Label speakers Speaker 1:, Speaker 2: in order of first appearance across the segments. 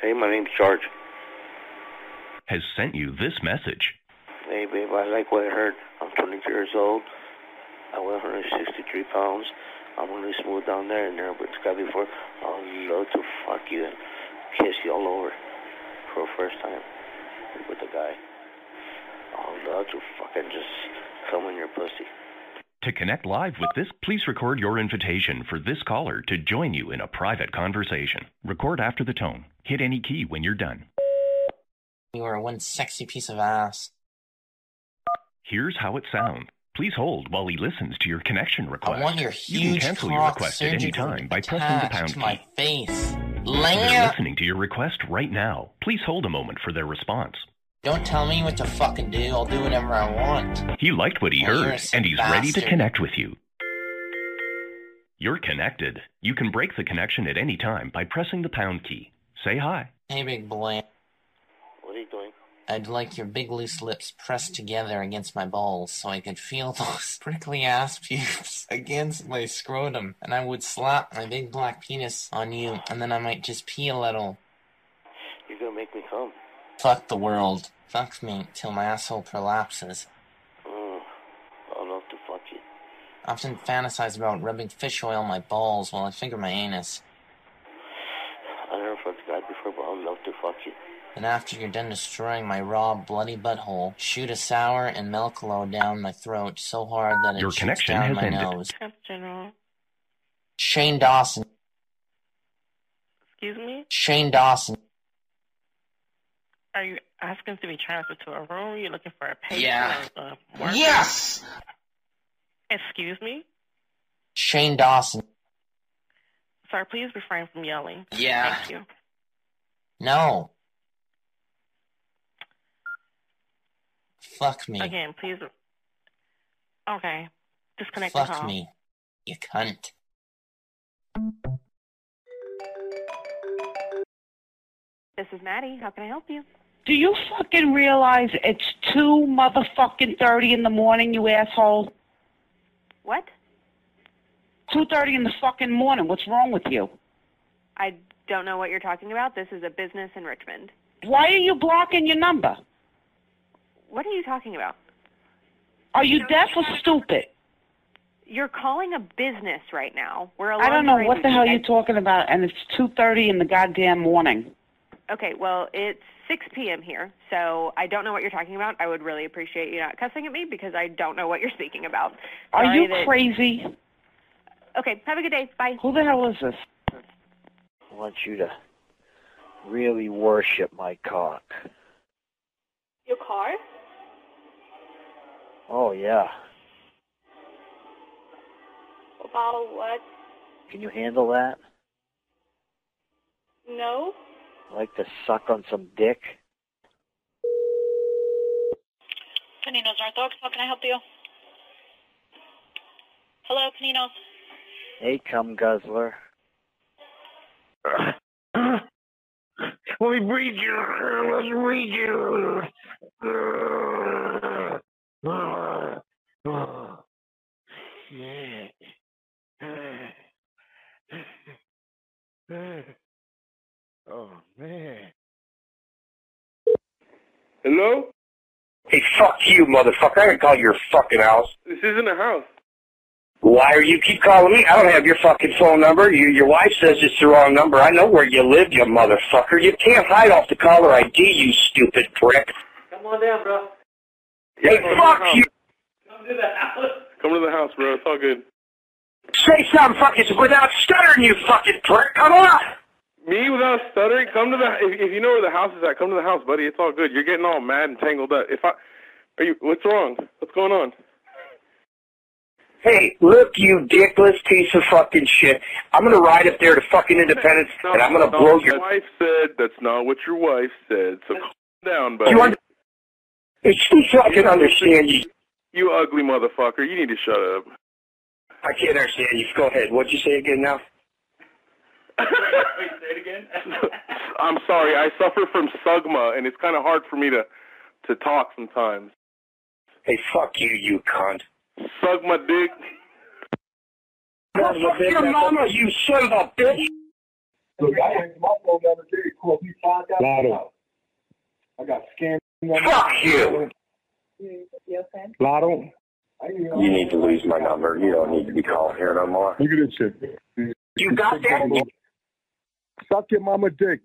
Speaker 1: Hey, my name's George.
Speaker 2: has sent you this message.
Speaker 1: Hey, babe, I like what I heard. I'm 22 years old. I weigh 163 pounds. I'm really smooth down there and there, but it's got to be for I'll love to fuck you and kiss you all over for the first time with a guy. I'll love to fucking just come in your pussy.
Speaker 2: To connect live with this, please record your invitation for this caller to join you in a private conversation. Record after the tone. Hit any key when you're done.
Speaker 3: You are one sexy piece of ass.
Speaker 2: Here's how it sounds. Please hold while he listens to your connection request.
Speaker 3: I want your
Speaker 2: you can
Speaker 3: huge
Speaker 2: cancel your
Speaker 3: cock
Speaker 2: request at any
Speaker 3: surgically
Speaker 2: time by pressing the
Speaker 3: attached
Speaker 2: pound
Speaker 3: to my
Speaker 2: key.
Speaker 3: face.
Speaker 2: They're
Speaker 3: Lay
Speaker 2: listening to your request right now. Please hold a moment for their response.
Speaker 3: Don't tell me what to fucking do. I'll do whatever I want.
Speaker 2: He liked what he
Speaker 3: Well, you're
Speaker 2: heard,
Speaker 3: a
Speaker 2: and he's ready to
Speaker 3: bastard.
Speaker 2: connect with you. You're connected. You can break the connection at any time by pressing the pound key. Say hi.
Speaker 3: Hey, big boy.
Speaker 1: What are you doing?
Speaker 3: I'd like your big loose lips pressed together against my balls so I could feel those prickly ass pubes against my scrotum. And I would slap my big black penis on you, and then I might just pee a little.
Speaker 1: You're gonna make me come.
Speaker 3: Fuck the world. Fuck me till my asshole prolapses.
Speaker 1: Mm. I'll love to fuck you.
Speaker 3: I often fantasize about rubbing fish oil on my balls while I finger my anus.
Speaker 1: I never fucked a guy before, but I'll love to fuck you.
Speaker 3: Then after you're done destroying my raw, bloody butthole, shoot a sour and melkalo down my throat so hard that it
Speaker 2: Your
Speaker 3: shoots
Speaker 2: connection
Speaker 3: down
Speaker 2: has
Speaker 3: my
Speaker 2: ended.
Speaker 3: nose.
Speaker 4: General.
Speaker 3: Shane Dawson.
Speaker 4: Excuse me?
Speaker 3: Shane Dawson.
Speaker 4: Are you asking to be transferred to a room? You're looking for a patient?
Speaker 3: Yeah.
Speaker 4: or
Speaker 5: Uh,
Speaker 4: a worker?
Speaker 3: Yes!
Speaker 4: Excuse me?
Speaker 3: Shane Dawson.
Speaker 4: Sir, please refrain from yelling.
Speaker 3: Yeah.
Speaker 4: Thank you.
Speaker 3: No. Fuck me.
Speaker 4: Again, please. Okay. Disconnect the
Speaker 3: Fuck
Speaker 4: call.
Speaker 3: me. You cunt.
Speaker 5: This is Maddie. How can I help you?
Speaker 6: Do you fucking realize it's two motherfucking thirty in the morning, you asshole?
Speaker 5: What?
Speaker 6: Two thirty in the fucking morning. What's wrong with you?
Speaker 5: I don't know what you're talking about. This is a business in Richmond.
Speaker 6: Why are you blocking your number?
Speaker 5: What are you talking about?
Speaker 6: Are you deaf or stupid?
Speaker 5: You're calling a business right now. We're a
Speaker 6: I don't know
Speaker 5: laundry-
Speaker 6: what the hell you're talking about, and it's two thirty in the goddamn morning.
Speaker 5: Okay, well, it's 6 p.m. here, so I don't know what you're talking about. I would really appreciate you not cussing at me because I don't know what you're speaking about.
Speaker 6: Are
Speaker 5: Sorry
Speaker 6: you
Speaker 5: that-
Speaker 6: crazy?
Speaker 5: Okay, have a good day. Bye.
Speaker 6: Who the hell is this?
Speaker 7: I want you to really worship my cock.
Speaker 5: Your car?
Speaker 7: Oh, yeah.
Speaker 5: About what?
Speaker 7: Can you handle that?
Speaker 5: No.
Speaker 7: I like to suck on some dick.
Speaker 8: Panino's North Oaks. How can I help you? Hello, Panino's.
Speaker 7: Hey, cum guzzler.
Speaker 9: Let me breed you. Let me breed you. Oh man.
Speaker 1: Hello?
Speaker 10: Hey, fuck you, motherfucker. I can call your fucking house.
Speaker 1: This isn't a house.
Speaker 10: Why are you keep calling me? I don't have your fucking phone number. You, your wife says it's the wrong number. I know where you live, you motherfucker. You can't hide off the caller ID, you stupid prick.
Speaker 9: Come on down, bro.
Speaker 10: Hey, fuck you.
Speaker 9: Come to the house. Come to the house, bro. It's all good.
Speaker 10: Say something fucking without stuttering, you fucking prick. Come on.
Speaker 9: Me without stuttering. Come to the. If, if you know where the house is at, come to the house, buddy. It's all good. You're getting all mad and tangled up. If I, are you? What's wrong? What's going on?
Speaker 10: Hey, look, you dickless piece of fucking shit. I'm gonna ride up there to fucking Independence, and I'm gonna
Speaker 9: That's not
Speaker 10: blow
Speaker 9: what
Speaker 10: your.
Speaker 9: wife said that's not what your wife said. So calm down, buddy.
Speaker 10: You under- Excuse me, I can understand you.
Speaker 9: You ugly motherfucker. You need to shut up.
Speaker 10: I can't understand you. Go ahead. What'd you say again now?
Speaker 9: Wait, say it again. I'm sorry. I suffer from sugma, and it's kind of hard for me to to talk sometimes.
Speaker 10: Hey, fuck you, you cunt.
Speaker 9: Suck my dick.
Speaker 10: Well, fuck your mama, you son of a bitch. Look, I changed my phone number too. You called me five
Speaker 11: Got
Speaker 10: thousand
Speaker 11: him.
Speaker 10: dollars. I got scammed.
Speaker 11: Fuck you. Lotto,
Speaker 10: I didn't
Speaker 11: you need to lose my number. You don't need to be called here no more.
Speaker 10: Look at this shit.
Speaker 11: You got that?
Speaker 10: Suck your mama dick.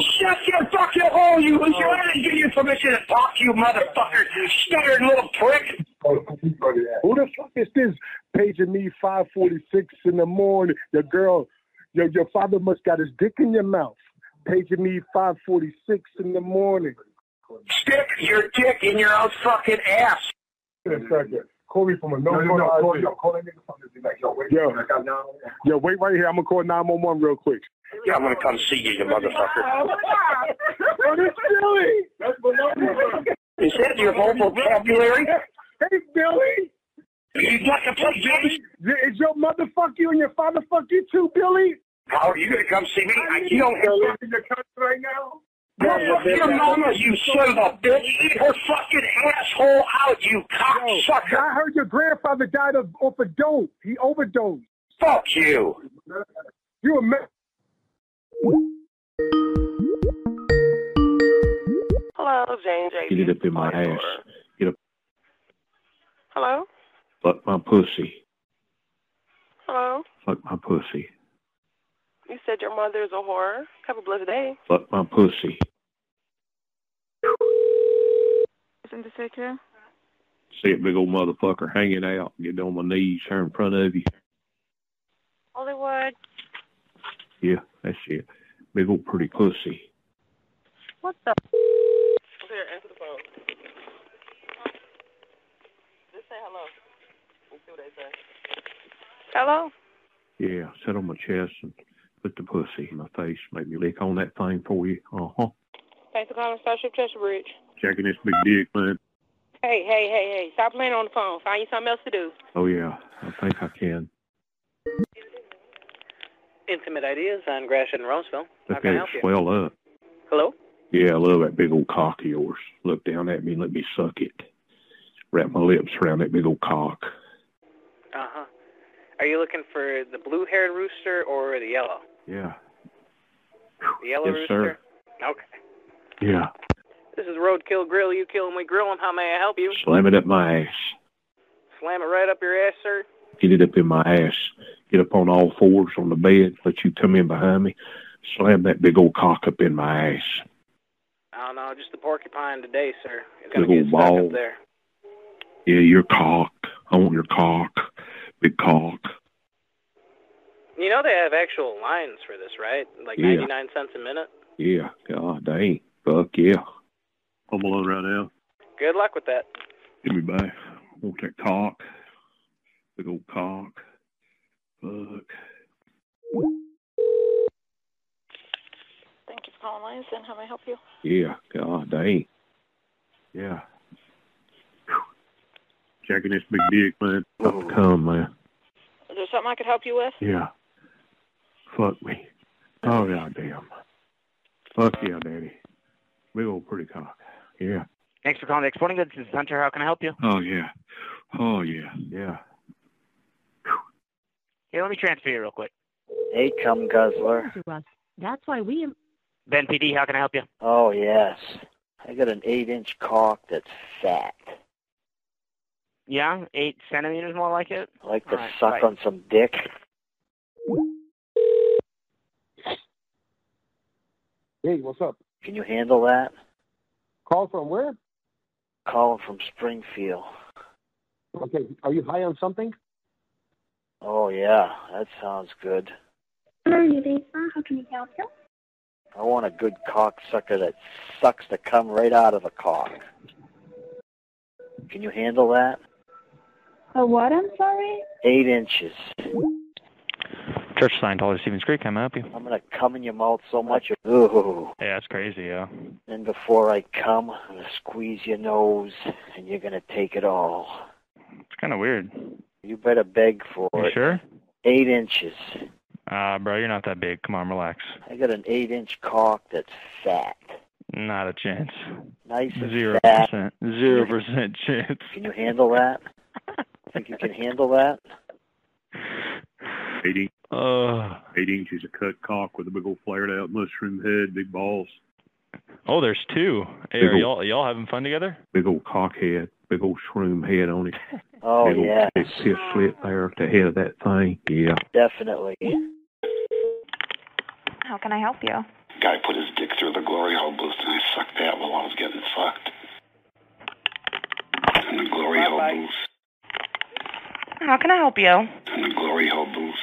Speaker 11: Shut your fucking hole, you loser. I didn't give you permission to talk to you, motherfucker. You stuttering little prick.
Speaker 10: Who the fuck is this paging me 546 in the morning? Your girl, your, your father must got his dick in your mouth. Paging me 546 in the morning.
Speaker 11: Stick your dick in your own fucking ass.
Speaker 10: Call me from a no, no, no, call, yo, call that nigga from the like, yo, wait, yo. yo, wait right here. I'm gonna call 911 real quick.
Speaker 11: Yeah, I'm gonna come see you, you motherfucker.
Speaker 10: Oh, this Billy. That's phenomenal.
Speaker 11: Is that your whole vocabulary?
Speaker 10: Hey, Billy.
Speaker 11: You got to play games?
Speaker 10: Is your mother fuck you and your father fuck you too, Billy?
Speaker 11: How are you gonna come see me? I, you don't
Speaker 10: live in your country right now.
Speaker 11: Go fuck your mama, you son of a bitch. Eat her fucking asshole out, you cocksucker.
Speaker 10: I heard your grandfather died of off a dope. He overdosed.
Speaker 11: Fuck you.
Speaker 10: You a man.
Speaker 12: Hello, Jane J.
Speaker 13: Get it up in my ass. Get up
Speaker 12: Hello?
Speaker 13: fuck my pussy.
Speaker 12: Hello?
Speaker 13: Fuck my pussy.
Speaker 12: You said your mother is a whore. Have a blessed day.
Speaker 13: Fuck my pussy.
Speaker 14: Listen to say too.
Speaker 13: See a big old motherfucker hanging out, getting on my knees here in front of you.
Speaker 14: Hollywood.
Speaker 13: Yeah, that's it. Big old pretty pussy.
Speaker 14: What the?
Speaker 12: Here, answer the phone. Just say hello. Let's see what they say. Hello?
Speaker 13: Yeah, sit on my chest and put the pussy in my face. Maybe lick on that thing for you. Uh huh.
Speaker 15: Thanks for calling Starship Chesapeake.
Speaker 13: Checking this big dick, man.
Speaker 15: Hey, hey, hey, hey. Stop playing on the phone. Find you something else to do.
Speaker 13: Oh yeah, I think I can.
Speaker 9: Intimate Ideas on Gratiot and Romsville. How
Speaker 13: Look
Speaker 9: can I
Speaker 13: at it
Speaker 9: help you?
Speaker 13: swell up.
Speaker 9: Hello?
Speaker 13: Yeah, I love that big old cock of yours. Look down at me and let me suck it. Wrap my lips around that big old cock.
Speaker 9: Uh-huh. Are you looking for the blue-haired rooster or the yellow?
Speaker 13: Yeah.
Speaker 9: The yellow
Speaker 13: yes,
Speaker 9: rooster? Okay.
Speaker 13: sir. Yeah.
Speaker 9: This is Roadkill Grill. You kill 'em, we grill 'em. How may I help you?
Speaker 13: Slam it up my ass.
Speaker 9: Slam it right up your ass, sir.
Speaker 13: Get it up in my ass. Get up on all fours on the bed. Let you come in behind me. Slam that big old cock up in my ass.
Speaker 9: Oh, no, just the porcupine today, sir. It's
Speaker 13: Big
Speaker 9: going to
Speaker 13: old
Speaker 9: get stuck
Speaker 13: ball.
Speaker 9: up there.
Speaker 13: Yeah, your cock. I want your cock. Big cock.
Speaker 9: You know they have actual lines for this, right? Like
Speaker 13: Yeah.
Speaker 9: 99 cents a minute?
Speaker 13: Yeah. God dang. Fuck yeah. I'm alone right now.
Speaker 9: Good luck with that.
Speaker 13: Give me back. Want that cock. Big old cock. Fuck.
Speaker 6: Thank you for calling Lions. How may I help you?
Speaker 13: Yeah, God dang. Yeah. Checking this big dick, man. Come, man.
Speaker 15: Is there something I could help you with?
Speaker 13: Yeah. Fuck me. Oh, God damn. Fuck yeah, daddy. Big old pretty cock. Yeah.
Speaker 9: Thanks for calling the Exporting Goods. This is Hunter. How can I help you?
Speaker 13: Oh, yeah. Oh, yeah. Yeah.
Speaker 9: Here, let me transfer you real quick.
Speaker 7: Hey, cum guzzler.
Speaker 16: That's why we. Im-
Speaker 9: Ben PD, how can I help you?
Speaker 7: Oh, yes. I got an eight-inch cock that's fat.
Speaker 9: Yeah, eight centimeters more like it.
Speaker 7: I like to
Speaker 9: All right,
Speaker 7: suck
Speaker 9: bye.
Speaker 7: on some dick.
Speaker 10: Hey, what's up?
Speaker 7: Can you handle that?
Speaker 10: Call from where?
Speaker 7: Calling from Springfield.
Speaker 10: Okay, are you high on something?
Speaker 7: Oh, yeah. That sounds good.
Speaker 8: Hello, you there, sir. How can we help you?
Speaker 7: I want a good cocksucker that sucks the cum right out of the cock. Can you handle that?
Speaker 8: Uh, what? I'm sorry.
Speaker 7: Eight inches.
Speaker 17: Church of Scientology, Stevens Creek. How may I help you?
Speaker 7: I'm gonna cum in your mouth so much. Ooh.
Speaker 17: Yeah, that's crazy. Yeah.
Speaker 7: And before I cum, I'm gonna squeeze your nose, and you're gonna take it all.
Speaker 17: It's kind of weird.
Speaker 7: You better beg for
Speaker 17: You
Speaker 7: it.
Speaker 17: sure?
Speaker 7: Eight inches.
Speaker 17: Uh, bro, you're not that big. Come on, relax.
Speaker 7: I got an eight-inch cock that's fat,
Speaker 17: Not a chance.
Speaker 7: nice and
Speaker 17: Zero
Speaker 7: fat.
Speaker 17: percent. Zero percent chance.
Speaker 7: Can you handle that? Think you can handle that?
Speaker 13: Eight inch. Uh, eight inches of cut cock with a big old flared out mushroom head, big balls,
Speaker 18: Oh, there's two. Hey,
Speaker 13: Big
Speaker 18: are y'all y'all having fun together?
Speaker 13: big old cock head, big old shroom head on it.
Speaker 7: Oh,
Speaker 13: big
Speaker 7: yeah.
Speaker 13: Old thick piss slit there at the head of that thing. Yeah.
Speaker 7: Definitely.
Speaker 19: How can I help you?
Speaker 20: Guy put his dick through the glory hole booth and I sucked that while I was getting fucked. In the glory hole booth.
Speaker 19: How can I help you?
Speaker 20: In the glory hole booth.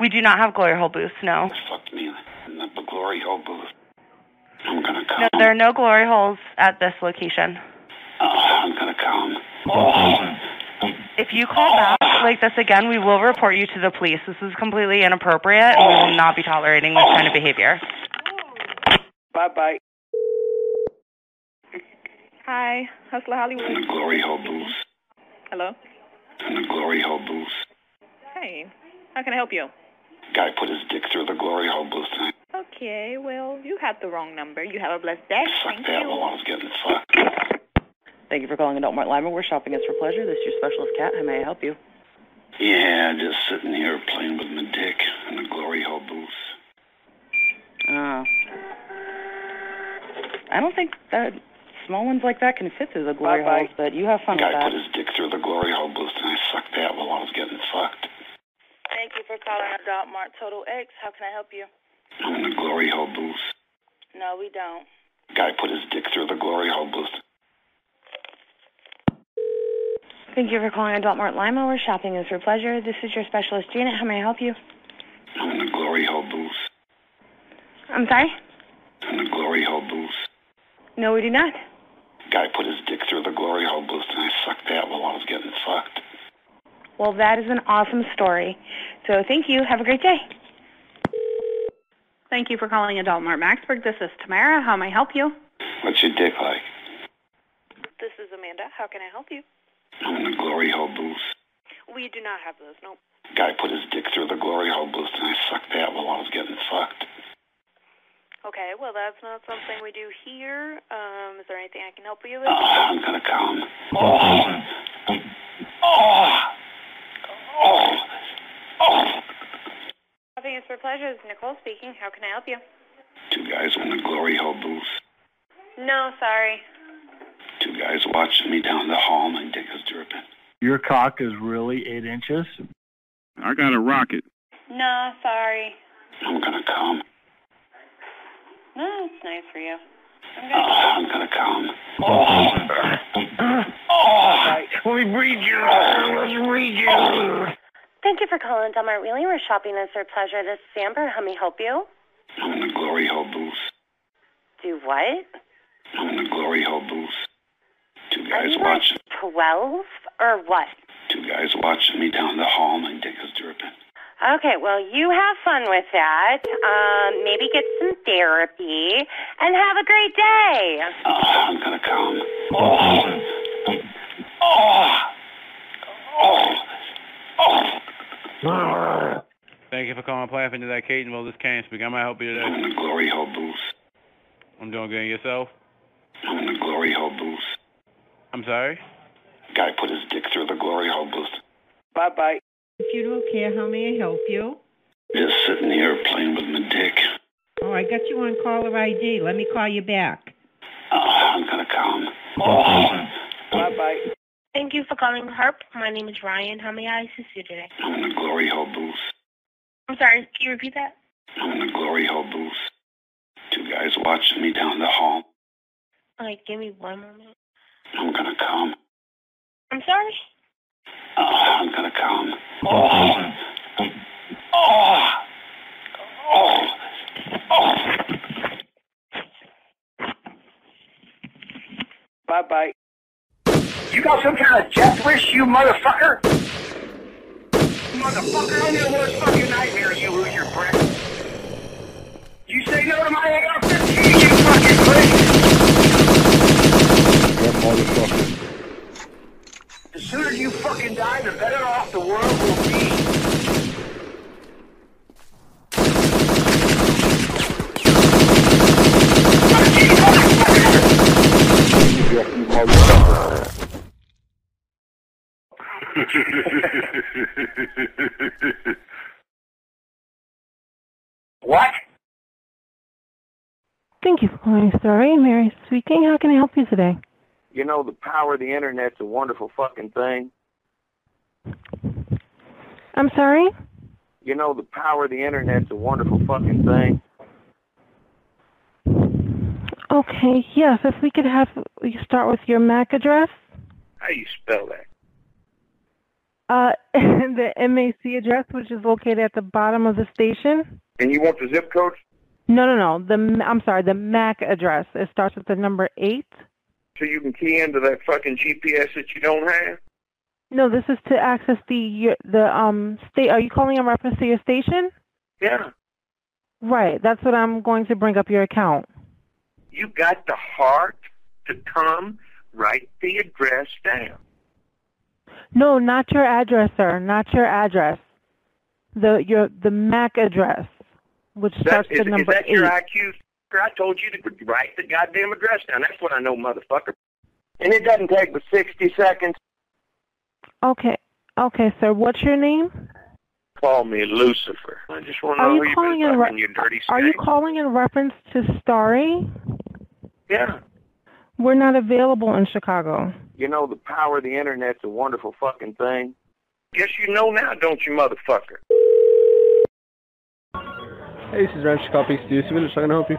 Speaker 19: We do not have glory hole booths, no.
Speaker 20: Fucked me in the glory hole booth. I'm gonna come.
Speaker 19: No, there are no glory holes at this location.
Speaker 20: Oh, I'm gonna come.
Speaker 19: If you call back like this again, we will report you to the police. This is completely inappropriate, and we will not be tolerating this kind of behavior.
Speaker 21: Bye bye.
Speaker 5: Hi, Hustler Hollywood.
Speaker 20: Glory hole booth.
Speaker 5: Hello.
Speaker 20: In the glory hole booth.
Speaker 5: Hey, how can I help you?
Speaker 20: Guy put his dick through the glory hole booth and
Speaker 5: Okay, well, you have the wrong number. You have a blessed day. Thank
Speaker 20: that
Speaker 5: you.
Speaker 20: while I was getting fucked.
Speaker 22: Thank you for calling Adult Mart Lima. We're shopping is for pleasure. This is your specialist, Kat. How may I help you?
Speaker 20: Yeah, just sitting here playing with my dick in the glory hole booth.
Speaker 22: Uh, I don't think that small ones like that can fit through the glory
Speaker 20: Bye-bye.
Speaker 22: holes, but you have fun
Speaker 20: Guy
Speaker 22: with that.
Speaker 20: put his dick through the glory hole booth and I sucked that while I was getting fucked.
Speaker 5: Thank you for calling Adult Mart Total X. How can I help you?
Speaker 20: I'm in the glory hole booth.
Speaker 5: No, we don't.
Speaker 20: Guy put his dick through the glory hole booth.
Speaker 16: Thank you for calling Adult Mart Lima. Where shopping is for pleasure. This is your specialist, Janet. How may I help you?
Speaker 20: I'm in the glory hole booth.
Speaker 16: I'm sorry?
Speaker 20: I'm in the glory hole booth.
Speaker 16: No, we do not.
Speaker 20: Guy put his dick through the glory hole booth and I sucked that while I was getting fucked.
Speaker 16: Well, that is an awesome story. So thank you. Have a great day.
Speaker 23: Thank you for calling Adult Mart Maxburg. This is Tamara. How may I help you?
Speaker 20: What's your dick like?
Speaker 5: This is Amanda. How can I help you?
Speaker 20: I'm in the glory hole booth.
Speaker 5: We do not have those. Nope.
Speaker 20: Guy put his dick through the glory hole booth and I sucked that while I was getting fucked.
Speaker 5: Okay, well, that's not something we do here. Um, is there anything I can help you with?
Speaker 20: Oh, I'm gonna come. Oh. Oh. Oh. Oh.
Speaker 16: Shopping is for pleasure. This is Nicole speaking. How can I help you?
Speaker 20: Two guys in the glory hole booth.
Speaker 16: No, sorry.
Speaker 20: Two guys watching me down the hall. My dick is dripping.
Speaker 24: Your cock is really eight inches? I got a rocket.
Speaker 16: No, sorry.
Speaker 20: I'm gonna come.
Speaker 16: No, it's nice for you.
Speaker 20: Ah, I'm gonna come. Oh. Oh. We read you. Let's read you.
Speaker 16: Thank you for calling Adult Mart Wheeling. We're shopping is for pleasure. This is Amber. How may I help you?
Speaker 20: I'm in the glory hole booth.
Speaker 16: Do what?
Speaker 20: I'm in the glory hole booth. Two
Speaker 16: Are
Speaker 20: guys
Speaker 16: you like
Speaker 20: watching.
Speaker 16: 12 or what?
Speaker 20: Two guys watching me down the hall. My dick is dripping.
Speaker 16: Okay, well, you have fun with that. Um, maybe get some therapy and have a great day.
Speaker 20: Ah, I'm gonna come. Oh. Oh. Oh. Oh.
Speaker 12: Thank you for calling Plath into that Cadenville. This can speak. How may I help you
Speaker 20: I'm in
Speaker 12: today?
Speaker 20: the glory hole booth.
Speaker 12: I'm doing good. And Yourself?
Speaker 20: I'm in the glory hole booth.
Speaker 12: I'm sorry.
Speaker 20: Guy put his dick through the glory hole booth.
Speaker 12: Bye bye.
Speaker 25: Funeral care, how may I help you?
Speaker 20: Just sitting here playing with my dick.
Speaker 25: Oh, I got you on caller ID. Let me call you back.
Speaker 20: Uh, I'm gonna come. Oh.
Speaker 12: Bye bye.
Speaker 9: Thank you for calling HARP. My name is Ryan. How may I assist you today?
Speaker 20: I'm in the glory hole booth.
Speaker 9: I'm sorry, can you repeat that?
Speaker 20: I'm in the glory hole booth. Two guys watching me down the hall.
Speaker 9: Like, give me one moment.
Speaker 20: I'm gonna come.
Speaker 9: I'm sorry?
Speaker 20: Oh, I'm gonna come. Oh. Oh. Oh. Oh.
Speaker 12: Bye bye.
Speaker 11: You got some kind of death wish, you motherfucker? Motherfucker, I know those fucking nightmares, you lose your breath. You say no to my AR 15, you fucking prick! The sooner you fucking die, the better off the world will be.
Speaker 15: Thank you for calling Story. Mary speaking. How can I help you today?
Speaker 10: You know, the power of the internet's a wonderful fucking thing.
Speaker 15: I'm sorry?
Speaker 10: You know, the power of the internet's a wonderful fucking thing.
Speaker 15: Okay, yes, if we could have you start with your MAC address,
Speaker 10: How you spell that?
Speaker 15: uh, the MAC address, which is located at the bottom of the station.
Speaker 10: And you want the zip code?
Speaker 15: No, no, no. The m- I'm sorry, the MAC address. It starts with the number eight.
Speaker 10: So you can key into that fucking GPS that you don't have?
Speaker 15: No, this is to access the your- the um state. Are you calling in reference to your station?
Speaker 10: Yeah.
Speaker 15: Right. That's what I'm going to bring up your account.
Speaker 10: You got the heart to come write the address down.
Speaker 15: No, not your address, sir. Not your address. The your the MAC address, which
Speaker 10: That,
Speaker 15: starts
Speaker 10: is,
Speaker 15: with
Speaker 10: is
Speaker 15: number
Speaker 10: that
Speaker 15: eight.
Speaker 10: your IQ? fucker? I told you to write the goddamn address down. That's what I know, motherfucker. And it doesn't take but 60 seconds.
Speaker 15: Okay. Okay, sir. What's your name?
Speaker 10: Call me Lucifer. I just want to
Speaker 15: Are
Speaker 10: know
Speaker 15: you
Speaker 10: who
Speaker 15: calling
Speaker 10: you've
Speaker 15: in
Speaker 10: been
Speaker 15: re-
Speaker 10: fucking, you dirty
Speaker 15: Are you calling in reference to Starry?
Speaker 10: Yeah.
Speaker 15: We're not available in Chicago.
Speaker 10: You know, the power of the internet's a wonderful fucking thing. Guess you know now, don't you, motherfucker?
Speaker 17: Hey, this is Ranch Copy Studio Village. How can I help you?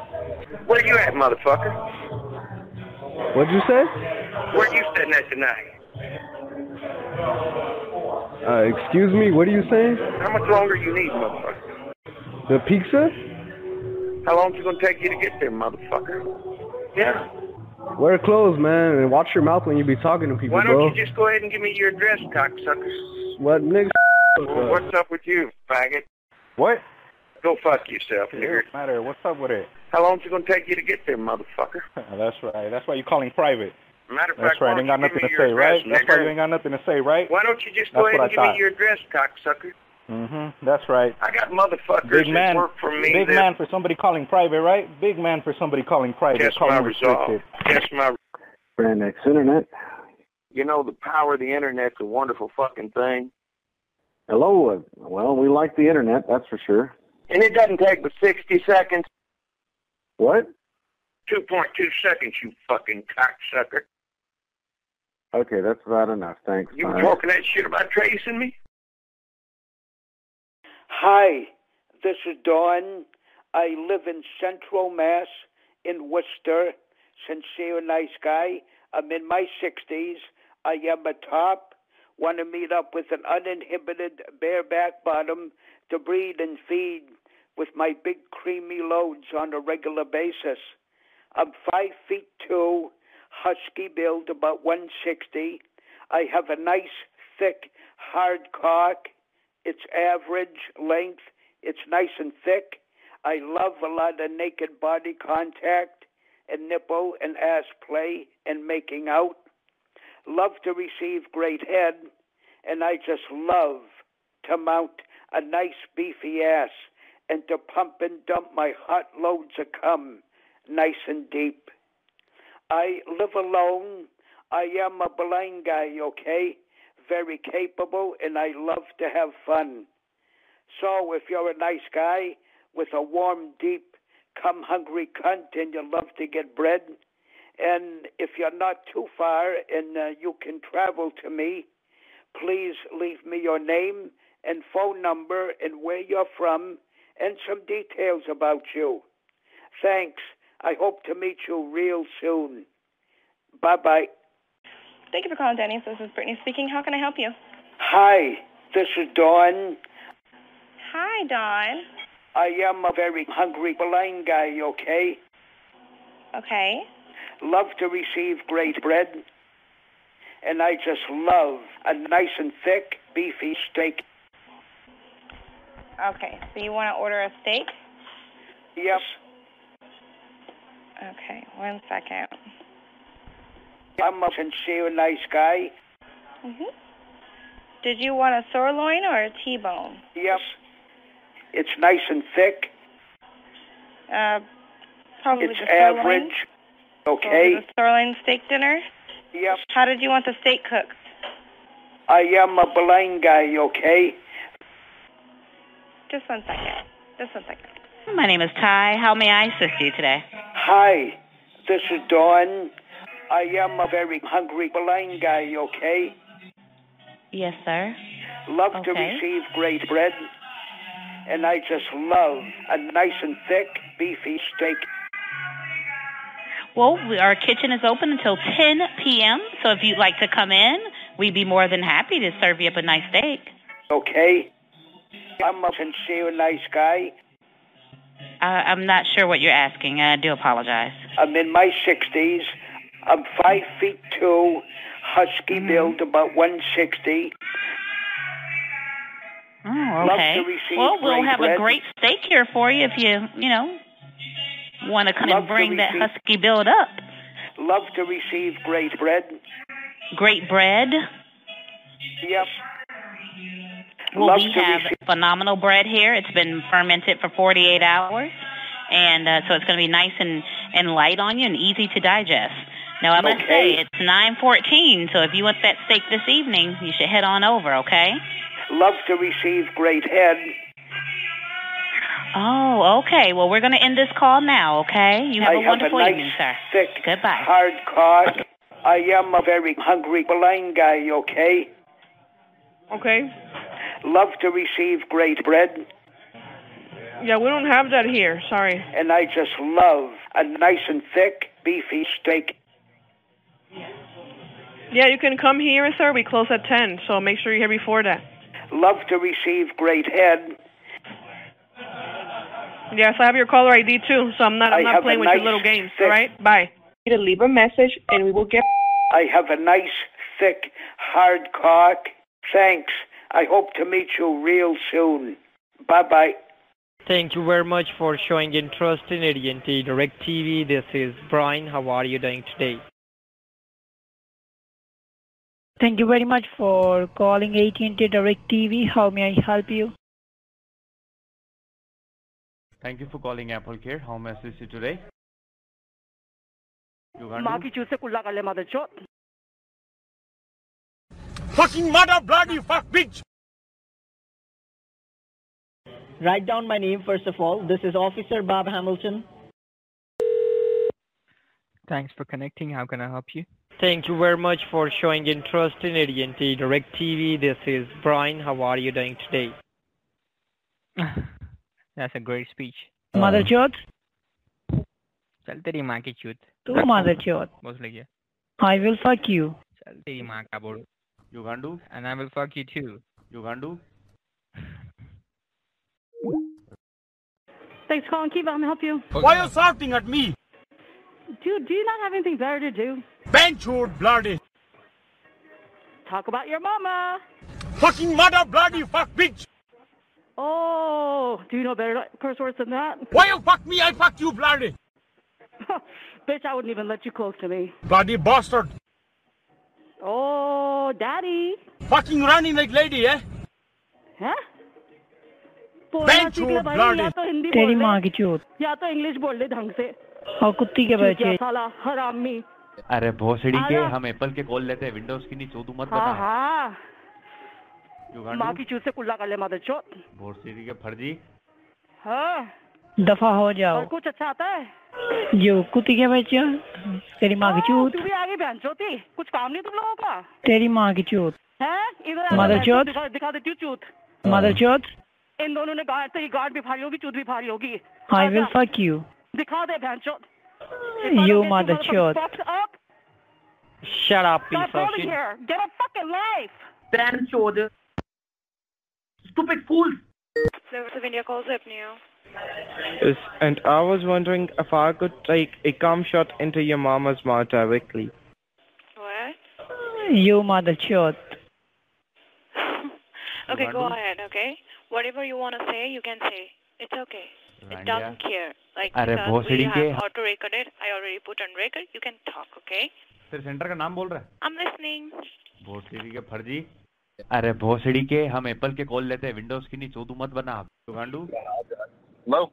Speaker 10: Where you at, motherfucker?
Speaker 17: What'd you say?
Speaker 10: Where you sitting at tonight?
Speaker 17: Uh, excuse me, what are you saying?
Speaker 10: How much longer you need, motherfucker?
Speaker 17: The pizza?
Speaker 10: How long's it gonna take you to get there, motherfucker? Yeah.
Speaker 17: Wear clothes, man, and watch your mouth when you be talking to people,
Speaker 10: Why don't
Speaker 17: bro.
Speaker 10: you just go ahead and give me your address, cocksucker?
Speaker 17: What nigga?
Speaker 10: Well, what's up with you, faggot?
Speaker 9: What?
Speaker 10: Go fuck yourself, nerd.
Speaker 9: matter. What's up with it?
Speaker 10: How long's it gonna take you to get there, motherfucker?
Speaker 9: That's right. That's why you calling private.
Speaker 10: Matter of
Speaker 9: That's
Speaker 10: fact,
Speaker 9: right.
Speaker 10: why
Speaker 9: Ain't got
Speaker 10: don't you
Speaker 9: nothing
Speaker 10: give
Speaker 9: to
Speaker 10: me your
Speaker 9: say, right?
Speaker 10: address,
Speaker 9: That's why
Speaker 10: nigger?
Speaker 9: you ain't got nothing to say, right?
Speaker 10: Why don't you just
Speaker 9: That's
Speaker 10: go ahead
Speaker 9: what
Speaker 10: and
Speaker 9: I
Speaker 10: give
Speaker 9: thought.
Speaker 10: me your address, cocksucker?
Speaker 9: Mm-hmm. That's right.
Speaker 10: I got motherfuckers
Speaker 9: Big
Speaker 10: that
Speaker 9: man.
Speaker 10: work for me.
Speaker 9: Big
Speaker 10: that,
Speaker 9: man for somebody calling private, right? Big man for somebody calling private.
Speaker 10: That's
Speaker 9: calling
Speaker 10: my resolve.
Speaker 9: restricted.
Speaker 10: That's my.
Speaker 17: Brand X Internet.
Speaker 10: You know, the power of the internet's a wonderful fucking thing,
Speaker 17: Hello. uh, Well, we like the internet, that's for sure.
Speaker 10: and it doesn't take but sixty seconds.
Speaker 17: What?
Speaker 10: Two point two seconds, you fucking cocksucker.
Speaker 17: Okay, that's about enough. Thanks.
Speaker 10: You talking that shit about tracing me?
Speaker 21: Hi, this is Don. I live in Central Mass in Worcester. Sincere, nice guy. I'm in my 60s. I am a top. Want to meet up with an uninhibited bareback bottom to breed and feed with my big creamy loads on a regular basis. I'm five feet two, husky build, about 160. I have a nice, thick, hard cock. It's average length. It's nice and thick. I love a lot of naked body contact and nipple and ass play and making out. Love to receive great head, and I just love to mount a nice beefy ass and to pump and dump my hot loads of cum nice and deep. I live alone. I am a blind guy, okay? very capable, and I love to have fun. So if you're a nice guy with a warm, deep, come hungry cunt and you love to get bread, and if you're not too far and uh, you can travel to me, please leave me your name and phone number and where you're from and some details about you. Thanks. I hope to meet you real soon. Bye bye. Thank you for calling Denny's. This is Brittany speaking. How can I help you? Hi, this is Dawn. Hi, Don. I am a very hungry blind guy, okay? Okay. Love to receive great bread. And I just love a nice and thick beefy steak. Okay. So you want to order a steak? Yes, Okay. One second. I'm a sincere, nice guy. Mhm. Did you want a sirloin or a T-bone? Yes, it's nice and thick. Uh, probably it's the sirloin. average, Or okay? The sirloin steak dinner. Yep. How did you want the steak cooked? I am a blind guy, okay? Just one second. Just one second.
Speaker 8: My name is Ty. How may I assist you today?
Speaker 21: Hi, this is Dawn. I am a very hungry blind guy, okay?
Speaker 8: Yes, sir.
Speaker 21: Love to
Speaker 8: Okay.
Speaker 21: receive great bread. And I just love a nice and thick beefy steak.
Speaker 8: Well, we, our kitchen is open until 10 p.m. So if you'd like to come in, we'd be more than happy to serve you up a nice steak.
Speaker 21: Okay? I'm a sincere, nice guy.
Speaker 8: Uh, I'm not sure what you're asking. I do apologize.
Speaker 21: I'm in my 60s. I'm five feet two, husky
Speaker 8: Mm-hmm.
Speaker 21: build, about 160.
Speaker 8: Oh,
Speaker 21: Love
Speaker 8: okay.
Speaker 21: to receive
Speaker 8: Well, we'll
Speaker 21: great
Speaker 8: have
Speaker 21: bread.
Speaker 8: a great steak here for you if you, you know, want to come
Speaker 21: Love
Speaker 8: and
Speaker 21: to
Speaker 8: bring that
Speaker 21: receive-
Speaker 8: husky build up.
Speaker 21: Love to receive great bread.
Speaker 8: Great bread.
Speaker 21: Yes.
Speaker 8: Well,
Speaker 21: Love
Speaker 8: we
Speaker 21: to
Speaker 8: have
Speaker 21: receive-
Speaker 8: phenomenal bread here. It's been fermented for 48 hours, and uh, so it's going to be nice and and light on you and easy to digest. Now I must
Speaker 21: Okay.
Speaker 8: say it's 9:14, so if you want that steak this evening, you should head on over. Okay.
Speaker 21: Love to receive great head.
Speaker 8: Oh, okay. Well, we're going to end this call now. Okay. You have
Speaker 21: I
Speaker 8: a wonderful
Speaker 21: have a nice,
Speaker 8: evening, sir.
Speaker 21: thick,
Speaker 8: Goodbye.
Speaker 21: hard cock. I am a very hungry blind guy, okay?
Speaker 5: Okay.
Speaker 21: Love to receive great bread.
Speaker 5: Yeah, we don't have that here. Sorry.
Speaker 21: And I just love a nice and thick, beefy steak.
Speaker 5: Yeah, you can come here, sir. We close at 10, so make sure you're here before that.
Speaker 21: Love to receive great head.
Speaker 5: Yes, I have your caller ID too, so I'm not I'm
Speaker 21: I
Speaker 5: not
Speaker 21: have
Speaker 5: playing
Speaker 21: a
Speaker 5: with
Speaker 21: nice
Speaker 5: your little games. All right, bye. You to leave a message and we will get.
Speaker 21: I have a nice, thick, hard cock. Thanks. I hope to meet you real soon. Bye bye.
Speaker 26: Thank you very much for showing interest in AT&T Direct TV. This is Brian. How are you doing today?
Speaker 27: Thank you very much for calling AT&T Direct TV. How may I help you?
Speaker 28: Thank you for calling Apple Care. How may I assist you today? Uganda?
Speaker 4: Fucking mother bloody fuck bitch!
Speaker 29: Write down my name first of all. This is Officer Bob Hamilton.
Speaker 26: Thanks for connecting. How can I help you? Thank you very much for showing interest in AT&T Direct TV. This is Brian. How are you doing today?
Speaker 30: That's a great speech.
Speaker 27: Mother Chot,
Speaker 30: चल तेरी माँ की चूत
Speaker 27: two Mother Chot.
Speaker 30: बोझ लग गया
Speaker 27: I will fuck you.
Speaker 30: चल तेरी माँ का बोल Ugandu and I will fuck you too Ugandu
Speaker 14: Thanks for calling Kiva. Let me help you.
Speaker 4: Why are you shouting at me?
Speaker 14: Dude, do you not have anything better to do?
Speaker 4: Bench your bloody.
Speaker 14: Talk about your mama.
Speaker 4: Fucking mother bloody fuck bitch!
Speaker 14: Oh, do you know better curse words than that?
Speaker 4: Why you fuck me? I fuck you bloody.
Speaker 14: Bitch, I wouldn't even let you close to me.
Speaker 4: Bloody bastard.
Speaker 14: Oh, daddy.
Speaker 4: Fucking running like lady, eh?
Speaker 14: Huh?
Speaker 4: Bench
Speaker 14: सीख
Speaker 4: your
Speaker 14: ले भाई,
Speaker 4: bloody.
Speaker 14: या तो हिंदी
Speaker 27: तेरी
Speaker 14: बोल ले,
Speaker 27: माँ की चोट
Speaker 14: या तो इंग्लिश बोल ले ढंग से
Speaker 27: और कुत्ती के
Speaker 14: चूतिया
Speaker 27: बच्चे
Speaker 14: साला हरामी
Speaker 28: अरे भोसड़ी के
Speaker 14: आजा।
Speaker 28: हम एप्पल के कॉल लेते हैं विंडोज की नहीं चोदू मत
Speaker 14: हाँ
Speaker 28: बना
Speaker 14: हाँ माँ
Speaker 28: युगांडू
Speaker 14: की चूत से कुल्ला कर ले माधर चोत
Speaker 28: भोसड़ी के फर्जी
Speaker 14: हाँ
Speaker 27: दफा हो जाओ
Speaker 14: और कुछ अच्छा आता है
Speaker 27: जो कुत्ती के बच्चे तेरी माँ की
Speaker 14: हाँ,
Speaker 27: चोट
Speaker 14: तू भी आगे बहन चोती कुछ काम नहीं तुम लोगों का
Speaker 27: तेरी माँ की चोट
Speaker 14: है इधर आ जा,
Speaker 27: माधर
Speaker 14: मैं तुझे
Speaker 27: चोत।
Speaker 14: दिखा, दिखा देती हूँ चूत
Speaker 27: मदर चोट
Speaker 14: इन दोनों ने गार्ड तेरी गार्ड भी फाड़ी होगी चूत भी फाड़ी होगी
Speaker 27: आई विल फक यू
Speaker 14: दिखा दे बहन चोत
Speaker 27: यू मदर चोट
Speaker 14: up
Speaker 27: shut up
Speaker 14: stop over here get a fucking life Damn chode. Stupid fools.
Speaker 9: Service of India calls up new.
Speaker 31: Yes, and I was wondering if I could take a cum shot into your mama's mouth directly.
Speaker 9: What?
Speaker 31: Oh,
Speaker 27: you mother चोट
Speaker 9: Okay,
Speaker 27: want
Speaker 9: go
Speaker 27: to?
Speaker 9: ahead, okay? Whatever you want to say, you can say. It's okay. It
Speaker 28: Randia.
Speaker 9: doesn't care. Like,
Speaker 28: अरे
Speaker 9: because we
Speaker 28: भोसड़ी के
Speaker 9: have auto recorded. I already put on record. You can talk, okay?
Speaker 28: तेरे centre का नाम बोल रहा है
Speaker 9: I'm listening.
Speaker 28: भोसड़ी के फर्जी अरे भोसड़ी के हम एप्पल के कॉल लेते हैं विंडोज की नहीं चोदू मत बना युगांडू hello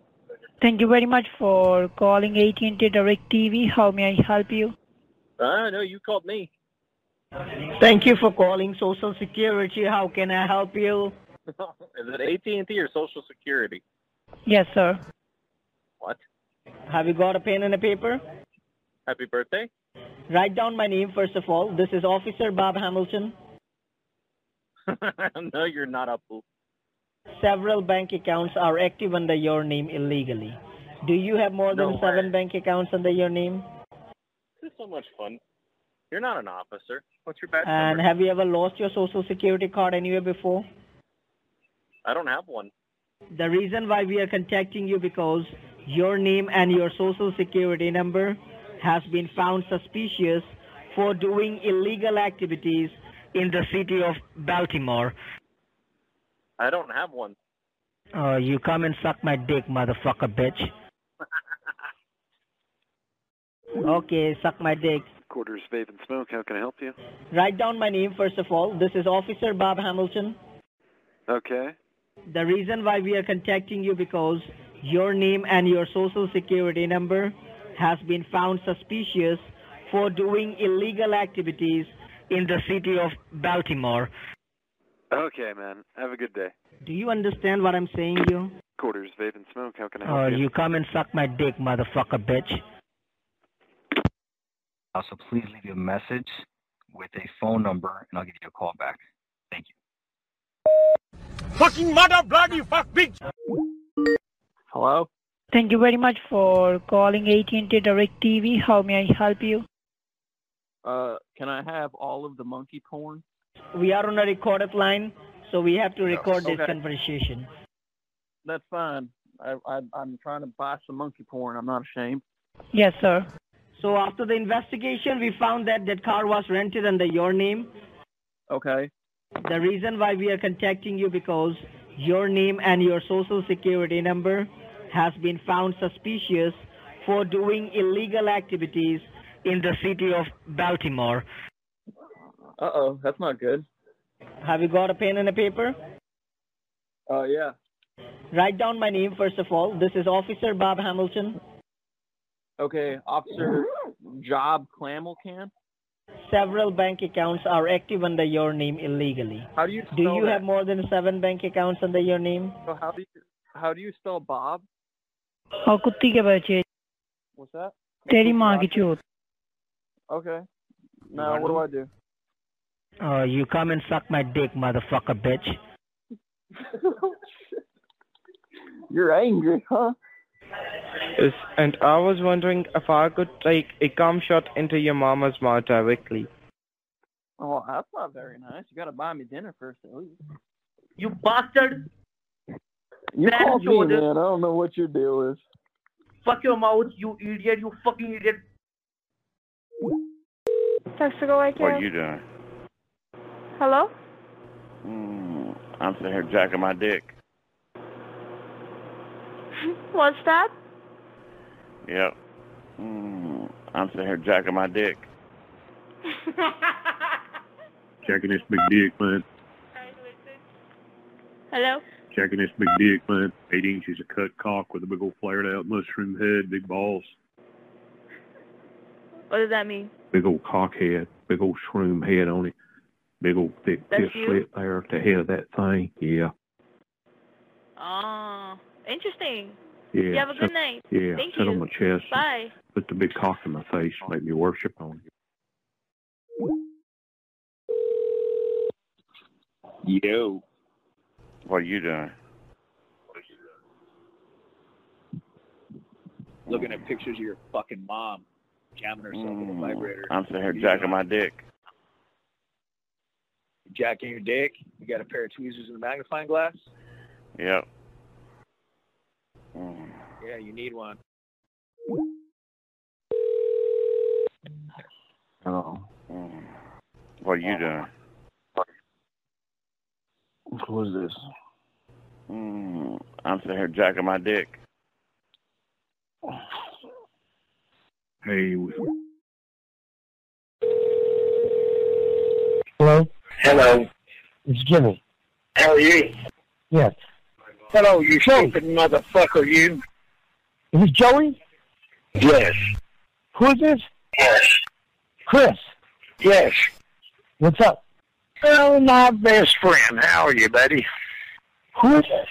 Speaker 27: Thank you very much for calling AT&T Direct TV. How may I help you?
Speaker 29: Ah, no, you called me. Thank you for calling Social Security. How can I help you?
Speaker 17: Is it AT&T or Social Security?
Speaker 27: Yes, sir.
Speaker 17: What?
Speaker 29: Have you got a pen and a paper?
Speaker 9: Happy birthday.
Speaker 29: Write down my name first of all. This is Officer Bob Hamilton.
Speaker 9: no, you're not a fool.
Speaker 29: Several bank accounts are active under your name illegally. Do you have more than
Speaker 9: No
Speaker 29: seven bank accounts under your name?
Speaker 9: This is so much fun. You're not an officer. What's your badge
Speaker 29: And
Speaker 17: Uh,
Speaker 9: number?
Speaker 29: have you ever lost your social security card anywhere before?
Speaker 9: I don't have one.
Speaker 29: The reason why we are contacting you because your name and your social security number has been found suspicious for doing illegal activities in the city of Baltimore.
Speaker 9: I don't have one.
Speaker 29: Oh, you come and suck my dick, motherfucker bitch. Okay, suck my dick.
Speaker 17: Quarters Vape and Smoke, how can I help you?
Speaker 29: Write down my name first of all. This is Officer Bob Hamilton.
Speaker 17: Okay.
Speaker 29: The reason why we are contacting you because your name and your social security number has been found suspicious for doing illegal activities in the city of Baltimore.
Speaker 17: Okay, man. Have a good day.
Speaker 29: Do you understand what I'm saying, you?
Speaker 17: Quarters Vape and Smoke, how can I help
Speaker 29: Oh,
Speaker 17: you?
Speaker 29: you come and suck my dick, motherfucker bitch.
Speaker 32: Also, please leave a message with a phone number, and I'll give you a call back.
Speaker 33: Fucking mother bloody fuck bitch.
Speaker 17: Hello?
Speaker 27: Thank you very much for calling AT&T Direct TV. How may I help you?
Speaker 9: Uh, can I have all of the monkey porn?
Speaker 29: We are on a recorded line, so we have to record this
Speaker 9: Okay.
Speaker 29: conversation.
Speaker 9: That's fine. I, I, I'm trying to buy some monkey porn. I'm not ashamed.
Speaker 27: Yes, sir.
Speaker 29: So after the investigation, we found that that car was rented under your name.
Speaker 9: Okay.
Speaker 29: The reason why we are contacting you because your name and your social security number has been found suspicious for doing illegal activities in the city of Baltimore.
Speaker 9: Uh oh, that's not good.
Speaker 29: Have you got a pen and a paper?
Speaker 9: Oh yeah.
Speaker 29: Write down my name first of all. This is Officer Bob Hamilton.
Speaker 9: Okay, Officer Job Clamel can.
Speaker 29: Several bank accounts are active under your name illegally.
Speaker 9: How do you
Speaker 29: Do
Speaker 9: spell
Speaker 29: you
Speaker 9: that?
Speaker 29: have more than seven bank accounts under your name?
Speaker 9: So how do you how do you spell Bob?
Speaker 29: Oh,
Speaker 9: Oh,
Speaker 27: और कुत्ती के बच्चे
Speaker 9: What's that?
Speaker 27: तेरी माँ की चोट
Speaker 9: Okay. Now what do I do?
Speaker 29: Oh, you come and suck my dick, motherfucker bitch.
Speaker 9: You're angry, huh?
Speaker 31: Yes, and I was wondering if I could take a cum shot into your mama's mouth directly.
Speaker 9: Oh, that's not very nice. You gotta buy me dinner first at least.
Speaker 4: You bastard.
Speaker 10: You
Speaker 4: Grand
Speaker 10: called me,
Speaker 4: shoulders.
Speaker 10: man. I don't know what your deal is.
Speaker 4: Fuck your mouth, you idiot, you fucking idiot.
Speaker 5: Mexico, I
Speaker 20: What
Speaker 5: can.
Speaker 20: you doing?
Speaker 5: Hello?
Speaker 20: Mm, I'm sitting here jacking my dick.
Speaker 5: What's that?
Speaker 20: Yep. Mm, I'm sitting here jacking my dick.
Speaker 13: Checking this big dick, man.
Speaker 5: Hello?
Speaker 13: Checking this big dick, man. Eight inches of cut cock with a big old flared out mushroom head, big balls,
Speaker 5: What does that mean?
Speaker 13: big old cock head, big old shroom head on it, big old thick
Speaker 5: That's
Speaker 13: piss
Speaker 5: you?
Speaker 13: slit there at the head of that thing. Yeah,
Speaker 5: Oh, interesting.
Speaker 13: yeah.
Speaker 5: You have a
Speaker 13: Sit-
Speaker 5: good night.
Speaker 13: Yeah,
Speaker 5: Thank
Speaker 13: sit
Speaker 5: you.
Speaker 13: on my chest,
Speaker 5: Bye.
Speaker 13: put the big cock in my face, make me worship on it.
Speaker 20: Yo. What you doing?
Speaker 2: Looking at pictures of your fucking mom jamming herself with a vibrator.
Speaker 20: I'm sitting here jacking my dick.
Speaker 2: Jacking your dick. You got a pair of tweezers and a magnifying glass.
Speaker 20: Yep. Mm.
Speaker 2: Yeah, you need one.
Speaker 20: Hello. Mm. What you doing? Who is this? Mm, I'm sitting here jacking my dick.
Speaker 13: Hey, we-
Speaker 34: Hello?
Speaker 10: Hello.
Speaker 34: It's Jimmy.
Speaker 10: How are you?
Speaker 34: Yes.
Speaker 10: Hello, you stupid motherfucker, you.
Speaker 34: Is this Joey?
Speaker 10: Yes.
Speaker 34: Who is this?
Speaker 10: Yes.
Speaker 34: Chris.
Speaker 10: Yes.
Speaker 34: What's up?
Speaker 10: Oh, my best friend. How are you, buddy?
Speaker 34: Who is this?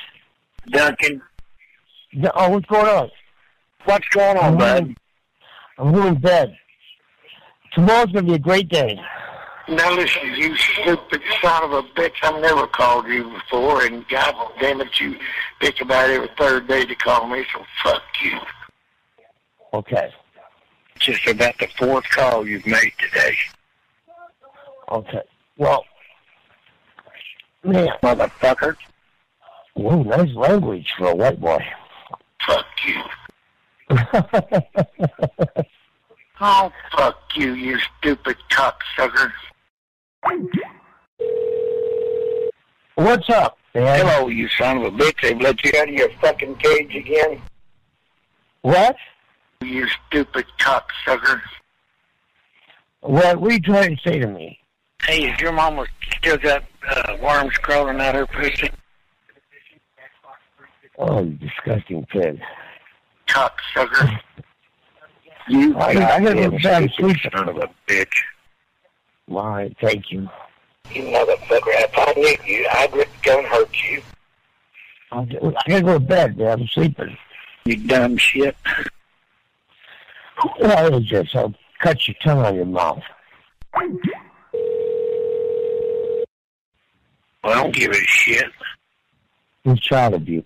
Speaker 10: Duncan.
Speaker 34: No, oh, what's going on?
Speaker 35: What's going on, bud? I'm here in bed. Tomorrow's gonna be a great day.
Speaker 10: Now listen, you stupid son of a bitch. I've never called you before, and God damn it, you bitch about every third day to call me, so fuck you.
Speaker 35: Okay.
Speaker 10: Just about the fourth call you've made today.
Speaker 35: Okay. Well, man,
Speaker 10: motherfucker.
Speaker 35: Whoa, nice language for a white boy.
Speaker 10: Fuck you. Oh, fuck you, you stupid cocksucker.
Speaker 35: What's up, man?
Speaker 10: Hello, you son of a bitch. They've let you out of your fucking cage again.
Speaker 35: What?
Speaker 10: You stupid cocksucker.
Speaker 35: What? What are you trying to say to me?
Speaker 10: Hey, is your mama still got uh, worms crawling out her pussy?
Speaker 35: Oh, you disgusting pig.
Speaker 10: Cocksucker.
Speaker 35: You I, I gotta
Speaker 10: goddamn
Speaker 35: get some sleep.
Speaker 10: Son of a bitch.
Speaker 35: Why? Thank you.
Speaker 10: You motherfucker. If I knew you, I'd rip gun hurt you.
Speaker 35: I'll get- I gotta go to bed, man. I'm sleeping.
Speaker 10: You dumb shit.
Speaker 35: What is this? I'll cut your tongue out of your mouth.
Speaker 10: Well, I don't give a shit.
Speaker 35: It's child abuse.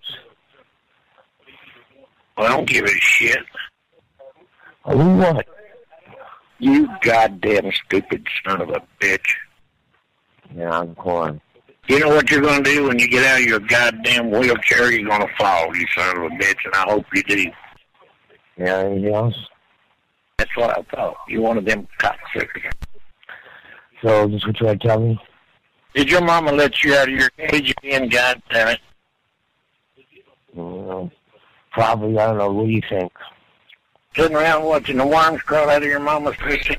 Speaker 10: Well, I don't give a shit.
Speaker 35: Oh, we want it.
Speaker 10: You goddamn stupid son of a bitch.
Speaker 35: Yeah, I'm calling.
Speaker 10: You know what you're going to do when you get out of your goddamn wheelchair? You're going to fall, you son of a bitch, and I hope you do.
Speaker 35: Yeah, anything else?
Speaker 10: That's what I thought. You're one of them cocksuckers.
Speaker 35: So, just what you want to tell me?
Speaker 10: Did your mama let you out of your cage again, goddammit?
Speaker 35: Mm, probably, I don't know. What do you think?
Speaker 10: Sitting around watching the worms crawl out of your mama's pussy?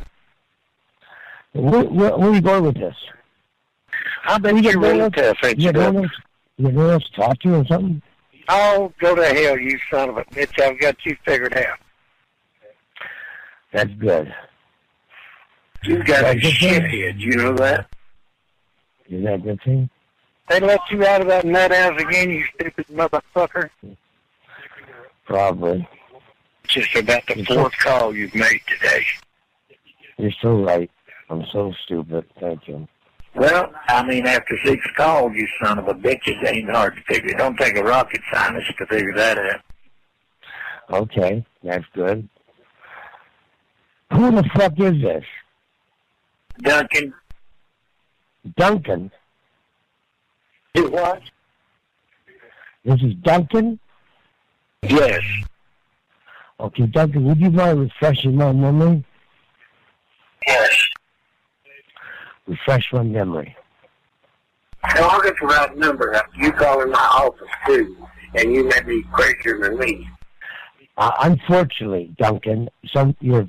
Speaker 35: Where, where, where are you going with this?
Speaker 10: I bet
Speaker 35: You
Speaker 10: you're
Speaker 35: got no
Speaker 10: really
Speaker 35: one-
Speaker 10: tough, ain't
Speaker 35: you
Speaker 10: you?
Speaker 35: got no
Speaker 10: Bill?
Speaker 35: one else- You got no one else to talk to or something?
Speaker 10: Oh, go to hell, you son of a bitch. I've got you figured out.
Speaker 35: That's good.
Speaker 10: You got a
Speaker 35: That's good thing.
Speaker 10: shithead, you know that?
Speaker 35: Is that a good thing?
Speaker 10: They let you out of that nut house again, you stupid motherfucker.
Speaker 35: Probably.
Speaker 10: Just about the fourth call you've made today.
Speaker 35: You're so right. I'm so stupid. Thank you.
Speaker 10: Well, I mean, after six calls, you son of a bitch, it ain't hard to figure. It don't take a rocket scientist to figure that out.
Speaker 35: Okay, that's good. Who the fuck is this?
Speaker 10: Duncan,
Speaker 35: Duncan?
Speaker 10: do what?
Speaker 35: This is Duncan?
Speaker 10: Yes.
Speaker 35: Okay, Duncan, would you mind refreshing my memory?
Speaker 10: Yes.
Speaker 35: Refresh my memory.
Speaker 10: Now, I'll get the right number. up. You call in my office, too, and you may be crazier than me.
Speaker 35: Uh, unfortunately, Duncan, some your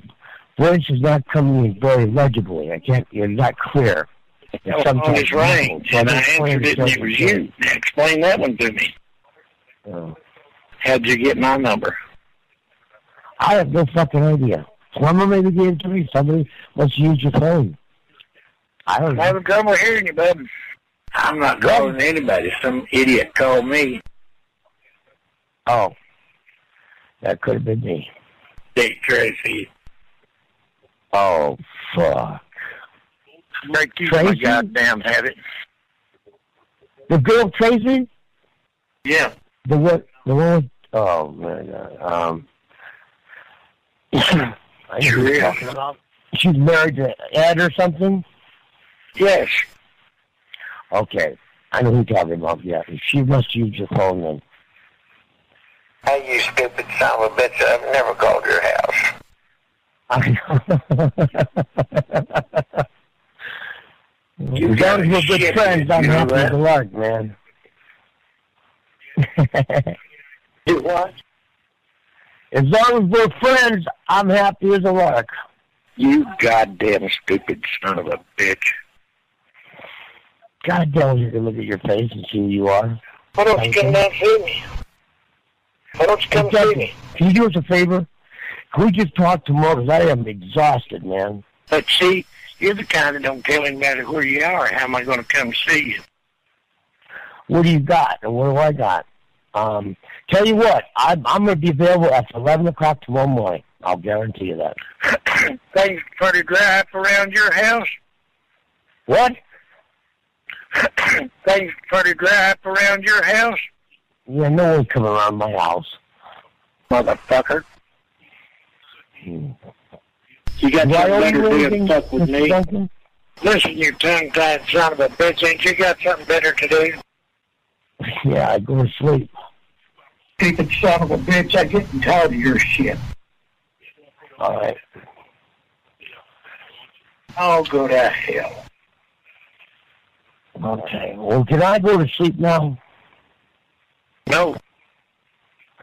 Speaker 35: voice is not coming in very legibly. I can't. You're not clear. It's
Speaker 10: Well,
Speaker 35: sometimes
Speaker 10: it's rain,
Speaker 35: muffled, so
Speaker 10: and I
Speaker 35: I'm just
Speaker 10: answered it, and it was you. Now, explain that one to me.
Speaker 35: Oh.
Speaker 10: How'd you get my number?
Speaker 35: I have no fucking idea. Plumber maybe gave it to me. Somebody must use your phone. I don't know.
Speaker 10: I haven't trouble hearing you, bud. I'm not calling anybody. Some idiot called me.
Speaker 35: Oh, that could have been me.
Speaker 10: Dick Tracy.
Speaker 35: Oh, fuck.
Speaker 10: Break you from my
Speaker 35: Tracy?
Speaker 10: goddamn habit.
Speaker 35: The girl Tracy?
Speaker 10: Yeah.
Speaker 35: The what? The one? Oh man. uh, Um. I know who you're talking about. She's married to Ed or something.
Speaker 10: Yes.
Speaker 35: Okay, I know who you're talking about. Yeah, she must use your phone then.
Speaker 10: Hey, you stupid son of a bitch. I've never called your house.
Speaker 35: I know.
Speaker 10: You
Speaker 35: as long as we're
Speaker 10: gotta
Speaker 35: good friends, I'm
Speaker 10: shit, you know
Speaker 35: happy
Speaker 10: that?
Speaker 35: as a lark, man.
Speaker 10: Do what?
Speaker 35: as long as we're friends, I'm happy as a lark.
Speaker 10: You goddamn stupid son of a bitch.
Speaker 35: God damn, you can look at your face and see who you are.
Speaker 10: Why don't you come down and see me? Why don't you come see me?
Speaker 35: Can you do us a favor? Can we just talk tomorrow? Because I am exhausted, man.
Speaker 10: But see, you're the kind that don't tell anybody where you are. How am I going to come see you?
Speaker 35: What do you got? What do I got? Um,
Speaker 36: Tell you what, I'm, I'm going to be available after 11 o'clock tomorrow morning. I'll guarantee you that.
Speaker 10: Things pretty dry up around your house.
Speaker 36: What?
Speaker 10: Things pretty dry up around your house.
Speaker 36: Yeah, no one come around my house.
Speaker 10: Motherfucker.
Speaker 36: Hmm.
Speaker 10: You got
Speaker 36: Do I owe
Speaker 10: something
Speaker 36: you
Speaker 10: better to do
Speaker 36: anything,
Speaker 10: than fuck with
Speaker 36: Mr.
Speaker 10: me.
Speaker 36: Duncan?
Speaker 10: Listen, you tongue-tied son of a bitch, ain't you got something better to do?
Speaker 36: Yeah, I go to sleep.
Speaker 10: Stupid son of a bitch, I'm getting tired of your shit.
Speaker 36: All right.
Speaker 10: I'll go to hell.
Speaker 36: Okay. Well, can I go to sleep now?
Speaker 10: No,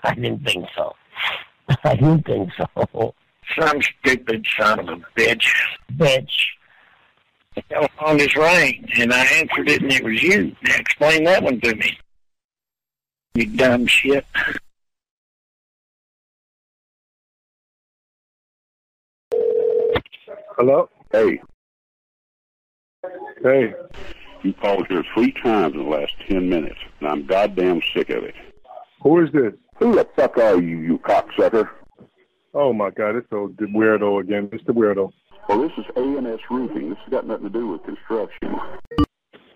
Speaker 36: I didn't think so. I didn't think so.
Speaker 10: some stupid son of a bitch.
Speaker 36: Bitch.
Speaker 10: On this ring, and I answered it, and it was you. Now explain that one to me. You dumb shit.
Speaker 17: Hello?
Speaker 19: Hey,
Speaker 17: Hey.
Speaker 19: you called here three times in the last ten minutes, and I'm goddamn sick of it.
Speaker 17: Who is this?
Speaker 19: Who the fuck are you, you cocksucker?
Speaker 17: Oh my god, it's the weirdo again. It's the weirdo.
Speaker 19: Well, this is A&S Roofing. This has got nothing to do with construction.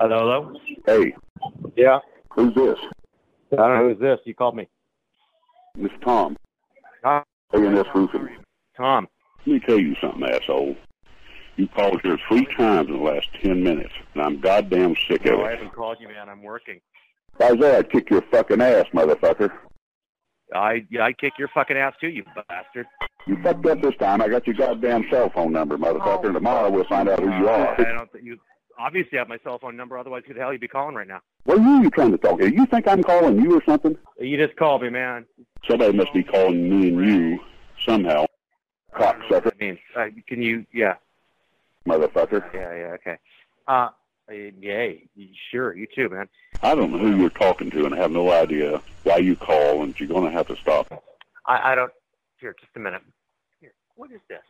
Speaker 17: Hello, hello?
Speaker 19: Hey,
Speaker 17: Yeah.
Speaker 19: who's this?
Speaker 17: I don't know who's this. You called me.
Speaker 19: This Tom.
Speaker 17: Tom.
Speaker 19: A&S Roofing.
Speaker 17: Tom.
Speaker 19: Let me tell you something, asshole. You called here three times in the last ten minutes, and I'm goddamn sick of
Speaker 17: No, I
Speaker 19: it.
Speaker 17: haven't called you, man. I'm working.
Speaker 19: If I was there, I'd kick your fucking ass, motherfucker.
Speaker 17: I I kick your fucking ass too, you bastard.
Speaker 19: You fucked
Speaker 17: Mm-hmm.
Speaker 19: up this time. I got your goddamn cell phone number, motherfucker, and tomorrow we'll find out who you
Speaker 17: Oh, Uh, I
Speaker 19: are.
Speaker 17: don't think you obviously have my cell phone number, otherwise who the hell you be calling right now?
Speaker 19: What are you trying to talk here? You think I'm calling you or something?
Speaker 17: You just called me, man.
Speaker 19: Somebody must be calling me and you somehow. Cocksucker.
Speaker 17: I mean, uh, can you yeah.
Speaker 19: Motherfucker.
Speaker 17: Yeah, yeah, okay. Uh yay. Sure, you too, man.
Speaker 19: I don't know who you're talking to and I have no idea why you call and you're going to have to stop.
Speaker 17: I, I don't here, just a minute. Here, what is this?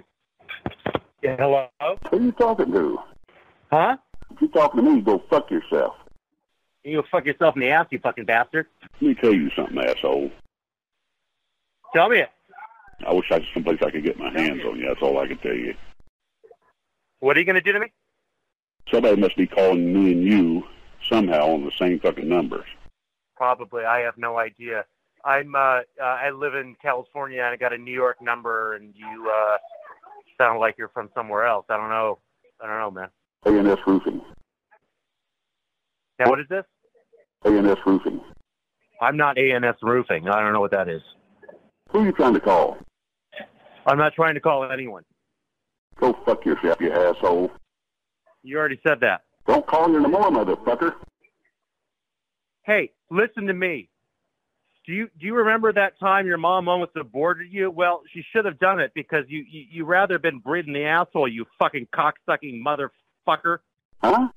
Speaker 17: Yeah, hello?
Speaker 19: Who are you talking to?
Speaker 17: Huh?
Speaker 19: If you're talking to me, go fuck yourself.
Speaker 17: You go fuck yourself in the ass, you fucking bastard.
Speaker 19: Let me tell you something, asshole.
Speaker 17: Tell me it.
Speaker 19: I wish I had someplace I could get my hands on you. That's all I can tell you.
Speaker 17: What are you gonna do to me?
Speaker 19: Somebody must be calling me and you somehow on the same fucking number.
Speaker 17: Probably. I have no idea. I'm uh, uh I live in California and I got a New York number and you uh sound like you're from somewhere else. I don't know. I don't know, man.
Speaker 19: A&S Roofing.
Speaker 17: Now what is this?
Speaker 19: A&S Roofing.
Speaker 17: I'm not ANS roofing. I don't know what that is.
Speaker 19: Who are you trying to call?
Speaker 17: I'm not trying to call anyone.
Speaker 19: Go fuck yourself, you asshole.
Speaker 17: You already said that.
Speaker 19: Don't call me no more, motherfucker.
Speaker 17: Hey, listen to me. Do you do you remember that time your mom almost aborted you? Well, she should have done it because you you, you rather been breathing the asshole, you fucking cocksucking motherfucker.
Speaker 19: Huh?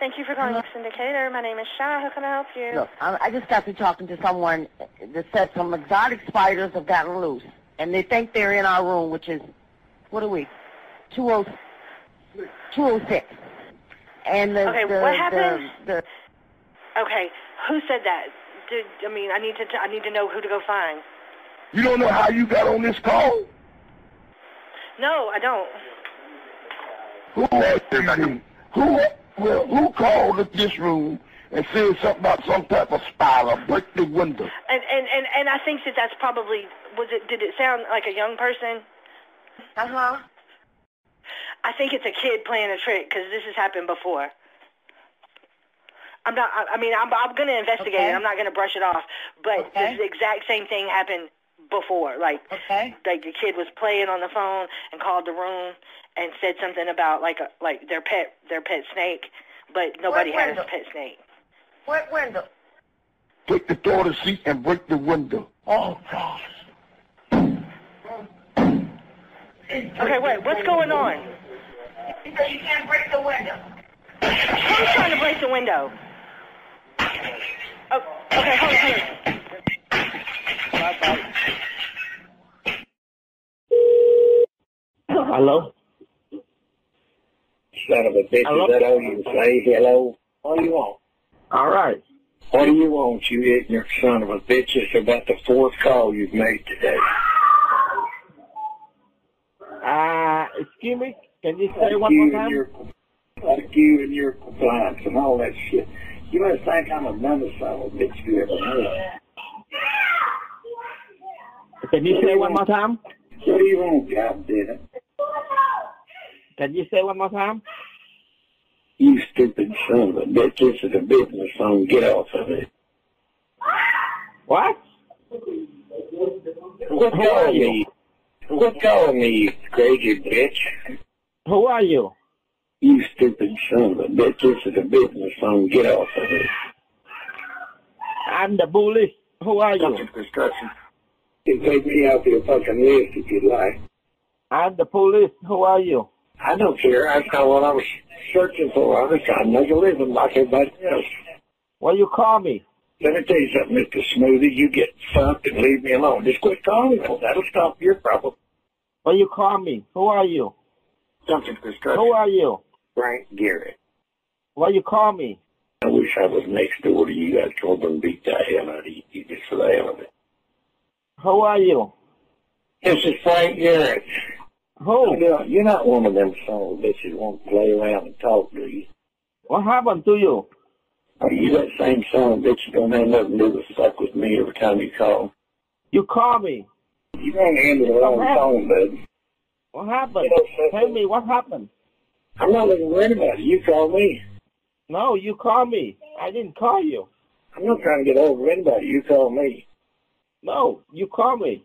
Speaker 37: Thank you for calling X Indicator. My name is Shy. How can I help you?
Speaker 9: Look, I, I just got through talking to someone that said some exotic spiders have gotten loose, and they think they're in our room, which is, what are we, 20, 206. And the,
Speaker 37: Okay,
Speaker 9: the,
Speaker 37: what
Speaker 9: the-
Speaker 37: happened?
Speaker 9: The,
Speaker 37: Okay, who said that? Did, I mean, I need to I need to know who to go find.
Speaker 10: You don't know how you got on this call?
Speaker 37: No, I don't.
Speaker 10: Who asked this room? Who, well, who called at this room and said something about some type of spider break the window?
Speaker 37: And and and, and I think that that's probably was it. Did it sound like a young person? Uh
Speaker 9: Uh-huh.
Speaker 37: huh. I think it's a kid playing a trick because this has happened before. I'm not. I, I mean, I'm I'm gonna investigate
Speaker 15: Okay.
Speaker 37: it. I'm not gonna brush it off. But this exact same thing happened before. Like like the kid was playing on the phone and called the room and said something about like a, like their pet their pet snake, but nobody
Speaker 9: What
Speaker 37: had a
Speaker 9: window?
Speaker 37: pet snake.
Speaker 9: what window?
Speaker 10: Take the door to seat and break the window.
Speaker 9: Oh, God.
Speaker 37: Okay, wait. What's going on?
Speaker 9: Because you can't break the window.
Speaker 37: Who's trying to break the window? Oh, okay, hold on, hold on.
Speaker 10: Hello? Son of a bitch,
Speaker 38: Hello?
Speaker 10: is that all you say? Hello? What do you want? All right. What do you want, you ignorant son of a bitch? It's about the fourth call you've made today.
Speaker 4: Uh, excuse me? Can you say
Speaker 10: Like
Speaker 4: one
Speaker 10: you
Speaker 4: more
Speaker 10: and
Speaker 4: time?
Speaker 10: your- Like you and your compliance and all that shit. You must think I'm another son of a bitch you ever heard.
Speaker 4: Can you say one more time?
Speaker 10: What do you want, goddammit?
Speaker 4: Can you say one more time?
Speaker 10: You stupid son of a bitch. This is a business phone. Get off of it.
Speaker 4: What?
Speaker 10: Quit
Speaker 4: Who are
Speaker 10: calling
Speaker 4: you?
Speaker 10: me. Quit calling me, you crazy bitch.
Speaker 4: Who are you?
Speaker 10: You stupid son of a bitch. This is a business phone. Get off of it.
Speaker 4: I'm the bully. Who are you?
Speaker 10: Construction. You can take me off your fucking list if you like.
Speaker 4: I'm the police. Who are you?
Speaker 10: I don't care. That's not what I was searching for. I was trying to make a living like everybody else.
Speaker 4: Well, you call me.
Speaker 10: Let me tell you something, Mr. Smoothie. You get fucked and leave me alone. Just quit calling me. That'll stop your problem.
Speaker 4: Well, you call me. Who are you?
Speaker 10: Something construction.
Speaker 4: Who are you?
Speaker 10: Frank Garrett.
Speaker 4: Well, you call me.
Speaker 10: I wish I was next door to you. I'd go over and beat the hell out of you just for the hell of it.
Speaker 4: Who are you?
Speaker 10: This is Frank Garrett.
Speaker 4: Who?
Speaker 10: You're not- You're not one of them son of a bitches that won't play around and talk, do you?
Speaker 4: What happened to you?
Speaker 10: Are you that same son of a bitch that don't have nothing to do with fuck with me every time you call?
Speaker 4: You call me.
Speaker 10: You don't handle the wrong phone, bud.
Speaker 4: What happened? Tell me what happened.
Speaker 10: I'm not looking for anybody. You call me.
Speaker 4: No, you call me. I didn't call you.
Speaker 10: I'm not trying to get over anybody. You call me.
Speaker 4: No, you call me.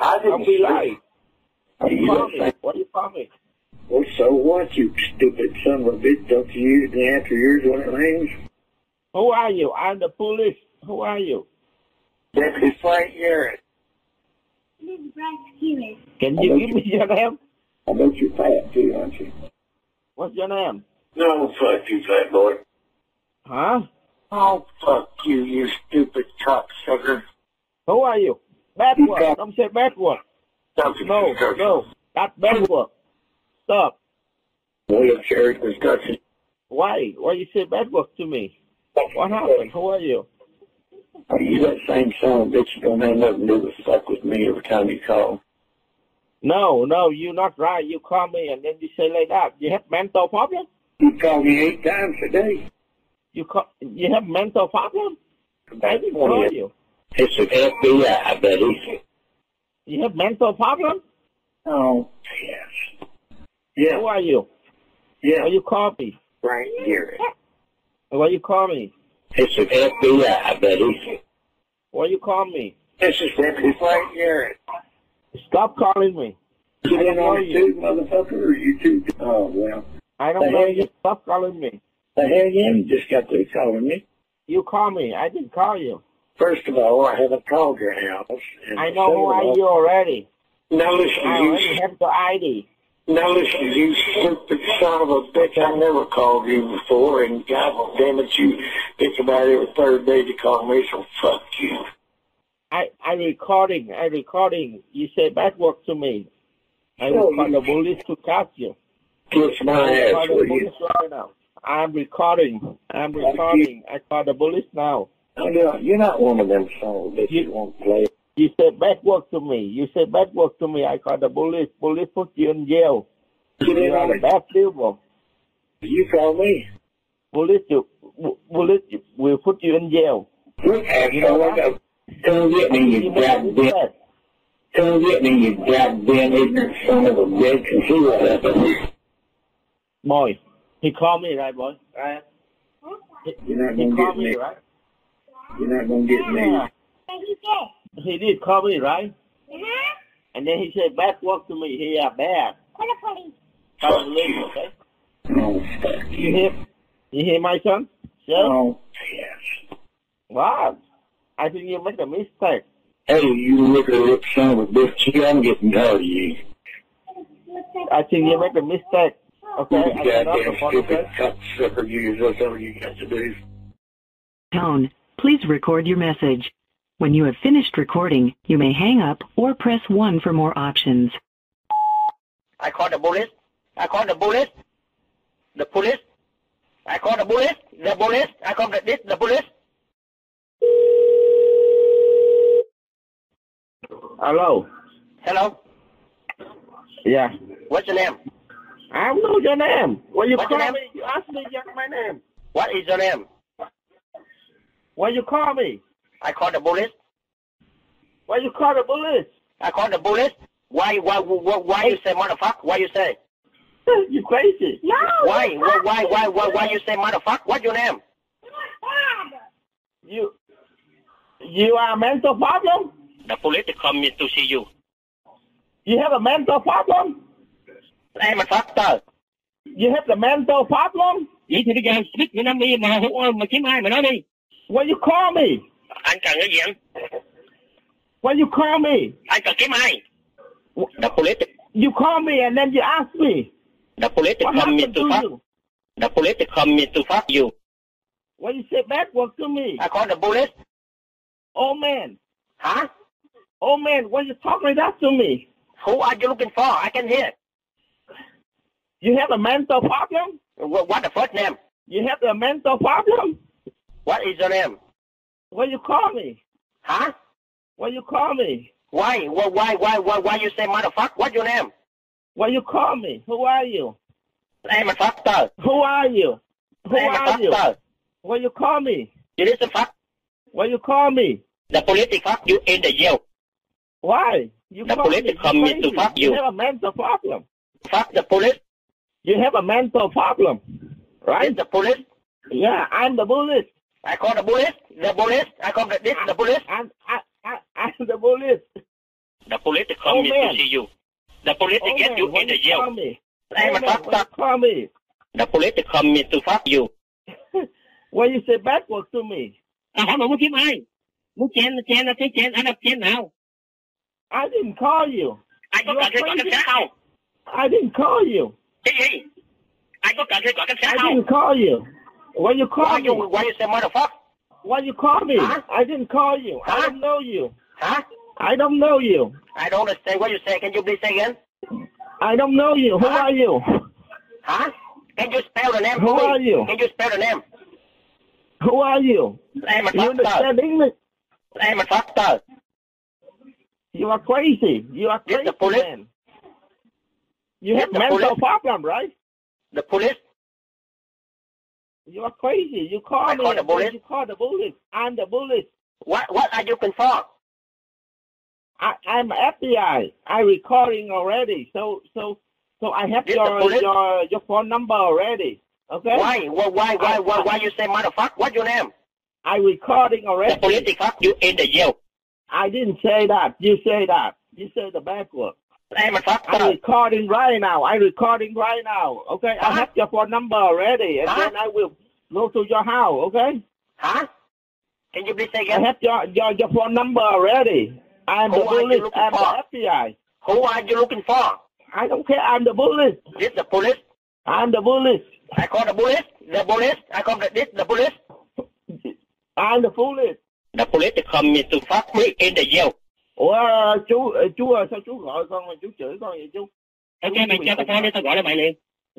Speaker 10: I didn't
Speaker 4: Don't be
Speaker 10: say-
Speaker 4: lying.
Speaker 10: Are
Speaker 4: You
Speaker 10: you
Speaker 4: call
Speaker 10: that
Speaker 4: me.
Speaker 10: same?
Speaker 4: What do you call me?
Speaker 10: Well, so what, you stupid son of a bitch? Don't you usually answer yours when it rings?
Speaker 4: Who are you? I'm the police. Who are you?
Speaker 10: Deputy Frank Garrett.
Speaker 4: Can you give me your name?
Speaker 10: I bet you're fat, too, aren't you?
Speaker 4: What's your name?
Speaker 10: No, fuck you, fat boy.
Speaker 4: Huh?
Speaker 10: Oh, fuck you, you stupid cocksucker.
Speaker 4: Who are you? Backward. Don't say backward. No, no. Not backward. Stop.
Speaker 10: William Cherry Construction.
Speaker 4: Why? Why you say backward to me? What happened? Who are you?
Speaker 10: Are you that same son of a bitch that don't have nothing to do with fuck with me every time you call?
Speaker 4: No, no, you're not right. You call me and then you say like that. You have mental problem?
Speaker 10: You called me eight times today.
Speaker 4: You call, you have mental problem? I didn't
Speaker 10: Well,
Speaker 4: call
Speaker 10: yeah.
Speaker 4: you.
Speaker 10: It's an FBI, buddy.
Speaker 4: You have mental problem?
Speaker 10: Oh, yes. Yeah.
Speaker 4: Who are you?
Speaker 10: Yeah.
Speaker 4: Why you call me?
Speaker 10: Frank Garrett.
Speaker 4: Why you call me?
Speaker 10: It's an FBI, buddy.
Speaker 4: Why you call me?
Speaker 10: This is Deputy Frank Garrett.
Speaker 4: Stop calling me.
Speaker 10: You
Speaker 4: I don't
Speaker 10: been
Speaker 4: know
Speaker 10: on it too,
Speaker 4: you.
Speaker 10: motherfucker, or you too? Oh, well.
Speaker 4: I
Speaker 10: The
Speaker 4: don't know
Speaker 10: hell
Speaker 4: you. Stop calling me.
Speaker 10: The hell, yeah, you just got through calling me.
Speaker 4: You call me. I didn't call you.
Speaker 10: First of all, I haven't called your house. And
Speaker 4: I know who
Speaker 10: second of
Speaker 4: are
Speaker 10: all-
Speaker 4: you already.
Speaker 10: Now listen,
Speaker 4: I already
Speaker 10: you,
Speaker 4: have the ID.
Speaker 10: now listen, you stupid son of a bitch. I never called you before, and God damn it, you bitch about every third day to call me, so fuck you.
Speaker 4: I I recording. I recording. You say bad work to me. I will
Speaker 10: No,
Speaker 4: call the
Speaker 10: you-
Speaker 4: police to catch you.
Speaker 10: Kiss
Speaker 4: I
Speaker 10: my
Speaker 4: will
Speaker 10: ass,
Speaker 4: call the
Speaker 10: will you?
Speaker 4: police right now. I'm recording. I'm recording. I call the police now.
Speaker 10: No, no, Oh, you're not one of them songs that you won't play.
Speaker 4: You said bad work to me. You said bad work to me. I call the police. Police put you in jail.
Speaker 10: You
Speaker 4: You
Speaker 10: didn't
Speaker 4: are
Speaker 10: want
Speaker 4: a bad people.
Speaker 10: You call me.
Speaker 4: Police, you, w- police will put you in jail.
Speaker 10: Look, asshole, I got... Come get me, you goddamn... Come get me, you goddamn ignorant son of a bitch, and see what happens.
Speaker 4: Boy, he called me, right, boy? Right? He,
Speaker 10: You're not
Speaker 4: he
Speaker 10: gonna
Speaker 4: called
Speaker 10: get
Speaker 4: me,
Speaker 10: me.
Speaker 4: right?
Speaker 10: You're not gonna get me.
Speaker 4: Yeah. He did call me, right? And then he said, bad work to me. He are bad. Call the police, okay?
Speaker 10: Oh, fuck
Speaker 4: You
Speaker 10: you.
Speaker 4: hear, you hear my son? Yeah?
Speaker 10: Oh, yes.
Speaker 4: Wow. I think you make a mistake.
Speaker 10: Hey, you liquor-lipped son of a bitch, you, I'm getting tired of you.
Speaker 4: I think you make a mistake.
Speaker 10: You
Speaker 4: Okay? I get off the
Speaker 10: goddamn
Speaker 4: phone,
Speaker 10: stupid
Speaker 4: okay?
Speaker 10: cocksucker, you, that's all you got to do.
Speaker 6: Tone, please record your message. When you have finished recording, you may hang up or press 1 for more options.
Speaker 36: I call the police. I call the police. The police. I call the police. The police. I call the, this, the police.
Speaker 4: Hello.
Speaker 29: Hello.
Speaker 4: Yeah.
Speaker 29: What's your name?
Speaker 4: I don't know your name. Well, you
Speaker 29: What's
Speaker 4: call
Speaker 29: your name?
Speaker 4: me. You ask me your, my name.
Speaker 29: What is your name?
Speaker 4: Why you call me?
Speaker 29: I call the police.
Speaker 4: Why you call the police?
Speaker 29: I call the police. Why? Why? Why, why you say motherfucker? Why you say?
Speaker 4: you crazy?
Speaker 29: No. Why? Why, why? Why? Why? Why you say motherfucker? What's your name?
Speaker 4: You. You are a mental problem.
Speaker 29: The police come in to see you.
Speaker 4: You have a mental problem.
Speaker 29: I'm a doctor.
Speaker 4: You have the mental problem.
Speaker 29: Vậy thì bây giờ biết Việt Nam đi mà không mà kiếm ai mà nói đi.
Speaker 4: Why you call me?
Speaker 29: Anh cần cái gì anh?
Speaker 4: Why you call me?
Speaker 29: Anh cần kiếm ai? The police.
Speaker 4: You call me and then you ask me.
Speaker 29: The police
Speaker 4: What
Speaker 29: come in
Speaker 4: happened
Speaker 29: to
Speaker 4: to
Speaker 29: fuck.
Speaker 4: you?
Speaker 29: The police come in to fuck you.
Speaker 4: Why you say bad words to me?
Speaker 29: I call the police.
Speaker 4: Oh man.
Speaker 29: Huh?
Speaker 4: Oh man, why you talk like that to me?
Speaker 29: Who are you looking for? I can hear.
Speaker 4: You have a mental problem?
Speaker 29: What, what the first name?
Speaker 4: You have a mental problem?
Speaker 29: What is your name?
Speaker 4: Why you call me?
Speaker 29: Huh?
Speaker 4: Why you call me?
Speaker 29: Why? Why? Why? Why? Why, why you say motherfucker? What's your name?
Speaker 4: Why you call me? Who are you?
Speaker 29: I'm a doctor.
Speaker 4: Who are you? Who
Speaker 29: I'm
Speaker 4: are
Speaker 29: a
Speaker 4: you?
Speaker 29: doctor.
Speaker 4: Why you call me?
Speaker 29: You listen, fuck.
Speaker 4: Why you call me?
Speaker 29: The police fuck you in the jail.
Speaker 4: Why? You
Speaker 29: The
Speaker 4: call
Speaker 29: police
Speaker 4: me.
Speaker 29: come
Speaker 4: You're
Speaker 29: in to
Speaker 4: crazy.
Speaker 29: fuck
Speaker 4: You
Speaker 29: you.
Speaker 4: have a mental problem.
Speaker 29: Fuck the police.
Speaker 4: You have a mental problem. Right?
Speaker 29: It's the police.
Speaker 4: Yeah, I'm the bullet.
Speaker 29: I call the police. The police. I call the this the police.
Speaker 4: I'm I, I I'm the bullet.
Speaker 29: The police
Speaker 4: come Oh, in to man. see
Speaker 29: you. The police
Speaker 4: Oh man, why you call me?
Speaker 29: I'm
Speaker 4: Oh
Speaker 29: a
Speaker 4: man, why you
Speaker 29: doctor.
Speaker 4: call me?
Speaker 29: The police come in to fuck you.
Speaker 4: Why you say bad words to me?
Speaker 29: À, hả mà muốn kiếm ai? Muốn chèn chèn là thế chèn anh đập chèn nào?
Speaker 4: I didn't call you.
Speaker 29: Anh có
Speaker 4: You
Speaker 29: cần
Speaker 4: are
Speaker 29: thuê quả cảnh
Speaker 4: crazy.
Speaker 29: sát không?
Speaker 4: I didn't call you.
Speaker 29: Cái gì? Anh có cần thuê quả cảnh sát
Speaker 4: I
Speaker 29: không?
Speaker 4: didn't call you. Why you call
Speaker 29: Why
Speaker 4: me?
Speaker 29: you why you say motherfucker?
Speaker 4: Why you call me?
Speaker 29: Huh?
Speaker 4: I didn't call you. I
Speaker 29: Huh?
Speaker 4: don't know you.
Speaker 29: Huh?
Speaker 4: I don't know you.
Speaker 29: I don't understand what you say. Can you please say again?
Speaker 4: I don't know you. Who
Speaker 29: Huh?
Speaker 4: are you?
Speaker 29: Huh? Can you spell the name?
Speaker 4: Who
Speaker 29: for me?
Speaker 4: are you?
Speaker 29: Can you spell the name?
Speaker 4: Who are you?
Speaker 29: I'm a
Speaker 4: You
Speaker 29: doctor.
Speaker 4: understand English?
Speaker 29: I'm a doctor.
Speaker 4: You are crazy. You are
Speaker 29: Yes,
Speaker 4: crazy,
Speaker 29: the police.
Speaker 4: man. You
Speaker 29: Yes,
Speaker 4: have
Speaker 29: the
Speaker 4: mental
Speaker 29: police.
Speaker 4: problem, right?
Speaker 29: The police.
Speaker 4: You are crazy. You call
Speaker 29: I
Speaker 4: me.
Speaker 29: call the police.
Speaker 4: You call the police. I'm the police.
Speaker 29: What what are you looking for?
Speaker 4: I, I'm FBI. I recording already. So so so I have
Speaker 29: Yes, the
Speaker 4: your
Speaker 29: police.
Speaker 4: your your phone uh, number already. Okay.
Speaker 29: Why? Why? Why? Why? Why? Why you say motherfucker? What's your name?
Speaker 4: I recording
Speaker 29: The
Speaker 4: already.
Speaker 29: police fuck you in the jail.
Speaker 4: I didn't say that. You say that. You say the backward.
Speaker 29: I'm a
Speaker 4: I'm
Speaker 29: doctor.
Speaker 4: recording right now. I recording right now. Okay. I
Speaker 29: Huh?
Speaker 4: have your phone number already, and
Speaker 29: Huh?
Speaker 4: then I will go to your house. Okay.
Speaker 29: Huh? Can you please say
Speaker 4: I
Speaker 29: again?
Speaker 4: have your your, your phone number already. I'm the
Speaker 29: Who are you
Speaker 4: police.
Speaker 29: looking
Speaker 4: I'm
Speaker 29: for?
Speaker 4: the FBI.
Speaker 29: Who are you looking for?
Speaker 4: I don't care. I'm the police.
Speaker 29: This the police.
Speaker 4: I'm the police.
Speaker 29: I call the police. The police. I call the this the police.
Speaker 4: I'm the police.
Speaker 29: The police come in to fuck me in the jail.
Speaker 4: Ủa chú ờ, chú ơi sao chú gọi con mà chú chửi con vậy chú?
Speaker 29: Ok mày cho cái phone đi tao gọi lại mày liền.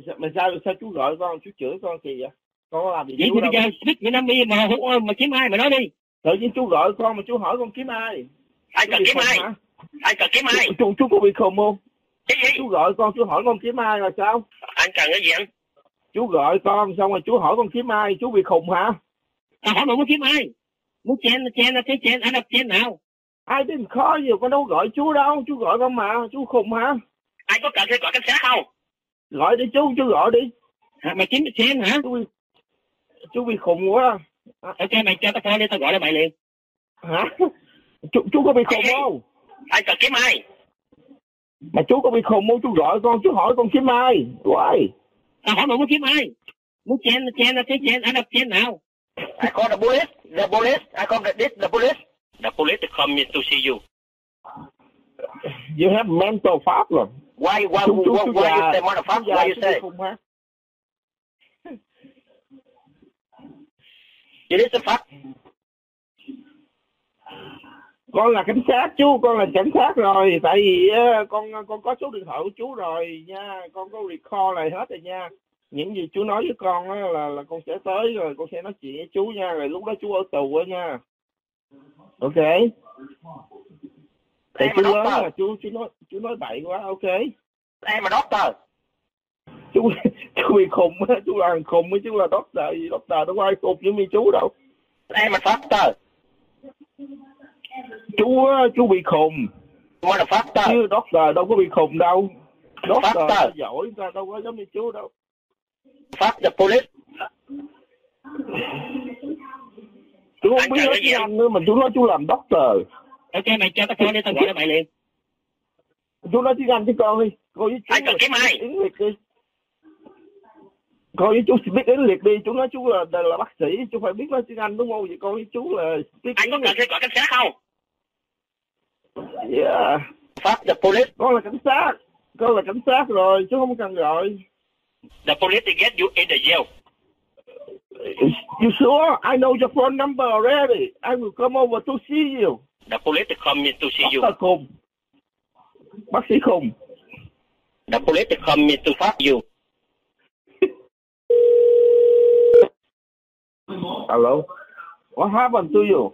Speaker 4: Sao- Mà sao sao chú gọi con chú chửi con kỳ vậy? Con có làm gì
Speaker 29: Vậy
Speaker 4: chú
Speaker 29: thì
Speaker 4: đâu?
Speaker 29: bây giờ biết Việt Nam đi mà không mà kiếm ai mà nói đi.
Speaker 4: Tự nhiên chú gọi con mà chú hỏi con kiếm ai?
Speaker 29: Ai
Speaker 4: Chú
Speaker 29: cần
Speaker 4: bị
Speaker 29: kiếm
Speaker 4: khùng
Speaker 29: ai?
Speaker 4: hả?
Speaker 29: Ai cần kiếm ai?
Speaker 4: Chú, chú, chú có bị khùng không?
Speaker 29: Cái gì?
Speaker 4: Chú gọi con chú hỏi con kiếm ai là sao?
Speaker 29: Anh cần cái gì anh?
Speaker 4: Chú gọi con xong rồi chú hỏi con kiếm ai? Chú bị khùng hả?
Speaker 29: Tao hỏi mày muốn kiếm ai? Muốn chen chen là thế chen anh đập chen nào?
Speaker 4: Ai đến khó gì con đâu có gọi chú đâu, chú gọi con mà, chú khùng hả?
Speaker 29: Anh có cần phải gọi cảnh sát không?
Speaker 4: Gọi đi chú, chú gọi đi.
Speaker 29: Hả, mày kiếm chen hả?
Speaker 4: Chú bị, chú bị khùng quá.
Speaker 29: Ok mày cho cái phone đi tao gọi lại mày liền.
Speaker 4: Hả? Chú, chú có bị khùng không?
Speaker 29: Anh cần kiếm ai?
Speaker 4: mà chú có bị khùng không chú gọi con chú hỏi con kiếm ai quay
Speaker 29: Tao hỏi mày muốn kiếm ai? Muốn chen chen là thế chen anh đập chen nào? I call the police. The police. I call the this the police. The police come in to see you.
Speaker 4: you have mental problem
Speaker 29: Why why
Speaker 4: chú chú
Speaker 29: why,
Speaker 4: chú
Speaker 29: why you
Speaker 4: già
Speaker 29: say
Speaker 4: chú
Speaker 29: motherfucker?
Speaker 4: già
Speaker 29: Why you
Speaker 4: chú bị
Speaker 29: say?
Speaker 4: khùng hả
Speaker 29: You listen fuck.
Speaker 4: con là cảnh sát chú con là cảnh sát rồi tại vì á, con con có số điện thoại của chú rồi nha con có record lại hết rồi nha những gì chú nói với con á, là là con sẽ tới rồi con sẽ nói chuyện với chú nha rồi lúc đó chú ở tù á nha ok Thì
Speaker 9: Em
Speaker 4: chú
Speaker 9: mà nói
Speaker 4: lớn
Speaker 9: tờ.
Speaker 4: là chú chú nói chú nói bậy quá, ok.
Speaker 9: Em mà doctor.
Speaker 4: Chú chú bị khùng á, chú là thằng khùng á, chú là doctor gì doctor đâu có ai khùng như mi chú đâu.
Speaker 9: Em mà doctor.
Speaker 4: Chú á, chú bị khùng.
Speaker 9: Motherfucker.
Speaker 4: Chứ doctor đâu có bị khùng đâu. Doctor
Speaker 9: Doctor.
Speaker 4: giỏi ra đâu có giống như chú đâu.
Speaker 9: Fuck the police.
Speaker 4: Chú không biết nói tiếng Anh nữa mà chú nói chú làm doctor.
Speaker 29: Ok mày cho tao phone đi tao gọi cho mày liền.
Speaker 4: Chú nói tiếng Anh với con đi. Cô với chú.
Speaker 29: Ai cần kiếm ai?
Speaker 4: Liệt đi. Con với chú speak English liệt đi. Chú nói chú là là bác sĩ, chú phải biết nói tiếng Anh đúng không? Vậy con với chú là speak
Speaker 29: Anh có cần phải gọi cảnh sát không?
Speaker 4: Yeah.
Speaker 9: Fuck the police.
Speaker 4: Con là cảnh sát. Con là cảnh sát rồi, chú không cần gọi.
Speaker 29: The police will get you in the jail.
Speaker 4: You sure? I know your phone number already. I will come over to see you.
Speaker 29: The police will come in to see you.
Speaker 4: Doctor Khùng. Bác sĩ Khùng.
Speaker 29: The police will come in to fuck you.
Speaker 4: Hello? What happened to you?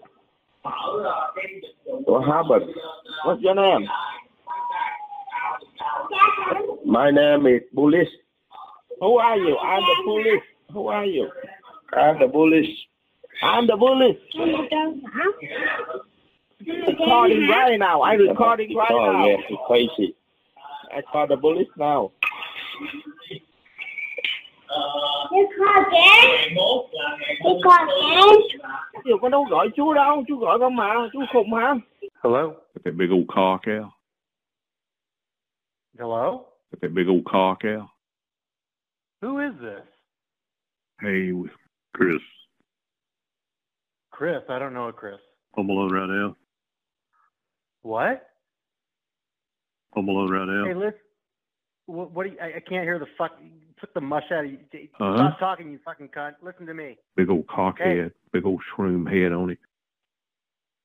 Speaker 4: What happened? What's your name? My name is Police. Who are you? I'm the police. Who are you? I'm the police. I'm the police. Recording right now. I'm recording right
Speaker 35: Oh,
Speaker 4: now. crazy. I call the police now. Dù con đâu gọi chú đâu, chú gọi con mà, chú khùng hả?
Speaker 13: Hello? Got that big old cock out.
Speaker 17: Hello?
Speaker 13: Got that big old cock out.
Speaker 17: Who is this?
Speaker 13: Hey, Chris,
Speaker 17: Chris. I don't know a Chris.
Speaker 13: I'm alone right now.
Speaker 17: What?
Speaker 13: I'm alone right now.
Speaker 17: Hey, listen. What, what do you, I, I can't hear the fuck. Took the mush out of you.
Speaker 13: Uh-huh.
Speaker 17: Stop talking, you fucking cunt. Listen to me.
Speaker 13: Big old cock
Speaker 17: Hey.
Speaker 13: head, big old shroom head on it.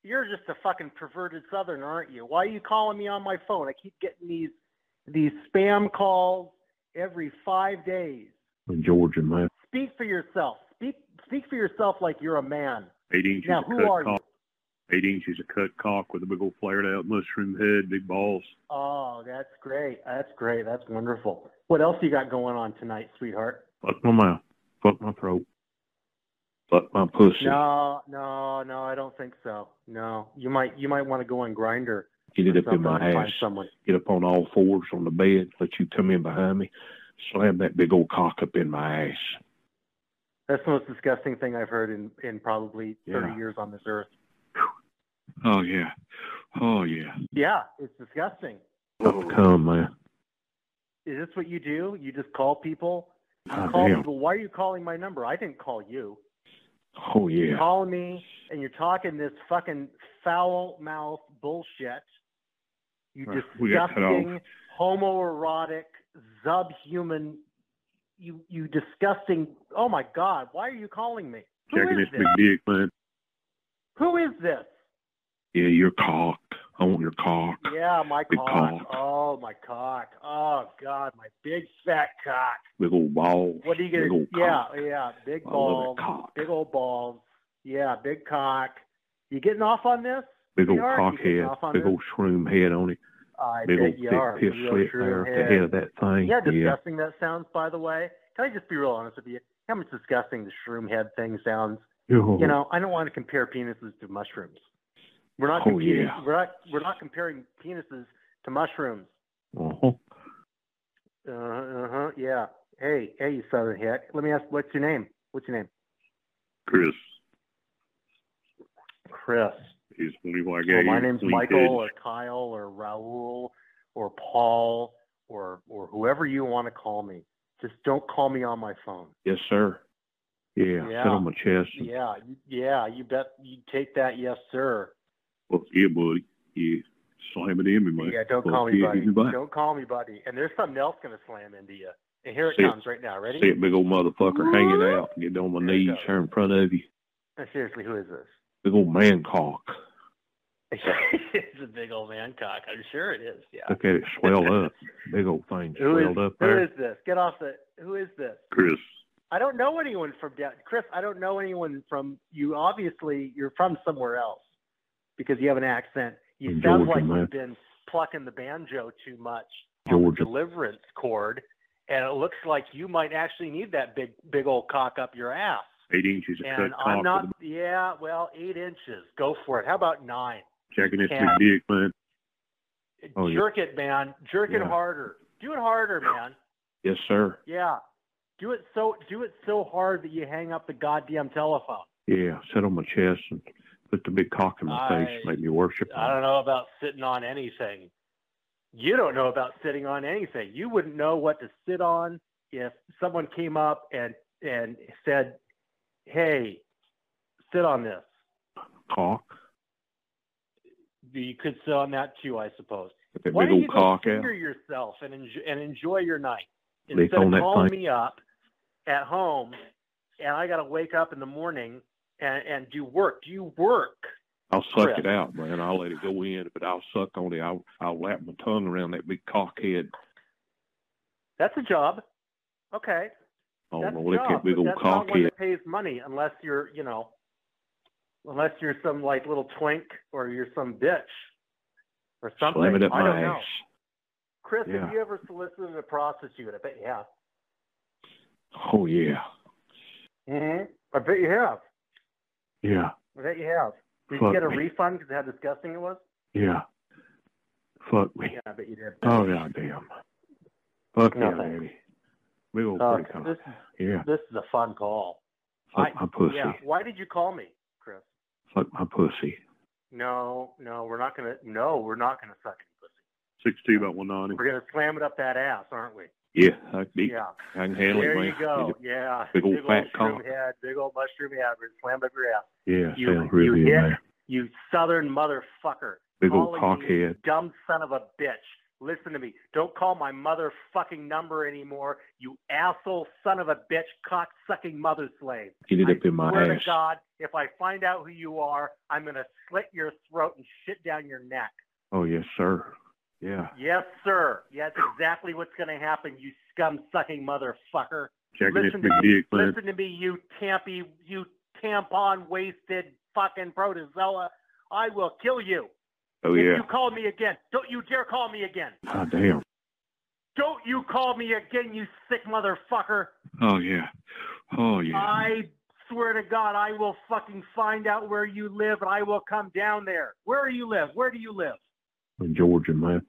Speaker 17: You're just a fucking perverted Southerner, aren't you? Why are you calling me on my phone? I keep getting these these spam calls every five days.
Speaker 13: I'm Georgian, man.
Speaker 17: Speak for yourself. Speak speak for yourself like you're a man.
Speaker 13: Eight inches
Speaker 17: Now,
Speaker 13: of
Speaker 17: who
Speaker 13: cut
Speaker 17: are you?
Speaker 13: cock. Eight inches of cut cock with a big old flared out mushroom head, big balls.
Speaker 17: Oh, that's great. That's great. That's wonderful. What else you got going on tonight, sweetheart?
Speaker 13: Fuck my mouth. Fuck my throat. Fuck my pussy.
Speaker 17: No, no, no, I don't think so. No. You might you might want to go on grinder.
Speaker 13: Get it up in my
Speaker 17: Find
Speaker 13: ass.
Speaker 17: someone.
Speaker 13: Get up on all fours on the bed. Let you come in behind me. Slam that big old cock up in my ass.
Speaker 17: That's the most disgusting thing I've heard in, in probably thirty
Speaker 13: Yeah.
Speaker 17: years on this earth.
Speaker 13: Oh yeah. Oh yeah.
Speaker 17: Yeah, it's disgusting.
Speaker 13: Come man.
Speaker 17: Is this what you do? You just call people? You
Speaker 13: Oh,
Speaker 17: call
Speaker 13: damn.
Speaker 17: people. Why are you calling my number? I didn't call you.
Speaker 13: Oh
Speaker 17: You're
Speaker 13: yeah.
Speaker 17: calling me and you're talking this fucking foul mouth bullshit. You
Speaker 13: Uh, we got cut off.
Speaker 17: disgusting, homoerotic, subhuman. You you disgusting. Oh my God! Why are you calling me? Who
Speaker 13: Jacking
Speaker 17: is
Speaker 13: this
Speaker 17: this?
Speaker 13: big dick, man.
Speaker 17: Who is this?
Speaker 13: Yeah, your cock. I want your cock.
Speaker 17: Yeah, my
Speaker 13: Big
Speaker 17: cock. Oh my cock. Oh God, my big fat cock.
Speaker 13: Big old balls.
Speaker 17: What are you
Speaker 13: Big
Speaker 17: gonna?
Speaker 13: old
Speaker 17: Yeah,
Speaker 13: cock.
Speaker 17: yeah, big
Speaker 13: I love that
Speaker 17: balls, big old balls. Yeah, big cock. You getting off on this?
Speaker 13: Big old
Speaker 17: sweetheart?
Speaker 13: cock
Speaker 17: You getting
Speaker 13: head.
Speaker 17: off on
Speaker 13: Big
Speaker 17: this?
Speaker 13: old shroom head on it.
Speaker 17: I
Speaker 13: big
Speaker 17: bet
Speaker 13: old
Speaker 17: you
Speaker 13: thick
Speaker 17: are.
Speaker 13: piss
Speaker 17: Big old
Speaker 13: slit
Speaker 17: shroom
Speaker 13: there at
Speaker 17: head.
Speaker 13: the head of that thing.
Speaker 17: Yeah,
Speaker 13: yeah.
Speaker 17: disgusting that sounds. By the way, can I just be real honest with you? How much disgusting the shroom head thing sounds.
Speaker 13: Mm-hmm.
Speaker 17: You know, I don't want to compare penises to mushrooms. We're not
Speaker 13: Oh,
Speaker 17: competing.
Speaker 13: yeah.
Speaker 17: We're not. We're not comparing penises to mushrooms.
Speaker 13: Uh-huh.
Speaker 17: Uh huh. Yeah. Hey, hey, you southern head. Let me ask. What's your name? What's your name?
Speaker 13: Chris.
Speaker 17: Chris.
Speaker 13: He's one of our
Speaker 17: Well,
Speaker 13: guys.
Speaker 17: Oh, my name's
Speaker 13: Clean
Speaker 17: Michael
Speaker 13: heads.
Speaker 17: or Kyle or Raul or Paul or or whoever you want to call me. Just don't call me on my phone.
Speaker 13: Yes, sir. Yeah,
Speaker 17: Yeah.
Speaker 13: Sit on my chest.
Speaker 17: Yeah, you- yeah, you bet. You take that, yes, sir.
Speaker 13: Fuck yeah, buddy. Yeah. Slam it in me, man.
Speaker 17: Yeah, don't
Speaker 13: Fuck
Speaker 17: call me
Speaker 13: yeah,
Speaker 17: buddy.
Speaker 13: hit me back.
Speaker 17: Don't call me buddy. And there's something else gonna slam into you. And here it
Speaker 13: See it.
Speaker 17: comes right now. Ready?
Speaker 13: See it, big old motherfucker hanging out. Get on my knees here in front of you.
Speaker 17: Uh, Seriously, who is this?
Speaker 13: Big old man cock.
Speaker 17: it's a big old man cock. I'm sure it is. Yeah.
Speaker 13: Look at it swell up. Big old thing
Speaker 17: Who is,
Speaker 13: swelled up
Speaker 17: who
Speaker 13: there.
Speaker 17: is this? Get off the. Who is this?
Speaker 13: Chris.
Speaker 17: I don't know anyone from down. Chris, I don't know anyone from you. Obviously, you're from somewhere else because you have an accent. You
Speaker 13: George
Speaker 17: sound like
Speaker 13: and
Speaker 17: you've
Speaker 13: Matt.
Speaker 17: been plucking the banjo too much
Speaker 13: George.
Speaker 17: deliverance cord, and it looks like you might actually need that big big old cock up your ass.
Speaker 13: Eight inches of
Speaker 17: And
Speaker 13: cut
Speaker 17: I'm
Speaker 13: cock
Speaker 17: not.
Speaker 13: with
Speaker 17: Yeah, well, eight inches. Go for it. How about nine?
Speaker 13: a jacking this
Speaker 17: Yeah.
Speaker 13: big dick, man. Oh, yeah.
Speaker 17: Jerk it, man. Jerk it
Speaker 13: Yeah.
Speaker 17: harder. Do it harder, man.
Speaker 13: Yes, sir.
Speaker 17: Yeah. Do it so do it so hard that you hang up the goddamn telephone.
Speaker 13: Yeah, sit on my chest and put the big cock in my
Speaker 17: I-
Speaker 13: face, make me worship.
Speaker 17: I don't know about sitting on anything. You don't know about sitting on anything. You wouldn't know what to sit on if someone came up and and said, "Hey, sit on this."
Speaker 13: Cock,
Speaker 17: You could sit on that too, I suppose.
Speaker 13: Get that
Speaker 17: Why
Speaker 13: big
Speaker 17: don't
Speaker 13: old
Speaker 17: you just
Speaker 13: cock out.
Speaker 17: finger yourself and enjoy, and enjoy your night
Speaker 13: Lick
Speaker 17: instead
Speaker 13: on
Speaker 17: of
Speaker 13: that
Speaker 17: calling
Speaker 13: thing.
Speaker 17: me up at home and I got to wake up in the morning and and do work. Do you work?
Speaker 13: I'll suck
Speaker 17: Chris.
Speaker 13: it out, man. I'll let it go in, but I'll suck on it. I'll, I'll lap my tongue around that big cock head.
Speaker 17: That's a job. Okay.
Speaker 13: I want
Speaker 17: That's
Speaker 13: to
Speaker 17: a
Speaker 13: lick
Speaker 17: job,
Speaker 13: that big
Speaker 17: but
Speaker 13: old
Speaker 17: that's
Speaker 13: cock
Speaker 17: not one
Speaker 13: head.
Speaker 17: that pays money unless you're, you know, unless you're some like little twink or you're some bitch or something.
Speaker 13: Slam it up
Speaker 17: I
Speaker 13: my
Speaker 17: don't know.
Speaker 13: ass.
Speaker 17: Chris,
Speaker 13: Yeah.
Speaker 17: have you ever solicited a prostitute? I bet you have.
Speaker 13: Oh, yeah.
Speaker 17: Mm-hmm. I bet you have.
Speaker 13: Yeah.
Speaker 17: I bet you have. Did
Speaker 13: Fuck
Speaker 17: you get a
Speaker 13: me.
Speaker 17: refund because how disgusting it was?
Speaker 13: Yeah. Fuck me.
Speaker 17: Yeah, I bet you did.
Speaker 13: Oh, yeah, damn. Fuck
Speaker 17: No,
Speaker 13: yeah,
Speaker 17: thanks.
Speaker 13: baby. Big old
Speaker 17: Uh,
Speaker 13: pretty cock.
Speaker 17: this,
Speaker 13: Yeah.
Speaker 17: this is a fun call.
Speaker 13: Fuck
Speaker 17: I-
Speaker 13: my pussy.
Speaker 17: Yeah. Why did you call me, Chris?
Speaker 13: Fuck my pussy.
Speaker 17: No, no, we're not gonna. No, we're not gonna suck it.
Speaker 13: Six two about one ninety.
Speaker 17: We're gonna slam it up that ass, aren't we?
Speaker 13: Yeah, I can, be,
Speaker 17: Yeah.
Speaker 13: I can handle
Speaker 17: there
Speaker 13: it, man.
Speaker 17: you go. Yeah.
Speaker 13: Big old fat
Speaker 17: mushroom
Speaker 13: cock.
Speaker 17: head. Big old mushroom head. We're gonna slam it up your ass.
Speaker 13: Yeah,
Speaker 17: You-
Speaker 13: sounds real good,
Speaker 17: hit-
Speaker 13: man.
Speaker 17: You southern motherfucker.
Speaker 13: Big old
Speaker 17: All of
Speaker 13: cockhead.
Speaker 17: You dumb son of a bitch. Listen to me. Don't call my motherfucking number anymore. You asshole son of a bitch, cock sucking mother slave.
Speaker 13: Get it up in my
Speaker 17: Swear
Speaker 13: ass.
Speaker 17: to God, if I find out who you are, I'm gonna slit your throat and shit down your neck.
Speaker 13: Oh yes, sir. Yeah.
Speaker 17: Yes, sir. Yeah, That's exactly what's going to happen, you scum sucking motherfucker.
Speaker 13: Jacking this
Speaker 17: Listen
Speaker 13: big
Speaker 17: to me.
Speaker 13: dick, man.
Speaker 17: Listen to me, you tampy, you tampon wasted fucking protozoa. I will kill you.
Speaker 13: Oh
Speaker 17: if
Speaker 13: yeah.
Speaker 17: you call me again, don't you dare call me again.
Speaker 13: Oh damn.
Speaker 17: Don't you call me again, you sick motherfucker.
Speaker 13: Oh yeah. Oh yeah.
Speaker 17: I swear to God, I will fucking find out where you live and I will come down there. Where do you live? Where do you live?
Speaker 13: In Georgia, man.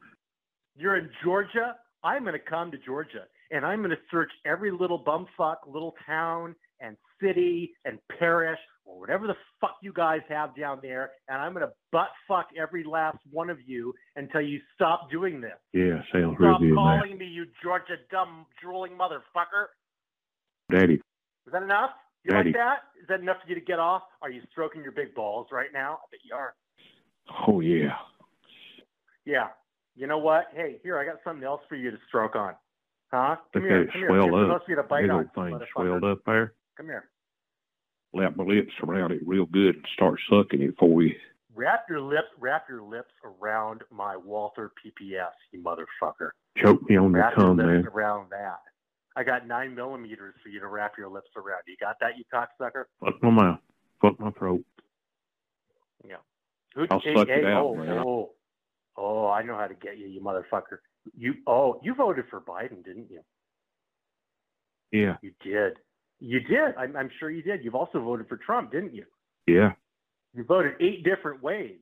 Speaker 17: You're in Georgia. I'm going to come to Georgia and I'm going to search every little bumfuck, little town and city and parish or whatever the fuck you guys have down there. And I'm going to butt fuck every last one of you until you stop doing this.
Speaker 13: Yeah, sounds real
Speaker 17: Stop
Speaker 13: good, man.
Speaker 17: calling me, you Georgia dumb drooling motherfucker.
Speaker 13: Daddy.
Speaker 17: Is that enough? You
Speaker 13: Daddy.
Speaker 17: like that? Is that enough for you to get off? Are you stroking your big balls right now? I bet you are.
Speaker 13: Oh yeah.
Speaker 17: Yeah. You know what? Hey, here, I got something else for you to stroke on. Huh?
Speaker 13: Look
Speaker 17: Come here.
Speaker 13: at it
Speaker 17: come here.
Speaker 13: swell
Speaker 17: You're
Speaker 13: up.
Speaker 17: supposed to get a bite
Speaker 13: Big
Speaker 17: on
Speaker 13: old
Speaker 17: it,
Speaker 13: thing
Speaker 17: motherfucker.
Speaker 13: swelled up there.
Speaker 17: Come here.
Speaker 13: Lap my lips around it real good and start sucking it for you.
Speaker 17: Wrap your lips wrap your lips around my Walther PPS, you motherfucker.
Speaker 13: Choke me on your
Speaker 17: Wrap your
Speaker 13: tongue,
Speaker 17: lips
Speaker 13: man.
Speaker 17: around that. I got nine millimeters for you to wrap your lips around. You got that, you cocksucker?
Speaker 13: Fuck my mouth. Fuck my throat.
Speaker 17: Yeah. Who,
Speaker 13: I'll
Speaker 17: hey,
Speaker 13: suck
Speaker 17: hey,
Speaker 13: it out,
Speaker 17: oh,
Speaker 13: man.
Speaker 17: Oh, oh, I know how to get you, you motherfucker. You oh, you voted for Biden, didn't you?
Speaker 13: Yeah.
Speaker 17: You did. You did. I'm, I'm sure you did. You've also voted for Trump, didn't you?
Speaker 13: Yeah.
Speaker 17: You voted eight different ways.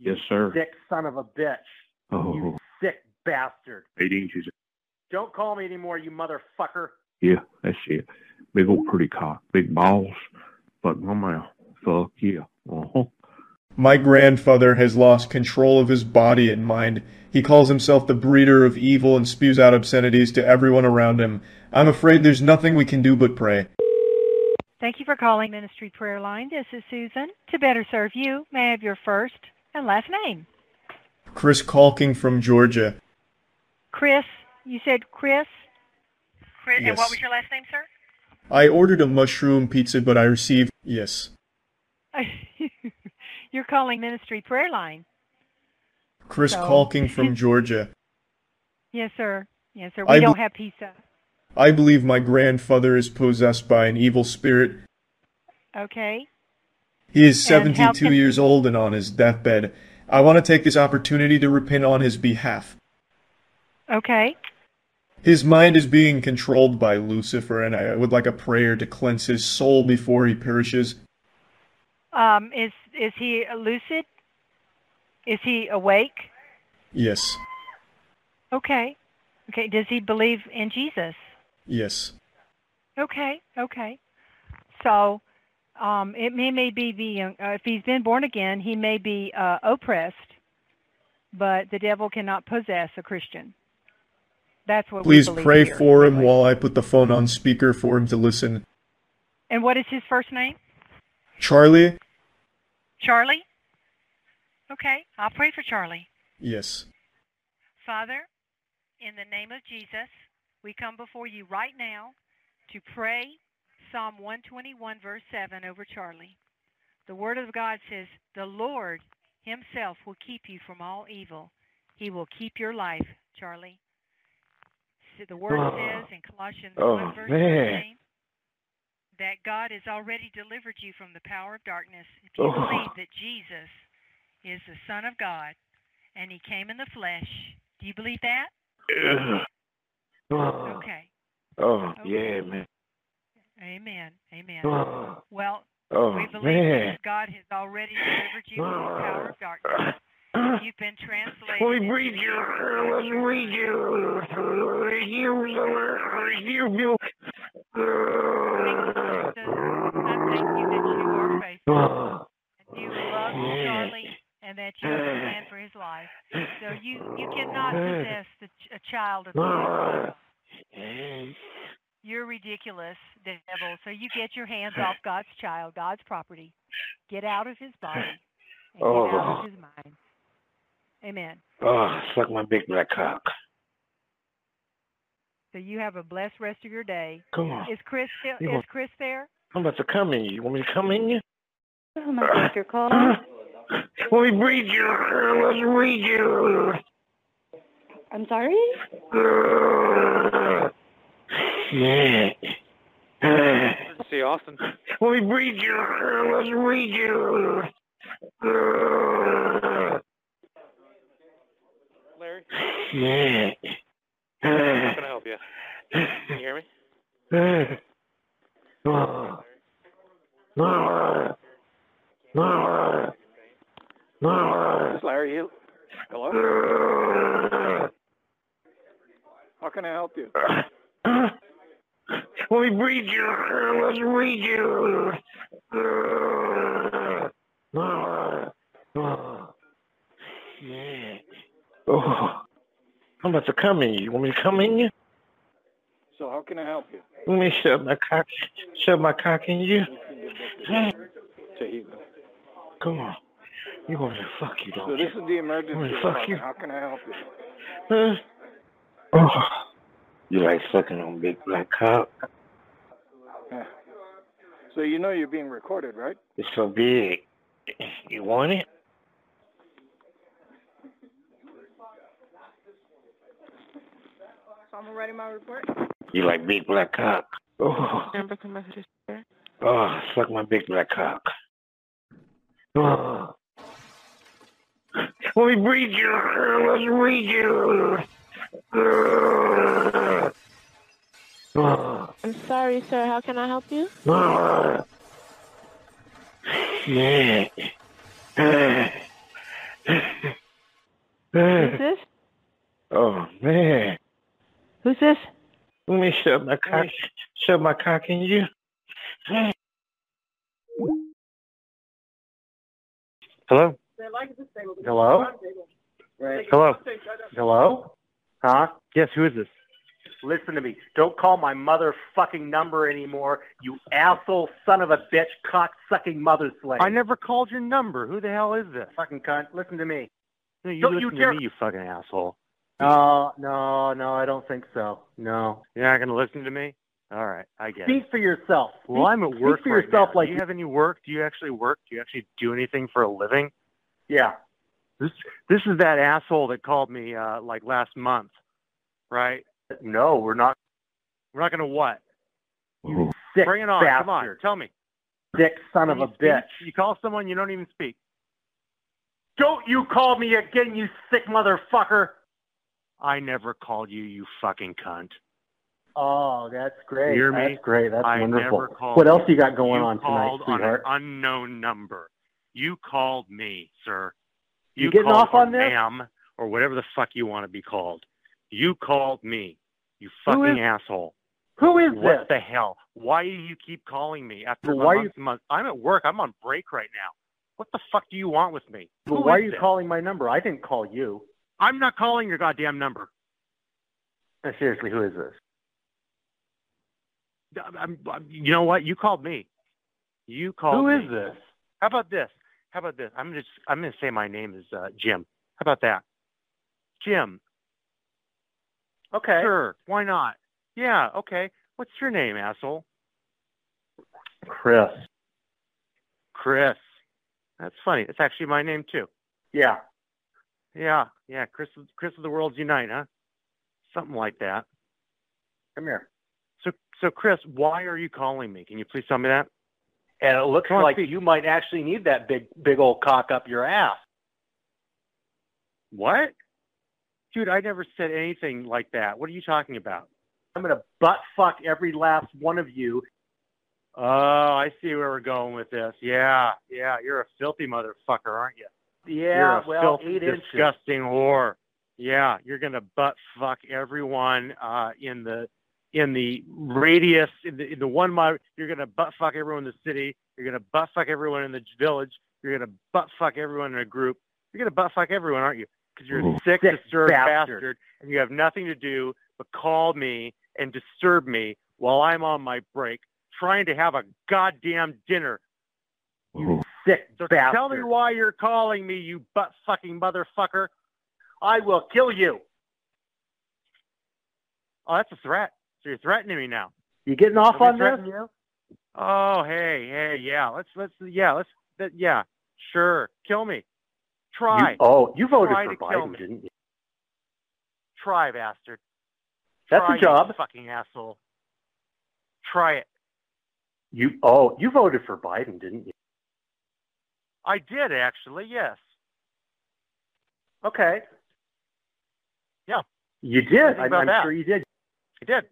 Speaker 13: Yes, sir.
Speaker 17: Sick son of a bitch.
Speaker 13: Oh.
Speaker 17: Sick bastard.
Speaker 13: Eight inches.
Speaker 17: Don't call me anymore, you motherfucker.
Speaker 13: Yeah, that's it. Big old pretty cock. Big balls. Fuck my mouth. Fuck yeah. Uh-huh.
Speaker 39: My grandfather has lost control of his body and mind. He calls himself the breeder of evil and spews out obscenities to everyone around him. I'm afraid there's nothing we can do but pray.
Speaker 25: Thank you for calling Ministry Prayer Line. This is Susan. To better serve you, may I have your first and last name?
Speaker 39: Chris Calking from Georgia.
Speaker 25: Chris. You said Chris. Chris,
Speaker 39: and what Yes. was
Speaker 25: your last name, sir?
Speaker 39: I ordered a mushroom pizza, but I received. Yes.
Speaker 25: You're calling Ministry Prayer Line.
Speaker 39: Chris
Speaker 25: So-
Speaker 39: Calking from Georgia.
Speaker 25: Yes, sir. Yes, sir.
Speaker 39: I
Speaker 25: We
Speaker 39: bel-
Speaker 25: don't have pizza.
Speaker 39: I believe my grandfather is possessed by an evil spirit.
Speaker 25: Okay.
Speaker 39: He is
Speaker 25: And how
Speaker 39: 72
Speaker 25: can-
Speaker 39: years old and on his deathbed. I want to take this opportunity to repent on his behalf.
Speaker 25: Okay.
Speaker 39: His mind is being controlled by Lucifer, and I would like a prayer to cleanse his soul before he perishes.
Speaker 25: Um, is is he lucid? Is he awake?
Speaker 39: Yes,
Speaker 25: Okay. Okay. Does he believe in Jesus?
Speaker 39: yes.
Speaker 25: Okay. Okay. So um, it may, may be the uh, if he's been born again, he may be uh, oppressed, but the devil cannot possess a Christian. That's what
Speaker 39: Please
Speaker 25: we believe
Speaker 39: pray
Speaker 25: here.
Speaker 39: for him while I put the phone on speaker for him to listen.
Speaker 25: And what is his first name?
Speaker 39: Charlie?
Speaker 25: Charlie. Okay. I'll pray for Charlie.
Speaker 39: Yes.
Speaker 25: Father, in the name of Jesus, we come before you right now to pray Psalm 121, verse 7 over Charlie. The Word of God says, The Lord Himself will keep you from all evil. He will keep your life, Charlie. So The Word
Speaker 10: Oh.
Speaker 25: says in Colossians
Speaker 10: Oh,
Speaker 25: 1, verse
Speaker 10: man.
Speaker 25: 13, that God has already delivered you from the power of darkness. If you
Speaker 10: Oh.
Speaker 25: believe that Jesus is the Son of God and He came in the flesh, do you believe that?
Speaker 13: Ugh. Oh,
Speaker 25: Okay.
Speaker 13: oh, yeah, man.
Speaker 25: Amen. Amen.
Speaker 13: Oh.
Speaker 25: Well,
Speaker 13: Oh,
Speaker 25: we believe
Speaker 13: man.
Speaker 25: that God has already delivered you from the power of darkness. You've been translated.
Speaker 10: We
Speaker 25: into
Speaker 10: read
Speaker 25: the
Speaker 10: you.
Speaker 25: kingdom of
Speaker 10: Let's read you. You. You. You.
Speaker 25: love for Charlie and that you stand for his life. So you, you cannot
Speaker 10: Oh,
Speaker 25: possess the, ch- a child of God. You're ridiculous, devil. So you get your hands off God's child, God's property. Get out of his body. And Get out
Speaker 10: Oh.
Speaker 25: of his mind. Amen.
Speaker 10: Oh, suck my big black cock.
Speaker 25: So you have a blessed rest of your day.
Speaker 10: Come on.
Speaker 25: Is Chris still,
Speaker 10: You
Speaker 25: is
Speaker 10: want-
Speaker 25: Chris there?
Speaker 10: I'm about to come in. You want me to come in you?
Speaker 25: Oh
Speaker 10: my God,
Speaker 25: you're calling.
Speaker 10: Let me read you. Let's read you.
Speaker 14: I'm sorry?
Speaker 10: Yeah.
Speaker 9: See Austin.
Speaker 10: Let me read you. Let's read you.
Speaker 9: Larry.
Speaker 10: Yeah.
Speaker 9: How can I help you? Can you hear me? This is Larry Hill. Hello. How can I help you?
Speaker 10: Let me read you. Let's read you. Yeah. Oh, I'm about to come in. You want me to come in you?
Speaker 9: So how can I help you?
Speaker 10: Let me shove my cock, shove my cock in you.
Speaker 9: Tahiti.
Speaker 10: Come on. You want me to fuck you,
Speaker 9: So
Speaker 10: don't
Speaker 9: this
Speaker 10: you?
Speaker 9: is the emergency
Speaker 10: Holy fuck,
Speaker 9: department.
Speaker 10: you-
Speaker 9: How can I help you?
Speaker 10: Huh? Oh, you like sucking on big black cock?
Speaker 9: Yeah. So you know you're being recorded, right?
Speaker 10: It's so big. You want it?
Speaker 4: So I'm writing my report.
Speaker 10: You like big black cock? Oh,
Speaker 4: Remember, come back to this chair.
Speaker 10: oh, suck my big black cock. Oh. Let me read you. Let's read you. Oh,
Speaker 4: I'm sorry, sir. How can I help you?
Speaker 10: oh. Yeah.
Speaker 16: Hmm.
Speaker 4: Who's this?
Speaker 10: Oh man.
Speaker 4: Who's this?
Speaker 10: Let me shove my cock shove my cock in you. Hello?
Speaker 17: Hello? Hello? Hello? Huh? Yes, who is this? Listen to me. Don't call my motherfucking number anymore, you asshole son of a bitch cock sucking mother slave.
Speaker 36: I never called your number.
Speaker 17: Who the hell is this?
Speaker 36: Fucking cunt. Listen to me.
Speaker 17: No, you
Speaker 36: Don't
Speaker 17: listen
Speaker 36: you
Speaker 17: to
Speaker 36: dare-
Speaker 17: me, you fucking asshole.
Speaker 36: No, no, no, I don't think so. No.
Speaker 17: You're not going to listen to me? All right, I get it.
Speaker 36: Speak for yourself.
Speaker 17: Well, I'm at
Speaker 36: Speak
Speaker 17: work
Speaker 36: for
Speaker 17: right
Speaker 36: yourself
Speaker 17: now.
Speaker 36: like
Speaker 17: Do you have any work? Do you actually work? Do you actually do anything for a living?
Speaker 36: Yeah.
Speaker 17: This this is that asshole that called me uh, like last month, right? No, we're not. We're not going to what? Oh.
Speaker 36: You sick
Speaker 17: Bring it on.
Speaker 36: bastard.
Speaker 17: Come on. Tell me.
Speaker 36: Sick son of a
Speaker 17: Can you
Speaker 36: bitch.
Speaker 17: speak? You call someone, you don't even speak. Don't you call me again, you sick motherfucker. I never called you, you fucking cunt.
Speaker 16: Oh, that's great.
Speaker 17: You hear me?
Speaker 16: That's great. That's
Speaker 17: I
Speaker 16: wonderful.
Speaker 17: never called
Speaker 16: what else you got going
Speaker 17: you
Speaker 16: on tonight,
Speaker 17: called on an
Speaker 16: sweetheart?
Speaker 17: unknown number. You called me, sir.
Speaker 16: You getting
Speaker 17: called,
Speaker 16: off on
Speaker 17: or
Speaker 16: this?
Speaker 17: ma'am, or whatever the fuck you want to be called. You called me. You
Speaker 16: Who
Speaker 17: fucking
Speaker 16: is-
Speaker 17: asshole.
Speaker 16: Who is
Speaker 17: what
Speaker 16: this?
Speaker 17: the hell? Why do you keep calling me after
Speaker 16: Well, why
Speaker 17: a
Speaker 16: you-
Speaker 17: month, month? I'm at work. I'm on break right now. What the fuck do you want with me?
Speaker 16: Well,
Speaker 17: Who
Speaker 16: why are
Speaker 17: is
Speaker 16: you
Speaker 17: this?
Speaker 16: calling my number? I didn't call you.
Speaker 17: I'm not calling your goddamn number.
Speaker 16: Uh, Seriously, who is this?
Speaker 17: I'm, I'm, you know what? You called me. You called.
Speaker 16: Who
Speaker 17: me.
Speaker 16: is this?
Speaker 17: How about this? How about this? I'm just I'm gonna say my name is uh, Jim. How about that? Jim.
Speaker 16: Okay.
Speaker 17: Sure. Why not? Yeah. Okay. What's your name, asshole?
Speaker 16: Chris.
Speaker 17: Chris. That's funny. That's actually my name too.
Speaker 16: Yeah.
Speaker 17: Yeah. Yeah. Chris. Chris of the World Unite, huh? Something like that.
Speaker 16: Come here.
Speaker 17: So so Chris, why are you calling me? Can you please tell me that?
Speaker 16: And it looks
Speaker 17: Come on,
Speaker 16: like
Speaker 17: speak.
Speaker 16: you might actually need that big, big old cock up your ass.
Speaker 17: What? Dude, I never said anything like that. What are you talking about?
Speaker 16: I'm gonna butt fuck every last one of you.
Speaker 17: Oh, I see where we're going with this. Yeah, yeah, you're a filthy motherfucker, aren't you?
Speaker 16: Yeah,
Speaker 17: you're a
Speaker 16: well,
Speaker 17: filthy,
Speaker 16: eight inches.
Speaker 17: disgusting whore. Yeah, you're gonna butt fuck everyone uh, in the in the radius in the, in the one mile. You're gonna butt fuck everyone in the city. You're gonna butt fuck everyone in the village. You're gonna butt fuck everyone in a group. You're gonna butt fuck everyone, aren't you? Because you're a sick, disturbed
Speaker 16: bastard.
Speaker 17: bastard, and you have nothing to do but call me and disturb me while I'm on my break trying to have a goddamn dinner.
Speaker 16: Sick
Speaker 17: So
Speaker 16: bastard.
Speaker 17: tell me why you're calling me, you butt fucking motherfucker.
Speaker 16: I will kill you.
Speaker 17: Oh, that's a threat. So you're threatening me now.
Speaker 16: You getting off
Speaker 17: Let
Speaker 16: on
Speaker 17: me threaten
Speaker 16: this?
Speaker 17: you? Oh, hey, hey, yeah. Let's let's yeah, let's that, yeah. Sure. Kill me. Try.
Speaker 16: You- oh, you voted
Speaker 17: Try
Speaker 16: for
Speaker 17: to kill
Speaker 16: Biden,
Speaker 17: me.
Speaker 16: didn't you?
Speaker 17: Try, bastard.
Speaker 16: That's
Speaker 17: Try,
Speaker 16: a
Speaker 17: you
Speaker 16: job.
Speaker 17: fucking asshole. Try it.
Speaker 16: You oh, you voted for Biden, didn't you?
Speaker 17: I did actually, yes.
Speaker 16: Okay.
Speaker 17: Yeah.
Speaker 16: You did.
Speaker 17: Think
Speaker 16: I,
Speaker 17: about
Speaker 16: I'm
Speaker 17: that.
Speaker 16: sure you did.
Speaker 17: It did.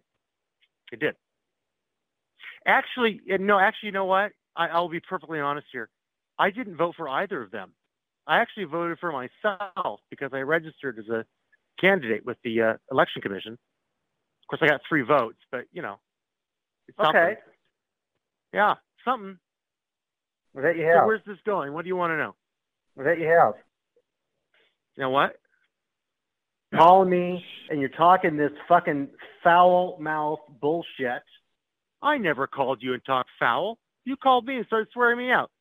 Speaker 17: It did. Actually, and no, actually, you know what? I, I'll be perfectly honest here. I didn't vote for either of them. I actually voted for myself because I registered as a candidate with the uh, election commission. Of course, I got three votes, but you know, it's something.
Speaker 16: Okay.
Speaker 17: Yeah, something.
Speaker 16: Well, that you
Speaker 17: So
Speaker 16: have.
Speaker 17: where's this going? What do you want to know?
Speaker 16: Well, that you have.
Speaker 17: You know what?
Speaker 16: Calling me, and you're talking this fucking foul mouth bullshit.
Speaker 17: I never called you and talked foul. You called me and started swearing me out.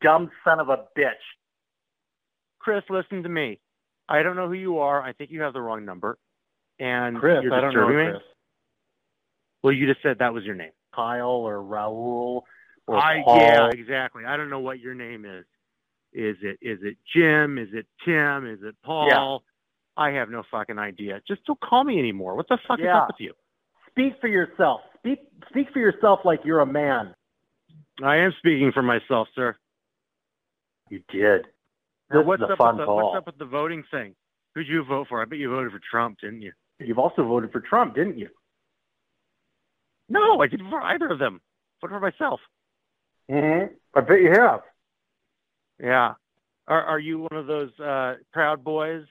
Speaker 16: Dumb son of a bitch.
Speaker 17: Chris, listen to me. I don't know who you are. I think you have the wrong number. And
Speaker 16: Chris,
Speaker 17: you're
Speaker 16: I don't know
Speaker 17: disturbing me.
Speaker 16: Chris.
Speaker 17: Well, you just said that was your name.
Speaker 16: Kyle or Raul or
Speaker 17: I
Speaker 16: Paul.
Speaker 17: yeah, exactly. I don't know what your name is. Is it is it Jim? Is it Tim? Is it Paul? I have no fucking idea. Just don't call me anymore. What the fuck is
Speaker 16: Yeah.
Speaker 17: up with you?
Speaker 16: Speak for yourself. Speak speak for yourself like you're a man.
Speaker 17: I am speaking for myself, sir.
Speaker 16: You did.
Speaker 17: Now,
Speaker 16: This
Speaker 17: what's
Speaker 16: is a
Speaker 17: up
Speaker 16: fun
Speaker 17: with the,
Speaker 16: call.
Speaker 17: what's up with the voting thing? Who'd you vote for? I bet you voted for Trump, didn't you?
Speaker 16: You've also voted for Trump, didn't you?
Speaker 17: No, I didn't vote for either of them. Voted for myself.
Speaker 16: Mm-hmm. I bet you have.
Speaker 17: Yeah. Are are you one of those uh proud boys?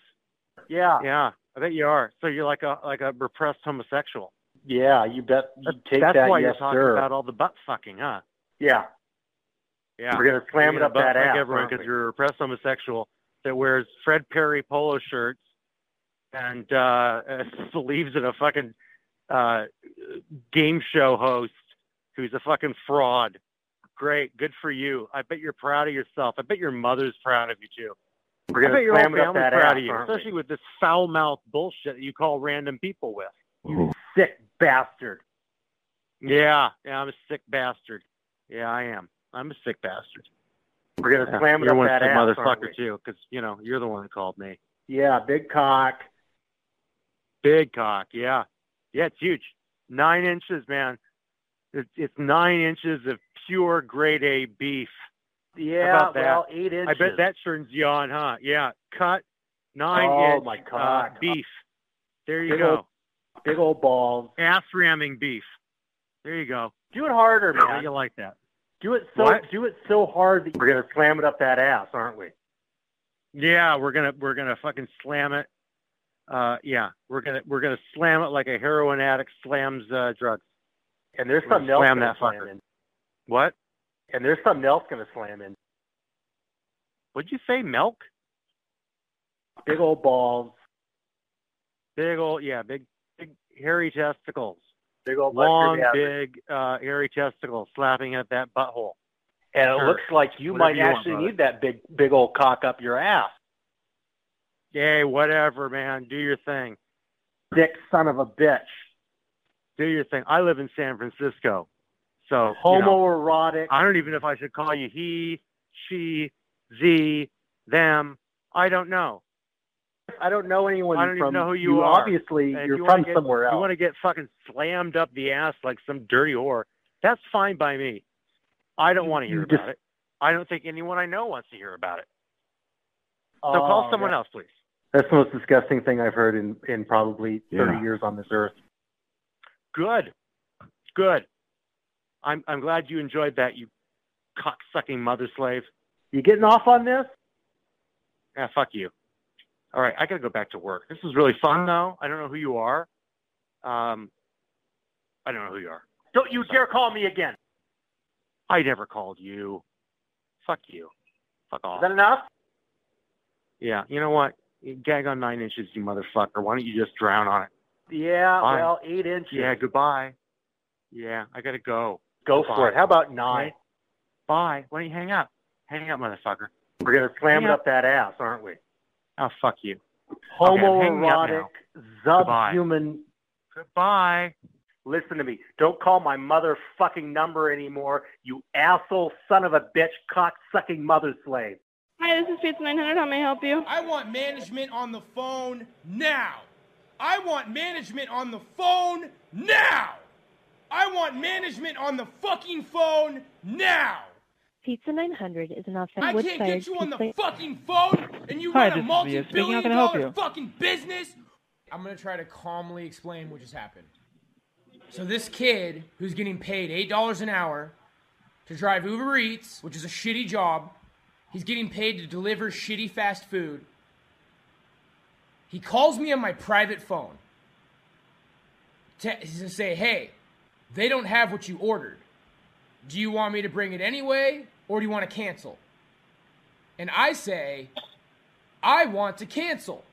Speaker 16: Yeah.
Speaker 17: Yeah. I bet you are. So you're like a like a repressed homosexual.
Speaker 16: Yeah, you bet. You take
Speaker 17: That's
Speaker 16: that,
Speaker 17: why
Speaker 16: yes,
Speaker 17: you're talking
Speaker 16: sir.
Speaker 17: about all the butt fucking, huh?
Speaker 16: yeah.
Speaker 17: Yeah.
Speaker 16: We're gonna slam it up
Speaker 17: butt
Speaker 16: that
Speaker 17: fuck
Speaker 16: ass,
Speaker 17: everyone
Speaker 16: aren't
Speaker 17: because
Speaker 16: we?
Speaker 17: you're a repressed homosexual that wears Fred Perry polo shirts and uh believes in a fucking uh game show host who's a fucking fraud. Great, good for you. I bet you're proud of yourself. I bet your mother's proud of you too.
Speaker 16: We're
Speaker 17: I
Speaker 16: gonna
Speaker 17: bet your
Speaker 16: slam
Speaker 17: whole
Speaker 16: it up
Speaker 17: family's
Speaker 16: that
Speaker 17: proud
Speaker 16: ass,
Speaker 17: of you,
Speaker 16: aren't we?
Speaker 17: especially with this foul mouth bullshit that you call random people with.
Speaker 16: sick bastard.
Speaker 17: Yeah, yeah, I'm a sick bastard. Yeah, I am. I'm a sick bastard.
Speaker 16: We're gonna
Speaker 17: Yeah,
Speaker 16: slam it
Speaker 17: you're
Speaker 16: up
Speaker 17: one
Speaker 16: that
Speaker 17: sick
Speaker 16: ass, aren't we?
Speaker 17: motherfucker too, because you know you're the one that called me.
Speaker 16: Yeah, big cock.
Speaker 17: Big cock, yeah, yeah, it's huge. Nine inches, man. It's, it's nine inches of pure grade A beef.
Speaker 10: Yeah,
Speaker 17: How about that?
Speaker 10: well, eight
Speaker 17: I
Speaker 10: inches.
Speaker 17: bet that turns you on, huh? Yeah, cut nine
Speaker 10: Oh,
Speaker 17: inch
Speaker 10: my God.
Speaker 17: uh, beef. There you
Speaker 10: Big
Speaker 17: go.
Speaker 10: old- big old balls.
Speaker 17: Ass ramming beef. There you go.
Speaker 10: Do it harder, man.
Speaker 17: How do you like that?
Speaker 10: Do it so
Speaker 17: What?
Speaker 10: do it so hard that we're gonna slam it up that ass, aren't we?
Speaker 17: Yeah, we're gonna we're gonna fucking slam it. Uh, yeah, we're gonna we're gonna slam it like a heroin addict slams uh, drugs.
Speaker 10: And there's
Speaker 17: We're gonna
Speaker 10: something else
Speaker 17: slam
Speaker 10: gonna
Speaker 17: that
Speaker 10: slam
Speaker 17: fucker.
Speaker 10: in.
Speaker 17: What?
Speaker 10: And there's something else gonna slam in.
Speaker 17: What'd you say? Milk?
Speaker 10: Big old balls.
Speaker 17: Big old yeah, big big hairy testicles.
Speaker 10: Big old
Speaker 17: Long,
Speaker 10: mustard ass.
Speaker 17: big, uh, hairy testicles slapping at that butthole.
Speaker 10: And it
Speaker 17: Sure.
Speaker 10: looks like you
Speaker 17: Whatever
Speaker 10: might
Speaker 17: you want,
Speaker 10: actually
Speaker 17: brother.
Speaker 10: need that big big old cock up your ass.
Speaker 17: Yay, whatever, man. Do your thing.
Speaker 10: Dick son of a bitch.
Speaker 17: Do your thing. I live in San Francisco. So you know,
Speaker 10: Homoerotic.
Speaker 17: I don't even know if I should call you he, she, the, them. I don't know.
Speaker 10: I don't know anyone
Speaker 17: I don't
Speaker 10: from
Speaker 17: even know who you are.
Speaker 10: obviously
Speaker 17: And if
Speaker 10: you're
Speaker 17: you wanna
Speaker 10: from
Speaker 17: get-
Speaker 10: somewhere
Speaker 17: if
Speaker 10: else.
Speaker 17: You want to get fucking slammed up the ass like some dirty whore. That's fine by me. I don't want to hear
Speaker 10: you just-
Speaker 17: about it. I don't think anyone I know wants to hear about it. So
Speaker 10: Oh,
Speaker 17: call someone
Speaker 10: yeah.
Speaker 17: else, please.
Speaker 10: That's the most disgusting thing I've heard in, in probably 30
Speaker 17: Yeah.
Speaker 10: years on this earth.
Speaker 17: Good. Good. I'm I'm glad you enjoyed that, you cock sucking mother slave.
Speaker 10: You getting off on this?
Speaker 17: Ah, fuck you. All right, I gotta go back to work. This was really fun though. I don't know who you are. Um I don't know who you are.
Speaker 10: Don't you dare call me again.
Speaker 17: I never called you. Fuck you. Fuck off.
Speaker 10: Is that enough?
Speaker 17: Yeah, you know what? Gag on nine inches, you motherfucker. Why don't you just drown on it?
Speaker 10: Yeah,
Speaker 17: Fine.
Speaker 10: well, eight inches.
Speaker 17: Yeah, goodbye. Yeah, I gotta go.
Speaker 10: Go for it. How about
Speaker 17: nine? Bye. Why don't you hang up? Hang up, motherfucker.
Speaker 10: We're going to slam
Speaker 17: Hang
Speaker 10: it
Speaker 17: up.
Speaker 10: up that ass, aren't we?
Speaker 17: Oh, fuck you. Okay, I'm hanging up
Speaker 10: Homoerotic,
Speaker 17: now.
Speaker 10: subhuman.
Speaker 17: Goodbye.
Speaker 10: Listen to me. Don't call my motherfucking number anymore, you asshole son of a bitch, cock sucking mother slave.
Speaker 40: Hi, this is Pizza 900. How may I help you?
Speaker 41: I want management on the phone now. I want management on the phone now. I want management on the fucking phone now.
Speaker 26: Pizza 900 is an
Speaker 41: I
Speaker 26: authentic
Speaker 41: can't
Speaker 26: wood-fired
Speaker 41: get you on
Speaker 26: pizza.
Speaker 41: the fucking phone and you
Speaker 26: Hi,
Speaker 41: run a
Speaker 26: this is Leah
Speaker 41: multi
Speaker 26: speaking. How
Speaker 41: billion
Speaker 26: can I help
Speaker 41: dollar
Speaker 26: you?
Speaker 41: fucking business. I'm gonna try to calmly explain what just happened. So, this kid who's getting paid $8 an hour to drive Uber Eats, which is a shitty job, he's getting paid to deliver shitty fast food. He calls me on my private phone to, to say, hey, they don't have what you ordered. Do you want me to bring it anyway, or do you want to cancel? And I say, I want to cancel.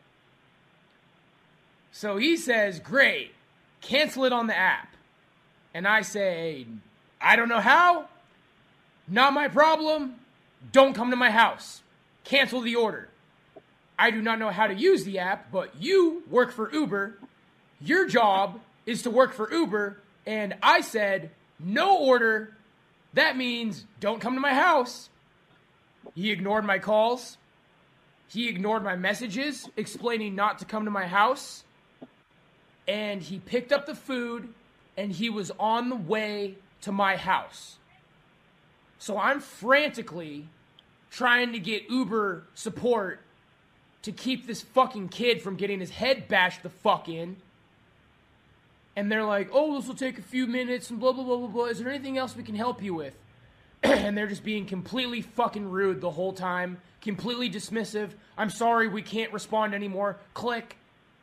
Speaker 41: So he says, Great, cancel it on the app. And I say, I don't know how, not my problem, don't come to my house, cancel the order. I do not know how to use the app, but you work for Uber. Your job is to work for Uber. And I said, No order. That means don't come to my house. He ignored my calls. He ignored my messages explaining not to come to my house. And he picked up the food and he was on the way to my house. So I'm frantically trying to get Uber support to keep this fucking kid from getting his head bashed the fuck in. And they're like, oh, this will take a few minutes and blah, blah, blah, blah, blah. Is there anything else we can help you with? and they're just being completely fucking rude the whole time, completely dismissive. I'm sorry, we can't respond anymore. Click.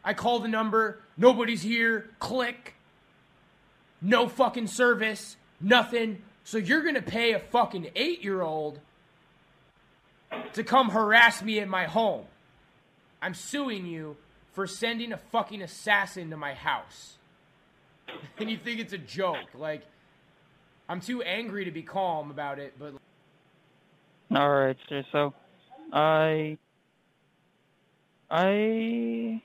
Speaker 41: I call the number. Nobody's here. Click. No fucking service. Nothing. So you're gonna pay a fucking eight year old to come harass me at my home. I'm suing you for sending a fucking assassin to my house. And you think it's a joke. Like, I'm too angry to be calm about it, but
Speaker 26: All right, sir. So, I, I,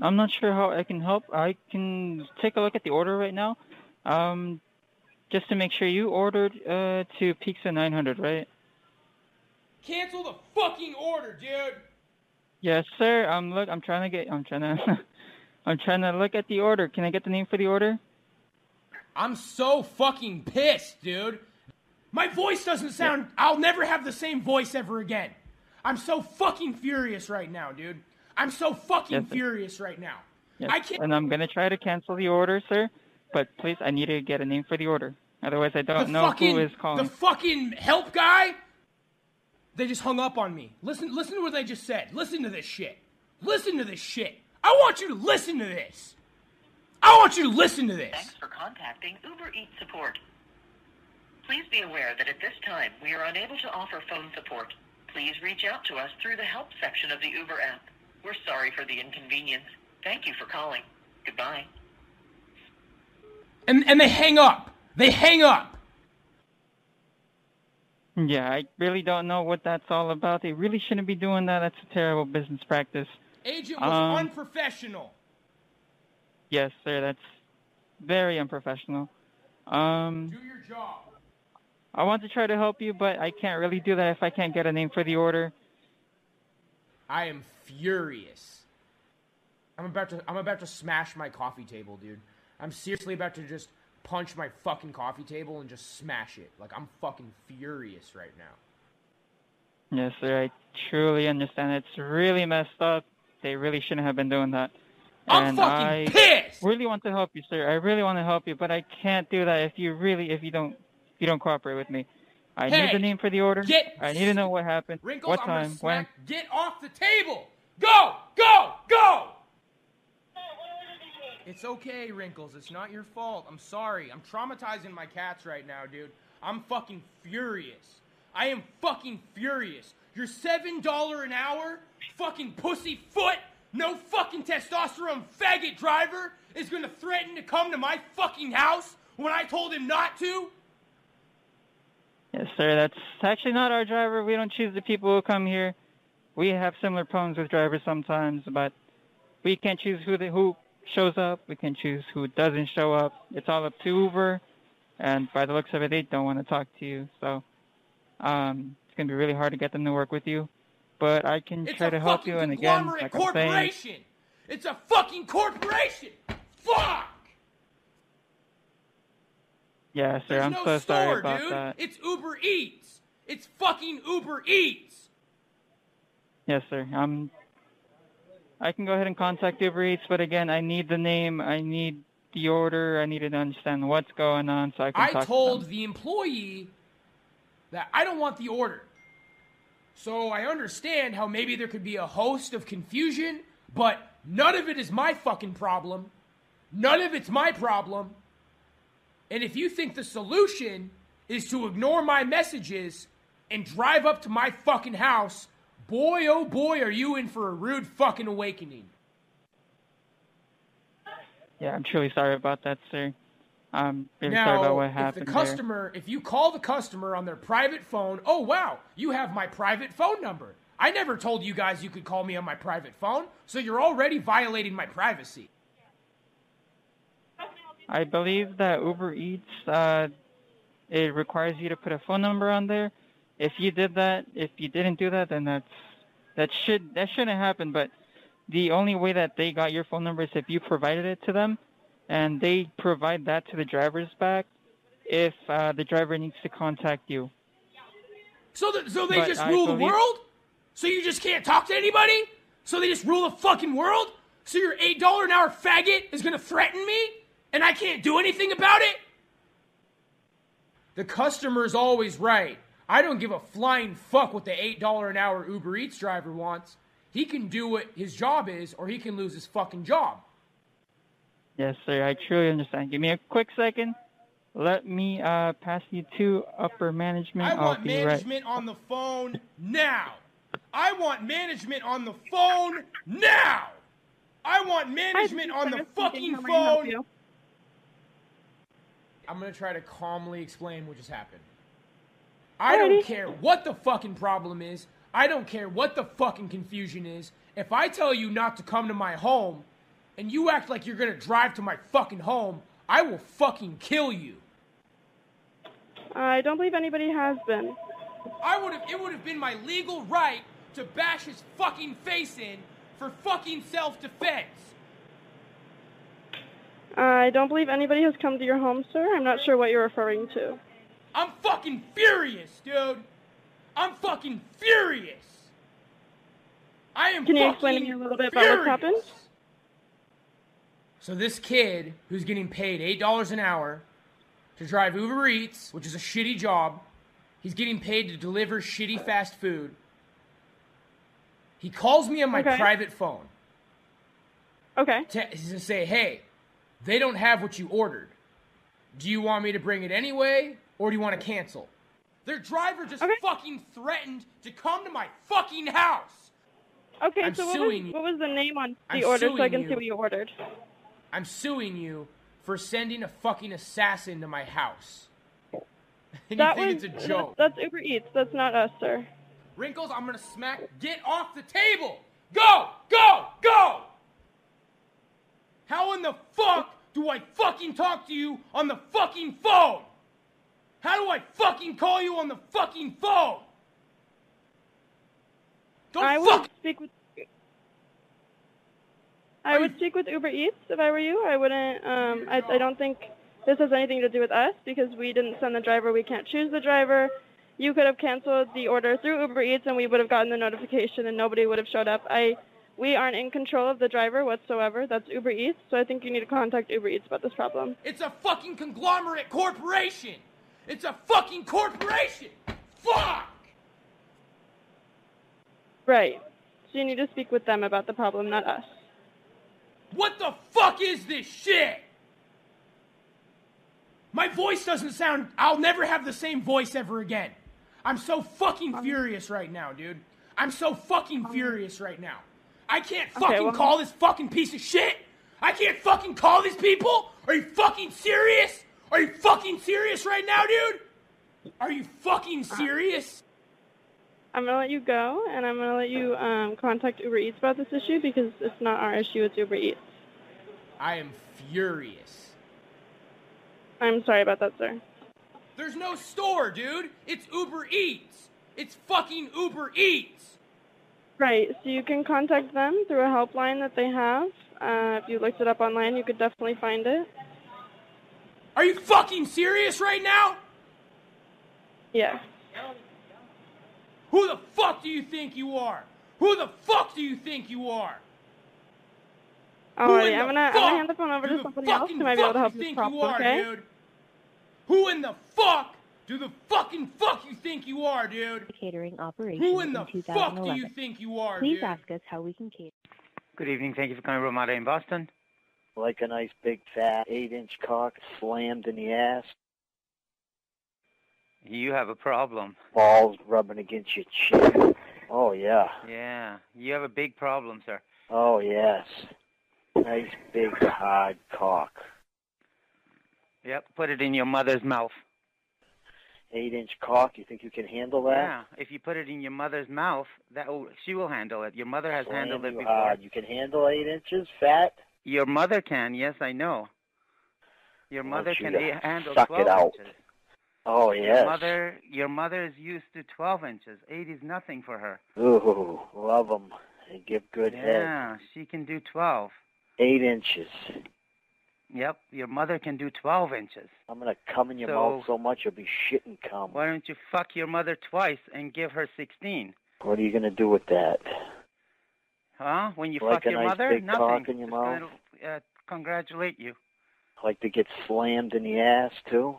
Speaker 26: I'm not sure how I can help. I can take a look at the order right now, um, just to make sure you ordered uh, to Pizza 900, right?
Speaker 41: cancel the fucking order, dude.
Speaker 26: Yes, sir. I'm look. I'm trying to get. I'm trying to. I'm trying to look at the order. Can I get the name for the order?
Speaker 41: I'm so fucking pissed, dude. My voice doesn't sound. I'll never have the same voice ever again. I'm so fucking furious right now, dude. I'm so fucking
Speaker 26: Yes, sir.
Speaker 41: furious right now.
Speaker 26: Yes.
Speaker 41: I can't.
Speaker 26: And I'm gonna try to cancel the order, sir. But please, I need to get a name for the order. Otherwise, I don't
Speaker 41: the
Speaker 26: know
Speaker 41: fucking,
Speaker 26: who is calling.
Speaker 41: The fucking help guy. They just hung up on me. Listen, listen to what they just said. Listen to this shit. Listen to this shit. I want you to listen to this. I want you to listen to this.
Speaker 9: for contacting Uber Eats support. Please be aware that at this time we are unable to offer phone support. Please reach out to us through the help section of the Uber app. We're sorry for the inconvenience. Thank you for calling. Goodbye.
Speaker 41: And and they hang up. They hang up.
Speaker 26: Yeah, I really don't know what that's all about. They really shouldn't be doing that. That's a terrible business practice.
Speaker 41: Agent was
Speaker 26: Um,
Speaker 41: unprofessional.
Speaker 26: Yes, sir. That's very unprofessional. Um,
Speaker 41: Do your job.
Speaker 26: I want to try to help you, but I can't really do that if I can't get a name for the order.
Speaker 41: I am furious. I'm about to I'm about to smash my coffee table, dude. I'm seriously about to just punch my fucking coffee table and just smash it. Like I'm fucking furious right now.
Speaker 26: Yes, sir. I truly understand. It's really messed up. They really shouldn't have been doing that.
Speaker 41: I'm
Speaker 26: and
Speaker 41: fucking
Speaker 26: I Really want to help you, sir. I really want to help you, but I can't do that if you really if you don't if you don't cooperate with me. I
Speaker 41: Hey,
Speaker 26: need the name for the order.
Speaker 41: get-
Speaker 26: I need to know what happened.
Speaker 41: Wrinkles,
Speaker 26: what
Speaker 41: I'm
Speaker 26: time?
Speaker 41: gonna
Speaker 26: when?
Speaker 41: smack. Get off the table. Go, go, go. It's okay, Wrinkles. It's not your fault. I'm sorry. I'm traumatizing my cats right now, dude. I'm fucking furious. I am fucking furious. You're seven dollar an hour, fucking pussy foot, no fucking testosterone faggot driver is gonna threaten to come to my fucking house when I told him not to.
Speaker 26: Yes, sir. That's actually not our driver. We don't choose the people who come here. We have similar problems with drivers sometimes, but we can't choose who the, who shows up. We can choose who doesn't show up. It's all up to Uber, and by the looks of it, they don't want to talk to you. So um, it's gonna be really hard to get them to work with you. But I can
Speaker 41: It's
Speaker 26: try
Speaker 41: a
Speaker 26: to help
Speaker 41: fucking
Speaker 26: you. And again,
Speaker 41: conglomerate
Speaker 26: like I'm saying,
Speaker 41: corporation. it's a fucking corporation. Fuck.
Speaker 26: yeah, sir.
Speaker 41: There's
Speaker 26: I'm
Speaker 41: no
Speaker 26: so
Speaker 41: store,
Speaker 26: sorry about
Speaker 41: dude.
Speaker 26: that.
Speaker 41: It's Uber Eats. It's fucking Uber Eats.
Speaker 26: Yes, sir. Um, I can go ahead and contact Uber Eats, but again, I need the name, I need the order, I need to understand what's going on so I can
Speaker 41: I
Speaker 26: talk to
Speaker 41: told
Speaker 26: them.
Speaker 41: the employee that I don't want the order. So I understand how maybe there could be a host of confusion, but none of it is my fucking problem. None of it's my problem. And if you think the solution is to ignore my messages and drive up to my fucking house, boy oh boy are you in for a rude fucking awakening.
Speaker 26: Yeah, I'm truly sorry about that, sir. I'm really
Speaker 41: now,
Speaker 26: sorry about what
Speaker 41: if
Speaker 26: happened
Speaker 41: the
Speaker 26: there.
Speaker 41: customer, if you call the customer on their private phone, oh wow, you have my private phone number. I never told you guys you could call me on my private phone, so you're already violating my privacy.
Speaker 26: I believe that Uber Eats, uh, it requires you to put a phone number on there. If you did that, if you didn't do that, then that's that should that shouldn't happen. But the only way that they got your phone number is if you provided it to them, and they provide that to the driver's back. If uh, the driver needs to contact you,
Speaker 41: So, th- so they
Speaker 26: But
Speaker 41: just
Speaker 26: I
Speaker 41: rule the
Speaker 26: believe-
Speaker 41: world? So you just can't talk to anybody? So they just rule the fucking world? So your eight dollar an hour faggot is gonna threaten me, and I can't do anything about it? The customer's always right. I don't give a flying fuck what the $8 an hour Uber Eats driver wants. He can do what his job is, or he can lose his fucking job.
Speaker 26: yes, sir, I truly understand. Give me a quick second. Let me uh, pass you to upper management.
Speaker 41: I
Speaker 26: will
Speaker 41: want
Speaker 26: be right.
Speaker 41: management on the phone now. I want management on the phone now. I want management on the fucking phone. I'm gonna try to calmly explain what just happened. I don't
Speaker 14: Alrighty.
Speaker 41: care what the fucking problem is. I don't care what the fucking confusion is. If I tell you not to come to my home and you act like you're gonna drive to my fucking home, I will fucking kill you.
Speaker 5: I don't believe anybody has been.
Speaker 41: I would have it would have been my legal right to bash his fucking face in for fucking self-defense.
Speaker 5: I don't believe anybody has come to your home, sir. I'm not sure what you're referring to.
Speaker 41: I'm fucking furious, dude. I'm fucking furious. I am
Speaker 5: Can you
Speaker 41: fucking
Speaker 5: explain to me a little bit about
Speaker 41: furious.
Speaker 5: what's happened?
Speaker 41: So this kid who's getting paid eight dollars an hour to drive Uber Eats, which is a shitty job, he's getting paid to deliver shitty fast food. He calls me on my
Speaker 5: Okay.
Speaker 41: private phone.
Speaker 5: Okay.
Speaker 41: To, to say, hey, they don't have what you ordered. Do you want me to bring it anyway, or do you want to cancel? Their driver just fucking threatened to come to my fucking house.
Speaker 5: Okay,
Speaker 41: I'm
Speaker 5: so what was,
Speaker 41: suing you.
Speaker 5: what was the name on the
Speaker 41: I'm
Speaker 5: order so I
Speaker 41: suing
Speaker 5: can
Speaker 41: you.
Speaker 5: see what you ordered?
Speaker 41: I'm suing you for sending a fucking assassin to my house. And
Speaker 5: that
Speaker 41: you think
Speaker 5: was
Speaker 41: it's a joke.
Speaker 5: That's Uber Eats. That's not us, sir.
Speaker 41: Wrinkles, I'm gonna smack. Get off the table! Go! Go! Go! How in the fuck do I fucking talk to you on the fucking phone? How do I fucking call you on the fucking phone? Don't
Speaker 5: I would
Speaker 41: fuck
Speaker 5: speak with. I would speak with Uber Eats if I were you. I wouldn't. Um, I, I don't think this has anything to do with us because we didn't send the driver. We can't choose the driver. You could have canceled the order through Uber Eats, and we would have gotten the notification, and nobody would have showed up. I, we aren't in control of the driver whatsoever. That's Uber Eats. So I think you need to contact Uber Eats about this problem.
Speaker 41: It's a fucking conglomerate corporation. It's a fucking corporation. Fuck!
Speaker 5: Right. So you need to speak with them about the problem, not us.
Speaker 41: What the fuck is this shit? My voice doesn't sound. I'll never have the same voice ever again. I'm so
Speaker 11: Um,
Speaker 41: fucking furious right now, dude. I'm so fucking furious right now. I can't
Speaker 11: Okay,
Speaker 41: fucking
Speaker 11: well-
Speaker 41: call this fucking piece of shit. I can't fucking call these people. Are you fucking serious? Are you fucking serious right now, dude? Are you fucking
Speaker 11: Uh,
Speaker 41: serious?
Speaker 5: I'm gonna let you go, and I'm gonna let you um, contact Uber Eats about this issue because it's not our issue. It's Uber Eats.
Speaker 41: I am furious.
Speaker 5: I'm sorry about that, sir.
Speaker 41: There's no store, dude. It's Uber Eats. It's fucking Uber Eats.
Speaker 5: Right. So you can contact them through a helpline that they have. Uh, if you looked it up online, you could definitely find it.
Speaker 41: Are you fucking serious right now?
Speaker 5: Yeah.
Speaker 41: Who the fuck do you think you are? Who the fuck do you think you are?
Speaker 5: Alrighty,
Speaker 41: in
Speaker 5: I'm
Speaker 41: the
Speaker 5: gonna, I'm
Speaker 41: fuck
Speaker 5: gonna hand the phone over to somebody else who might be able to help
Speaker 41: you
Speaker 5: this
Speaker 41: think
Speaker 5: problem.
Speaker 41: you are,
Speaker 5: okay?
Speaker 41: dude? Who in the fuck do the fucking fuck you think you are, dude?
Speaker 15: catering operation
Speaker 41: Who in the
Speaker 15: in
Speaker 41: fuck do
Speaker 15: 2011.
Speaker 41: you think you are,
Speaker 15: Please
Speaker 41: dude?
Speaker 15: ask us how we can cater.
Speaker 42: Good evening. Thank you for coming to Ramada in Boston.
Speaker 7: Like a nice big fat eight inch cock slammed in the ass,
Speaker 42: You have a problem.
Speaker 7: balls rubbing against your chin. Oh yeah.
Speaker 42: Yeah, you have a big problem, sir.
Speaker 7: Oh yes. Nice big hard cock.
Speaker 42: Yep, put it in your mother's mouth.
Speaker 7: Eight inch cock, you think you can handle that?
Speaker 42: Yeah, if you put it in your mother's mouth, that will, she will handle it. Your mother has
Speaker 7: Slam
Speaker 42: handled it
Speaker 7: you
Speaker 42: before.
Speaker 7: hard. You can handle eight inches fat?
Speaker 42: Your mother can. Yes, I know. Your
Speaker 7: I want
Speaker 42: mother
Speaker 7: you
Speaker 42: can
Speaker 7: to
Speaker 42: e- handle
Speaker 7: Oh, suck it
Speaker 42: 12
Speaker 7: out.
Speaker 42: inches.
Speaker 7: Oh
Speaker 42: Your
Speaker 7: yes.
Speaker 42: mother, your mother is used to 12 inches. Eight is nothing for her.
Speaker 7: Ooh, love 'em. They give good head.
Speaker 42: Yeah, she can do 12.
Speaker 7: Eight inches.
Speaker 42: Yep, your mother can do 12 inches.
Speaker 7: I'm gonna cum in your
Speaker 42: So-
Speaker 7: mouth so much you'll be shitting cum.
Speaker 42: Why don't you fuck your mother twice and give her 16?
Speaker 7: What are you gonna do with that?
Speaker 42: Huh? When you
Speaker 7: like
Speaker 42: fuck
Speaker 7: a
Speaker 42: your
Speaker 7: nice
Speaker 42: mother,
Speaker 7: big
Speaker 42: nothing.
Speaker 7: cock in your
Speaker 42: Just
Speaker 7: mouth.
Speaker 42: gonna, uh, congratulate you.
Speaker 7: Like to get slammed in the ass too?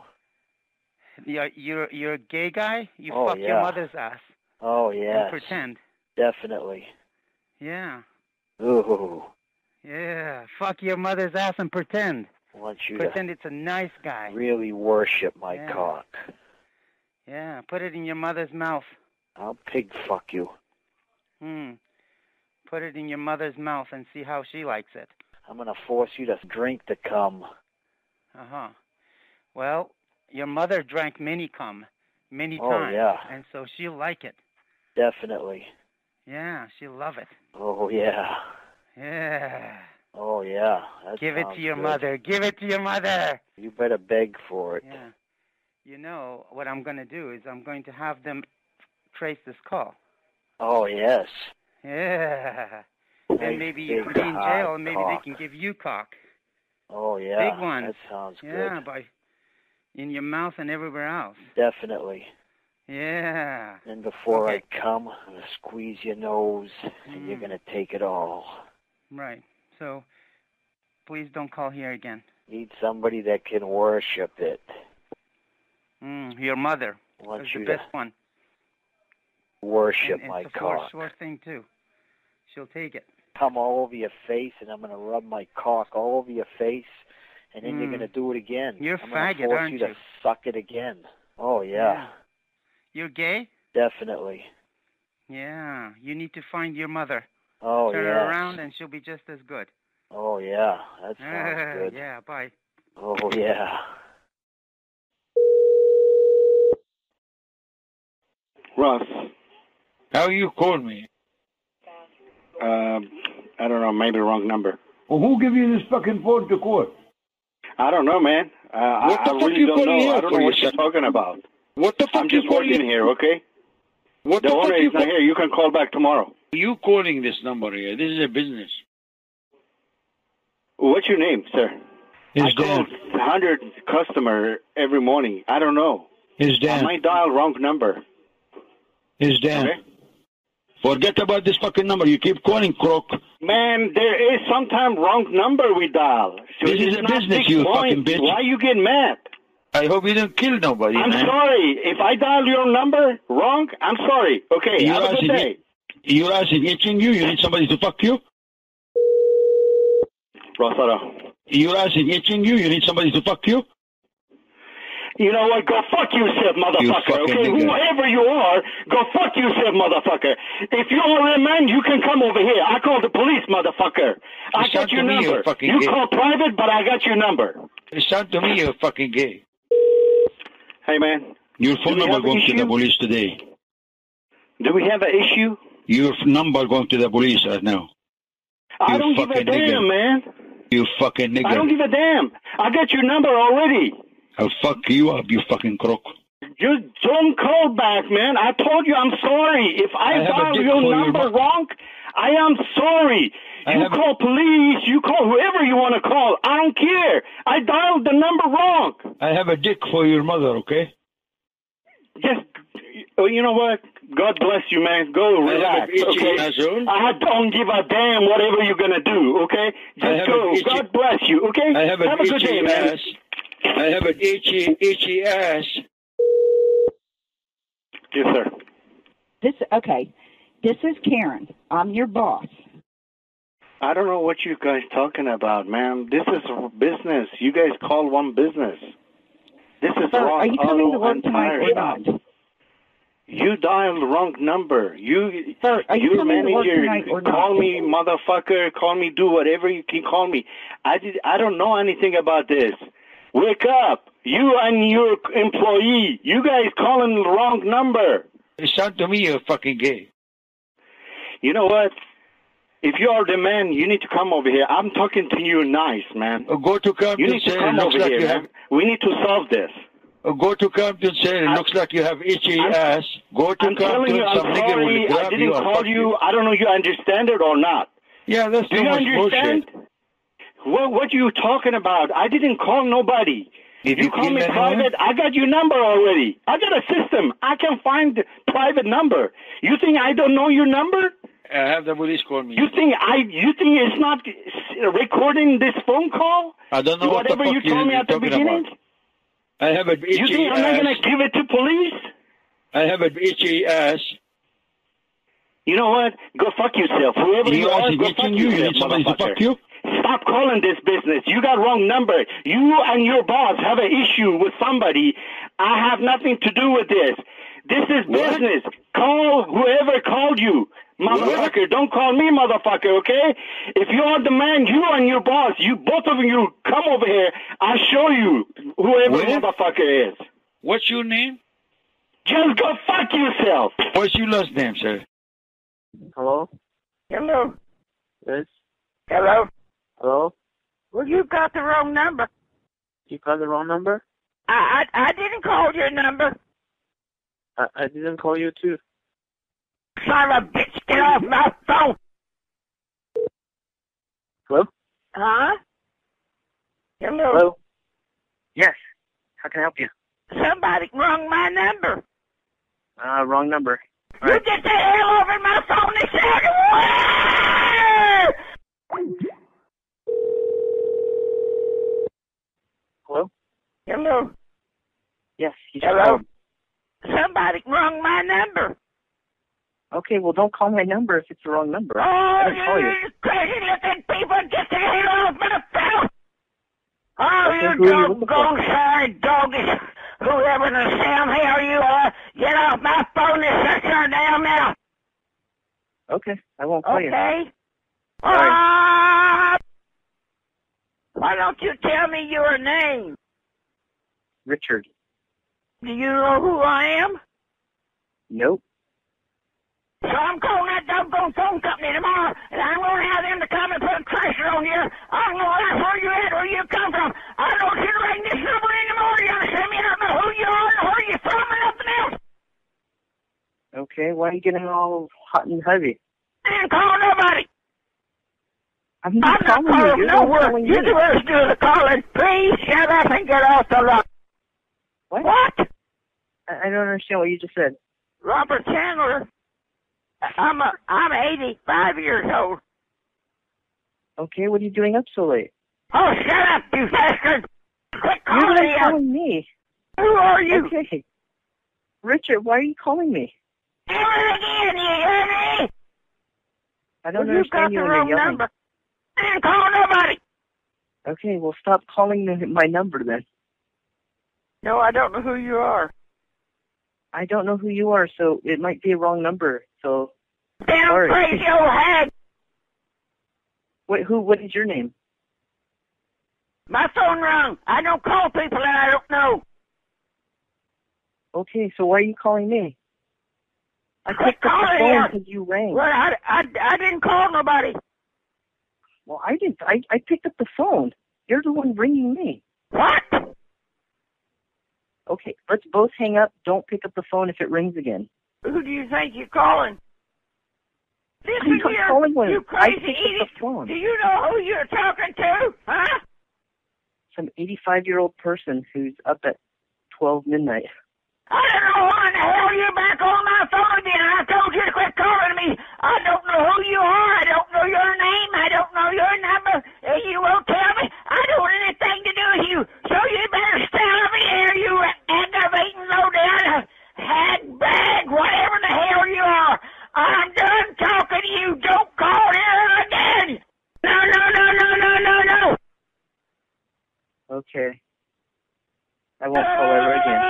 Speaker 42: You're you're you're a gay guy. You
Speaker 7: Oh,
Speaker 42: fuck your
Speaker 7: yeah.
Speaker 42: mother's ass.
Speaker 7: Oh
Speaker 42: And
Speaker 7: yes.
Speaker 42: pretend.
Speaker 7: Definitely.
Speaker 42: Yeah.
Speaker 7: Ooh.
Speaker 42: Yeah. Fuck your mother's ass and pretend.
Speaker 7: I want you
Speaker 42: Pretend it's a nice guy.
Speaker 7: to really worship my
Speaker 42: Yeah.
Speaker 7: cock.
Speaker 42: Yeah. Put it in your mother's mouth.
Speaker 7: I'll pig fuck you.
Speaker 42: Hmm. Put it in your mother's mouth and see how she likes it.
Speaker 7: I'm gonna force you to drink the cum.
Speaker 42: Uh huh. Well, your mother drank mini cum many
Speaker 7: Oh,
Speaker 42: times.
Speaker 7: yeah.
Speaker 42: And so she'll like it.
Speaker 7: Definitely.
Speaker 42: Yeah. She'll love it.
Speaker 7: Oh yeah.
Speaker 42: Yeah.
Speaker 7: Oh yeah. That
Speaker 42: Give it
Speaker 7: sounds
Speaker 42: to your
Speaker 7: good.
Speaker 42: mother. Give it to your mother.
Speaker 7: You better beg for it.
Speaker 42: Yeah. You know, what I'm going to do is I'm going to have them trace this call.
Speaker 7: Oh yes.
Speaker 42: Yeah.
Speaker 7: Nice
Speaker 42: and maybe you
Speaker 7: big
Speaker 42: can be in
Speaker 7: hard
Speaker 42: jail and maybe
Speaker 7: cock.
Speaker 42: they can give you cock.
Speaker 7: Oh yeah.
Speaker 42: Big ones.
Speaker 7: That sounds
Speaker 42: yeah,
Speaker 7: good.
Speaker 42: by in your mouth and everywhere else.
Speaker 7: Definitely.
Speaker 42: Yeah.
Speaker 7: And before
Speaker 42: Okay.
Speaker 7: I come, I'm gonna squeeze your nose, and you're
Speaker 42: Mm.
Speaker 7: gonna take it all.
Speaker 42: Right. So please don't call here again.
Speaker 7: Need somebody that can worship it.
Speaker 42: Mm, your mother
Speaker 7: Want
Speaker 42: is the
Speaker 7: you
Speaker 42: best
Speaker 7: to
Speaker 42: one.
Speaker 7: worship
Speaker 42: and
Speaker 7: my
Speaker 42: it's a sure-
Speaker 7: cock.
Speaker 42: sure thing too. She'll take it.
Speaker 7: Come all over your face, and I'm gonna rub my cock all over your face, and then you're
Speaker 42: Mm.
Speaker 7: gonna do it again.
Speaker 42: You're
Speaker 7: I'm
Speaker 42: faggot,
Speaker 7: gonna force
Speaker 42: aren't
Speaker 7: you to
Speaker 42: you?
Speaker 7: suck it again. Oh yeah,
Speaker 42: You're gay?
Speaker 7: definitely.
Speaker 42: Yeah. You need to find your mother.
Speaker 7: Oh
Speaker 42: Turn
Speaker 7: yeah.
Speaker 42: her around and she'll be just as good.
Speaker 7: Oh yeah, that sounds
Speaker 42: Ah,
Speaker 7: good.
Speaker 42: yeah, bye.
Speaker 7: Oh yeah.
Speaker 43: Russ, how you called me? Um, I don't know, maybe wrong number.
Speaker 21: Well, who give you this fucking phone to court?
Speaker 43: I don't know, man. Uh,
Speaker 21: What
Speaker 43: I,
Speaker 21: the
Speaker 43: I
Speaker 21: fuck
Speaker 43: really
Speaker 21: you
Speaker 43: don't
Speaker 21: calling
Speaker 43: know.
Speaker 21: here
Speaker 43: I don't
Speaker 21: for,
Speaker 43: know what
Speaker 21: you
Speaker 43: you're talking about. What the fuck I'm
Speaker 21: you
Speaker 43: just
Speaker 21: calling
Speaker 43: working
Speaker 21: it-
Speaker 43: here, okay?
Speaker 21: What
Speaker 43: the
Speaker 21: the fuck
Speaker 43: owner
Speaker 21: you
Speaker 43: is not
Speaker 21: call-
Speaker 43: here. You can call back tomorrow.
Speaker 21: You calling this number here? This is a business.
Speaker 43: What's your name, sir?
Speaker 21: It's
Speaker 43: I call
Speaker 21: Dan.
Speaker 43: hundred customer every morning. I don't know.
Speaker 21: It's
Speaker 43: I
Speaker 21: Dan.
Speaker 43: might dial wrong number.
Speaker 21: It's Dan. Forget about this fucking number. You keep calling, crook.
Speaker 43: Man, there is sometime wrong number we dial. So
Speaker 21: This
Speaker 43: it's
Speaker 21: is a
Speaker 43: not
Speaker 21: business,
Speaker 43: big
Speaker 21: you
Speaker 43: point.
Speaker 21: fucking bitch.
Speaker 43: Why you get mad?
Speaker 21: I hope you don't kill nobody,
Speaker 43: I'm
Speaker 21: man.
Speaker 43: sorry. If I dial your number wrong, I'm sorry. Okay,
Speaker 21: Your
Speaker 43: have
Speaker 21: ass
Speaker 43: a
Speaker 21: is
Speaker 43: good day.
Speaker 21: Your ass is itching you. You need somebody to fuck you.
Speaker 43: Rosado.
Speaker 21: Your ass is itching you. You need somebody to fuck you.
Speaker 43: You know what? Go fuck yourself, motherfucker.
Speaker 21: fucking
Speaker 43: okay,
Speaker 21: nigger.
Speaker 43: whoever you are, go fuck yourself, motherfucker. If you are a man, you can come over here. I call the police, motherfucker. I
Speaker 21: You sound
Speaker 43: got your
Speaker 21: to me, you
Speaker 43: number.
Speaker 21: fucking
Speaker 43: you
Speaker 21: gay.
Speaker 43: call private, but I got your number.
Speaker 21: You sound to me you're fucking gay.
Speaker 43: Hey man.
Speaker 21: Your
Speaker 43: Do
Speaker 21: phone
Speaker 43: we
Speaker 21: number
Speaker 43: have
Speaker 21: going to
Speaker 43: issue?
Speaker 21: the police today.
Speaker 43: Do we have an issue?
Speaker 21: Your f- number going to the police right now.
Speaker 43: I
Speaker 21: You
Speaker 43: don't give a
Speaker 21: fucking
Speaker 43: damn,
Speaker 21: nigger.
Speaker 43: man.
Speaker 21: You fucking nigger.
Speaker 43: I don't give a damn. I got your number already.
Speaker 21: I'll fuck you up, you fucking crook.
Speaker 43: Just don't call back, man. I told you I'm sorry. If
Speaker 21: I
Speaker 43: I,
Speaker 21: have a
Speaker 43: dial
Speaker 21: dick
Speaker 43: your
Speaker 21: for your
Speaker 43: number
Speaker 21: mo-
Speaker 43: wrong, I am sorry. You call police, you call whoever you want to call. I don't care. I dialed the number wrong.
Speaker 21: I have a dick for your mother, okay?
Speaker 43: Just, oh, you know what? God bless you, man. Go
Speaker 21: I have
Speaker 43: relax,
Speaker 21: an itchy
Speaker 43: okay?
Speaker 21: asshole.
Speaker 43: I don't give a damn whatever you're gonna do, okay?
Speaker 21: I
Speaker 43: Just
Speaker 21: have
Speaker 43: go.
Speaker 21: an itchy-
Speaker 43: God bless you, okay?
Speaker 21: I have an
Speaker 43: a good
Speaker 21: itchy
Speaker 43: day, man.
Speaker 21: ass. I have an itchy, itchy ass.
Speaker 43: Yes, sir.
Speaker 6: This okay. This is Karen. I'm your boss.
Speaker 43: I don't know what you guys talking about, ma'am. This is business. You guys call one business. This is
Speaker 6: Sir,
Speaker 43: wrong
Speaker 6: are you coming
Speaker 43: auto
Speaker 6: to work
Speaker 43: and
Speaker 6: tonight or
Speaker 43: tire
Speaker 6: not?
Speaker 43: shop. You dialed wrong number. You,
Speaker 6: Sir, are you
Speaker 43: your
Speaker 6: coming to work
Speaker 43: manager
Speaker 6: tonight or not?
Speaker 43: call me motherfucker. Call me do whatever you can call me. I did. I don't know anything about this. Wake up, you and your employee. You guys calling the wrong number.
Speaker 21: You sound to me you're fucking gay.
Speaker 43: You know what? If you are the man, you need to come over here. I'm talking to you nice, man.
Speaker 21: Uh, Go to Compton
Speaker 43: You need to
Speaker 21: say
Speaker 43: come
Speaker 21: it looks
Speaker 43: over
Speaker 21: like
Speaker 43: here,
Speaker 21: you
Speaker 43: man.
Speaker 21: have...
Speaker 43: We need to solve this.
Speaker 21: Uh, Go to Compton say it looks like you have itchy ass. Go to
Speaker 43: I'm telling
Speaker 21: Compton,
Speaker 43: you,
Speaker 21: some
Speaker 43: I'm
Speaker 21: nigger
Speaker 43: sorry.
Speaker 21: will grab
Speaker 43: I
Speaker 21: you
Speaker 43: didn't
Speaker 21: and
Speaker 43: call
Speaker 21: fuck
Speaker 43: you. I don't know you understand it or not.
Speaker 21: Yeah, that's
Speaker 43: Do
Speaker 21: too
Speaker 43: you
Speaker 21: much
Speaker 43: understand? What What you talking about? I didn't call nobody.
Speaker 21: Did
Speaker 43: you
Speaker 21: you
Speaker 43: call
Speaker 21: kill
Speaker 43: me
Speaker 21: that
Speaker 43: private? I got your number already. I got a system. I can find the private number. You think I don't know your number?
Speaker 21: I have the police call me.
Speaker 43: You think I? You think it's not recording this phone call?
Speaker 21: I don't know
Speaker 43: Whatever
Speaker 21: what the
Speaker 43: you
Speaker 21: fuck
Speaker 43: told me
Speaker 21: you're
Speaker 43: at the
Speaker 21: talking
Speaker 43: beginning?
Speaker 21: about. I have an itchy
Speaker 43: You think I'm not
Speaker 21: ass.
Speaker 43: gonna give it to police?
Speaker 21: I have an itchy ass.
Speaker 43: You know what? Go fuck yourself. Whoever you,
Speaker 21: You
Speaker 43: are,
Speaker 21: are
Speaker 43: go fuck
Speaker 21: hitting you. You
Speaker 43: yourself,
Speaker 21: need somebody to
Speaker 43: motherfucker.
Speaker 21: fuck you?
Speaker 43: Stop calling this business. You got wrong number. You and your boss have an issue with somebody. I have nothing to do with this. This is business. Call whoever called you. Motherfucker, don't call me motherfucker, okay? If you are the man, you and your boss, you both of you come over here. I'll show you whoever motherfucker is.
Speaker 21: What's your name?
Speaker 43: Just go fuck yourself.
Speaker 21: What's your last name, sir?
Speaker 9: Hello? Hello? Yes? Hello? Hello?
Speaker 35: Well, you got the wrong number.
Speaker 9: You called the wrong number?
Speaker 35: I I, I didn't call your number.
Speaker 9: I, I didn't call you too.
Speaker 35: Son of a bitch, get off my phone.
Speaker 9: Hello?
Speaker 35: Huh? Hello?
Speaker 9: Hello?
Speaker 35: Yes.
Speaker 11: How can I help you?
Speaker 35: Somebody wrong my number.
Speaker 11: Uh, wrong number. All
Speaker 35: You
Speaker 11: right.
Speaker 35: get the hell over my phone and say I
Speaker 11: Hello?
Speaker 35: Hello.
Speaker 11: Yes. You just
Speaker 35: Hello.
Speaker 11: called.
Speaker 35: Somebody wrong my number.
Speaker 11: Okay, well, don't call my number if it's the wrong number.
Speaker 35: Oh,
Speaker 11: I didn't call you.
Speaker 35: you crazy looking people, get the hell off my phone. Oh,
Speaker 11: Okay, who
Speaker 35: you
Speaker 11: are
Speaker 35: dog,
Speaker 11: you looking for?
Speaker 35: gong-side doggies, whoever the Sam hell you are, get off my phone and shut your damn mouth.
Speaker 11: Okay, I won't call you.
Speaker 35: Okay?
Speaker 11: Oh, All right.
Speaker 35: Ah! Why don't you tell me your name?
Speaker 11: Richard.
Speaker 35: Do you know who I am?
Speaker 11: Nope.
Speaker 35: So I'm calling that doggone phone company tomorrow, and I'm going to have them to come and put a tracer on you. I'm going to ask where you at, where you come from. I don't want you to ring this number anymore. You understand me? I don't know who you are, or where you're from, and nothing else.
Speaker 11: Okay, why are you getting all hot and heavy?
Speaker 35: I didn't call nobody.
Speaker 11: I'm not
Speaker 35: I'm
Speaker 11: calling you.
Speaker 35: not calling
Speaker 11: You're the one
Speaker 35: nowhere.
Speaker 11: calling
Speaker 35: You're
Speaker 11: me.
Speaker 35: the ones doing the calling. Please shut up and get off the line.
Speaker 11: What?
Speaker 35: What?
Speaker 11: I I don't understand what you just said.
Speaker 35: Robert Chandler. I'm a, I'm 85 years old.
Speaker 11: Okay, what are you doing up so late?
Speaker 35: Oh, shut up, you bastard! Quit
Speaker 11: You're
Speaker 35: calling
Speaker 11: the
Speaker 35: me
Speaker 11: one
Speaker 35: out.
Speaker 11: calling me.
Speaker 35: Who are you?
Speaker 11: Okay. Richard, why are you calling me?
Speaker 35: Do it again, you hear me?
Speaker 11: I don't
Speaker 35: well, you got
Speaker 11: understand
Speaker 35: the
Speaker 11: you when you're
Speaker 35: wrong
Speaker 11: yelling.
Speaker 35: number. I didn't call nobody.
Speaker 11: Okay, well, stop calling the, my number then.
Speaker 35: No, I don't know who you are.
Speaker 11: I don't know who you are, so it might be a wrong number. So
Speaker 35: Damn
Speaker 11: Sorry.
Speaker 35: crazy old hag.
Speaker 11: wait, who? What is your name?
Speaker 35: My phone rung. I don't call people that I don't know.
Speaker 11: Okay, so why are you calling me? I
Speaker 35: Quit
Speaker 11: picked up the
Speaker 35: calling
Speaker 11: phone
Speaker 35: him.
Speaker 11: because you rang.
Speaker 35: Well, I, I, I didn't call nobody.
Speaker 11: Well, I didn't. I I picked up the phone. You're the one ringing me.
Speaker 35: What?
Speaker 11: Okay, let's both hang up. Don't pick up the phone if it rings again.
Speaker 35: Who do you think you're calling? Listen
Speaker 11: I'm not
Speaker 35: here,
Speaker 11: calling one.
Speaker 35: you
Speaker 11: I
Speaker 35: crazy
Speaker 11: picked up
Speaker 35: idiot.
Speaker 11: the phone.
Speaker 35: Do you know who you're talking to? Huh?
Speaker 11: Some 85 year old person who's up at 12 midnight.
Speaker 35: I don't know why in the hell you're back on my phone again. I told you to quit calling me. I don't know who you are. I don't know your name. I don't know your number. And you won't tell me. I don't want anything to do with you. So you better stay over here, you aggravating lowdown hag bag, whatever the hell you are. I'm done talking to you. Don't call here again. No, no, no, no, no, no, no.
Speaker 11: Okay. I won't call ever again.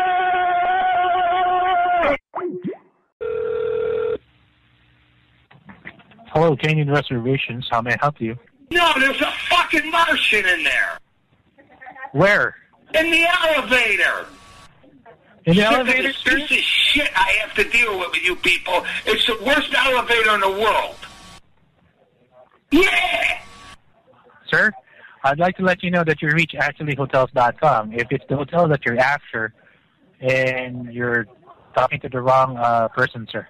Speaker 36: Hello, Canyon Reservations. How may I help you?
Speaker 11: No, there's a fucking Martian in there.
Speaker 36: Where?
Speaker 11: In the elevator.
Speaker 36: In the
Speaker 11: Shit,
Speaker 36: elevator?
Speaker 11: this piece of shit I have to deal with with you people. It's the worst elevator in the world. Yeah!
Speaker 36: Sir, I'd like to let you know that you reach actuallyhotels.com. If it's the hotel that you're after and you're talking to the wrong uh, person, sir.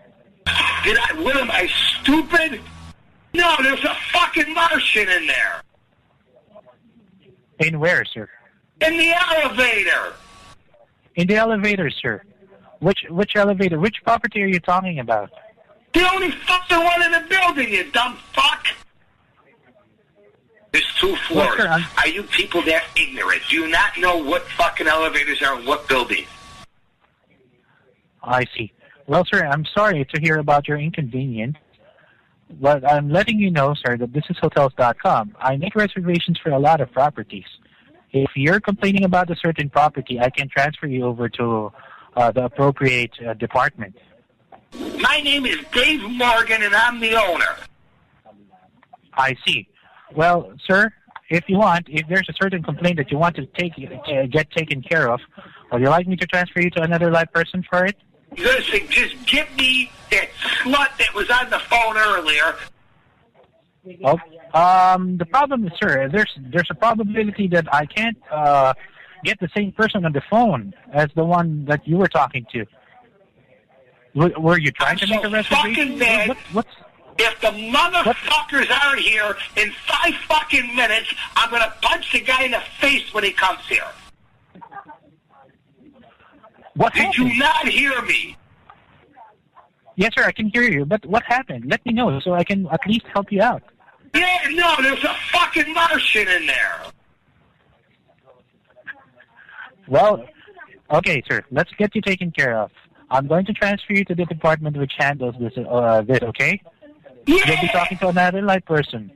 Speaker 11: Did I, what am I, stupid? No, there's a fucking Martian in there.
Speaker 36: In where, sir?
Speaker 11: In the elevator.
Speaker 36: In the elevator, sir. Which which elevator? Which property are you talking about?
Speaker 11: The only fucking one in the building, you dumb fuck. There's two floors.
Speaker 36: sir, I'm-
Speaker 11: are you people that ignorant? Do you not know what fucking elevators are in what building?
Speaker 36: I see. Well, sir, I'm sorry to hear about your inconvenience, but I'm letting you know, sir, that this is Hotels.com. I make reservations for a lot of properties. If you're complaining about a certain property, I can transfer you over to uh, the appropriate uh, department.
Speaker 11: My name is Dave Morgan, and I'm the owner.
Speaker 36: I see. Well, sir, if you want, if there's a certain complaint that you want to take, uh, get taken care of, would you like me to transfer you to another live person for it?
Speaker 11: Listen, just give me that slut that was on the phone earlier.
Speaker 36: Well, um, the problem is, sir, there's there's a probability that I can't uh, get the same person on the phone as the one that you were talking to. W- were you trying to make a reservation?
Speaker 11: Fucking bad.
Speaker 36: what's
Speaker 11: If the motherfuckers aren't here in five fucking minutes, I'm gonna punch the guy in the face when he comes here.
Speaker 36: What
Speaker 11: Did
Speaker 36: happened?
Speaker 11: you not hear me?
Speaker 36: Yes, sir, I can hear you. But what happened? Let me know so I can at least help you out.
Speaker 11: Yeah, no, there's a fucking Martian in there.
Speaker 36: Well, okay, sir. Let's get you taken care of. I'm going to transfer you to the department which handles this. Uh, this, okay? You'll be talking to another light person.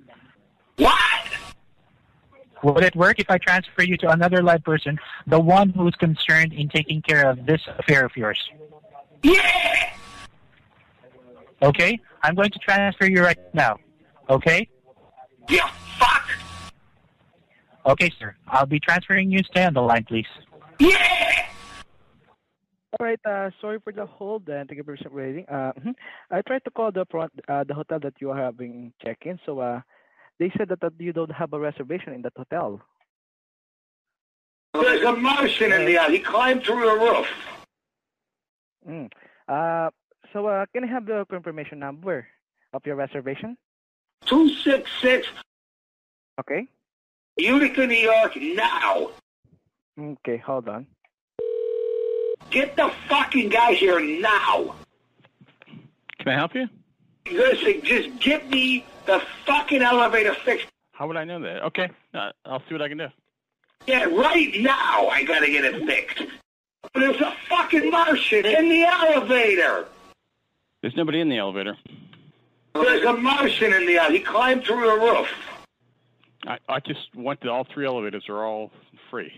Speaker 11: What?
Speaker 36: Would it work if I transfer you to another light person, the one who's concerned in taking care of this affair of yours?
Speaker 11: Yeah!
Speaker 36: Okay? I'm going to transfer you right now. Okay?
Speaker 11: Yeah, fuck!
Speaker 36: Okay, sir. I'll be transferring you. Stay on the line, please.
Speaker 11: Yeah!
Speaker 4: All right. Uh, sorry for the hold and thank you for waiting. Uh, mhm. I tried to call the front, uh, the hotel that you are having check-in. So uh, they said that, that you don't have a reservation in that hotel.
Speaker 11: There's a Martian in there. He climbed through the roof.
Speaker 4: Mm. Uh, so uh, can I have the confirmation number of your reservation?
Speaker 11: Two six six.
Speaker 4: Okay.
Speaker 11: Utica, New York, now.
Speaker 4: Okay. Hold on.
Speaker 11: Get the fucking guy here now.
Speaker 6: Can I help you?
Speaker 11: Listen, just get me the fucking elevator fixed.
Speaker 6: How would I know that? Okay, uh, I'll see what I can do.
Speaker 11: Yeah, right now I gotta get it fixed. There's a fucking Martian in the elevator.
Speaker 6: There's nobody in the elevator.
Speaker 11: There's a Martian in the elevator. He climbed through the roof.
Speaker 6: I, I just went to all three elevators. They're all free.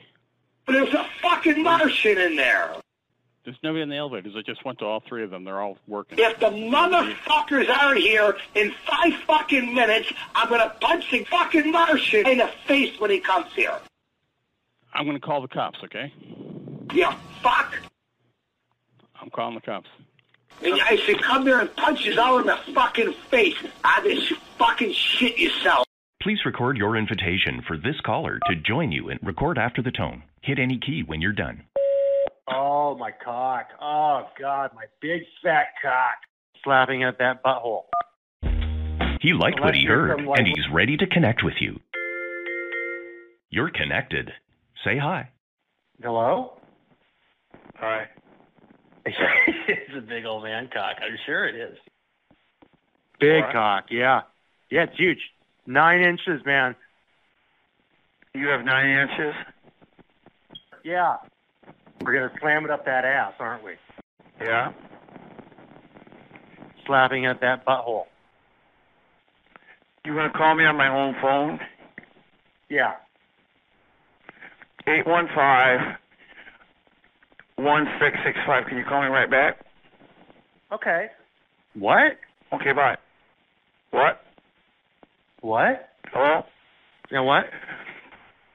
Speaker 11: There's a fucking Martian in there.
Speaker 6: There's nobody in the elevators. I just went to all three of them. They're all working.
Speaker 11: If the motherfuckers aren't here in five fucking minutes, I'm gonna punch the fucking Martian in the face when he comes here.
Speaker 6: I'm going to call the cops, okay?
Speaker 11: Yeah, fuck.
Speaker 6: I'm calling the cops.
Speaker 11: And I should come here and punch you all in the fucking face. I just fucking shit yourself.
Speaker 29: Please record your invitation for this caller to join you and record after the tone. Hit any key when you're done.
Speaker 17: Oh my cock. Oh God, my big fat cock. Slapping at that butthole.
Speaker 29: He liked what he heard,
Speaker 17: Well, that's different, like-
Speaker 29: and he's ready to connect with you. You're connected. Say hi.
Speaker 17: Hello?
Speaker 12: Hi.
Speaker 17: it's a big old man cock. I'm sure it is. Big
Speaker 12: Alright.
Speaker 17: cock, yeah. Yeah, it's huge. Nine inches, man.
Speaker 12: You have nine inches?
Speaker 17: Yeah. We're gonna slam it up that ass, aren't we?
Speaker 12: Yeah.
Speaker 17: Slapping at that butthole.
Speaker 12: You want to call me on my home phone?
Speaker 17: Yeah.
Speaker 12: Eight one five one six six five. Can you call me right back?
Speaker 17: Okay.
Speaker 12: What? Okay, bye. What?
Speaker 17: What?
Speaker 12: Hello?
Speaker 17: You know what?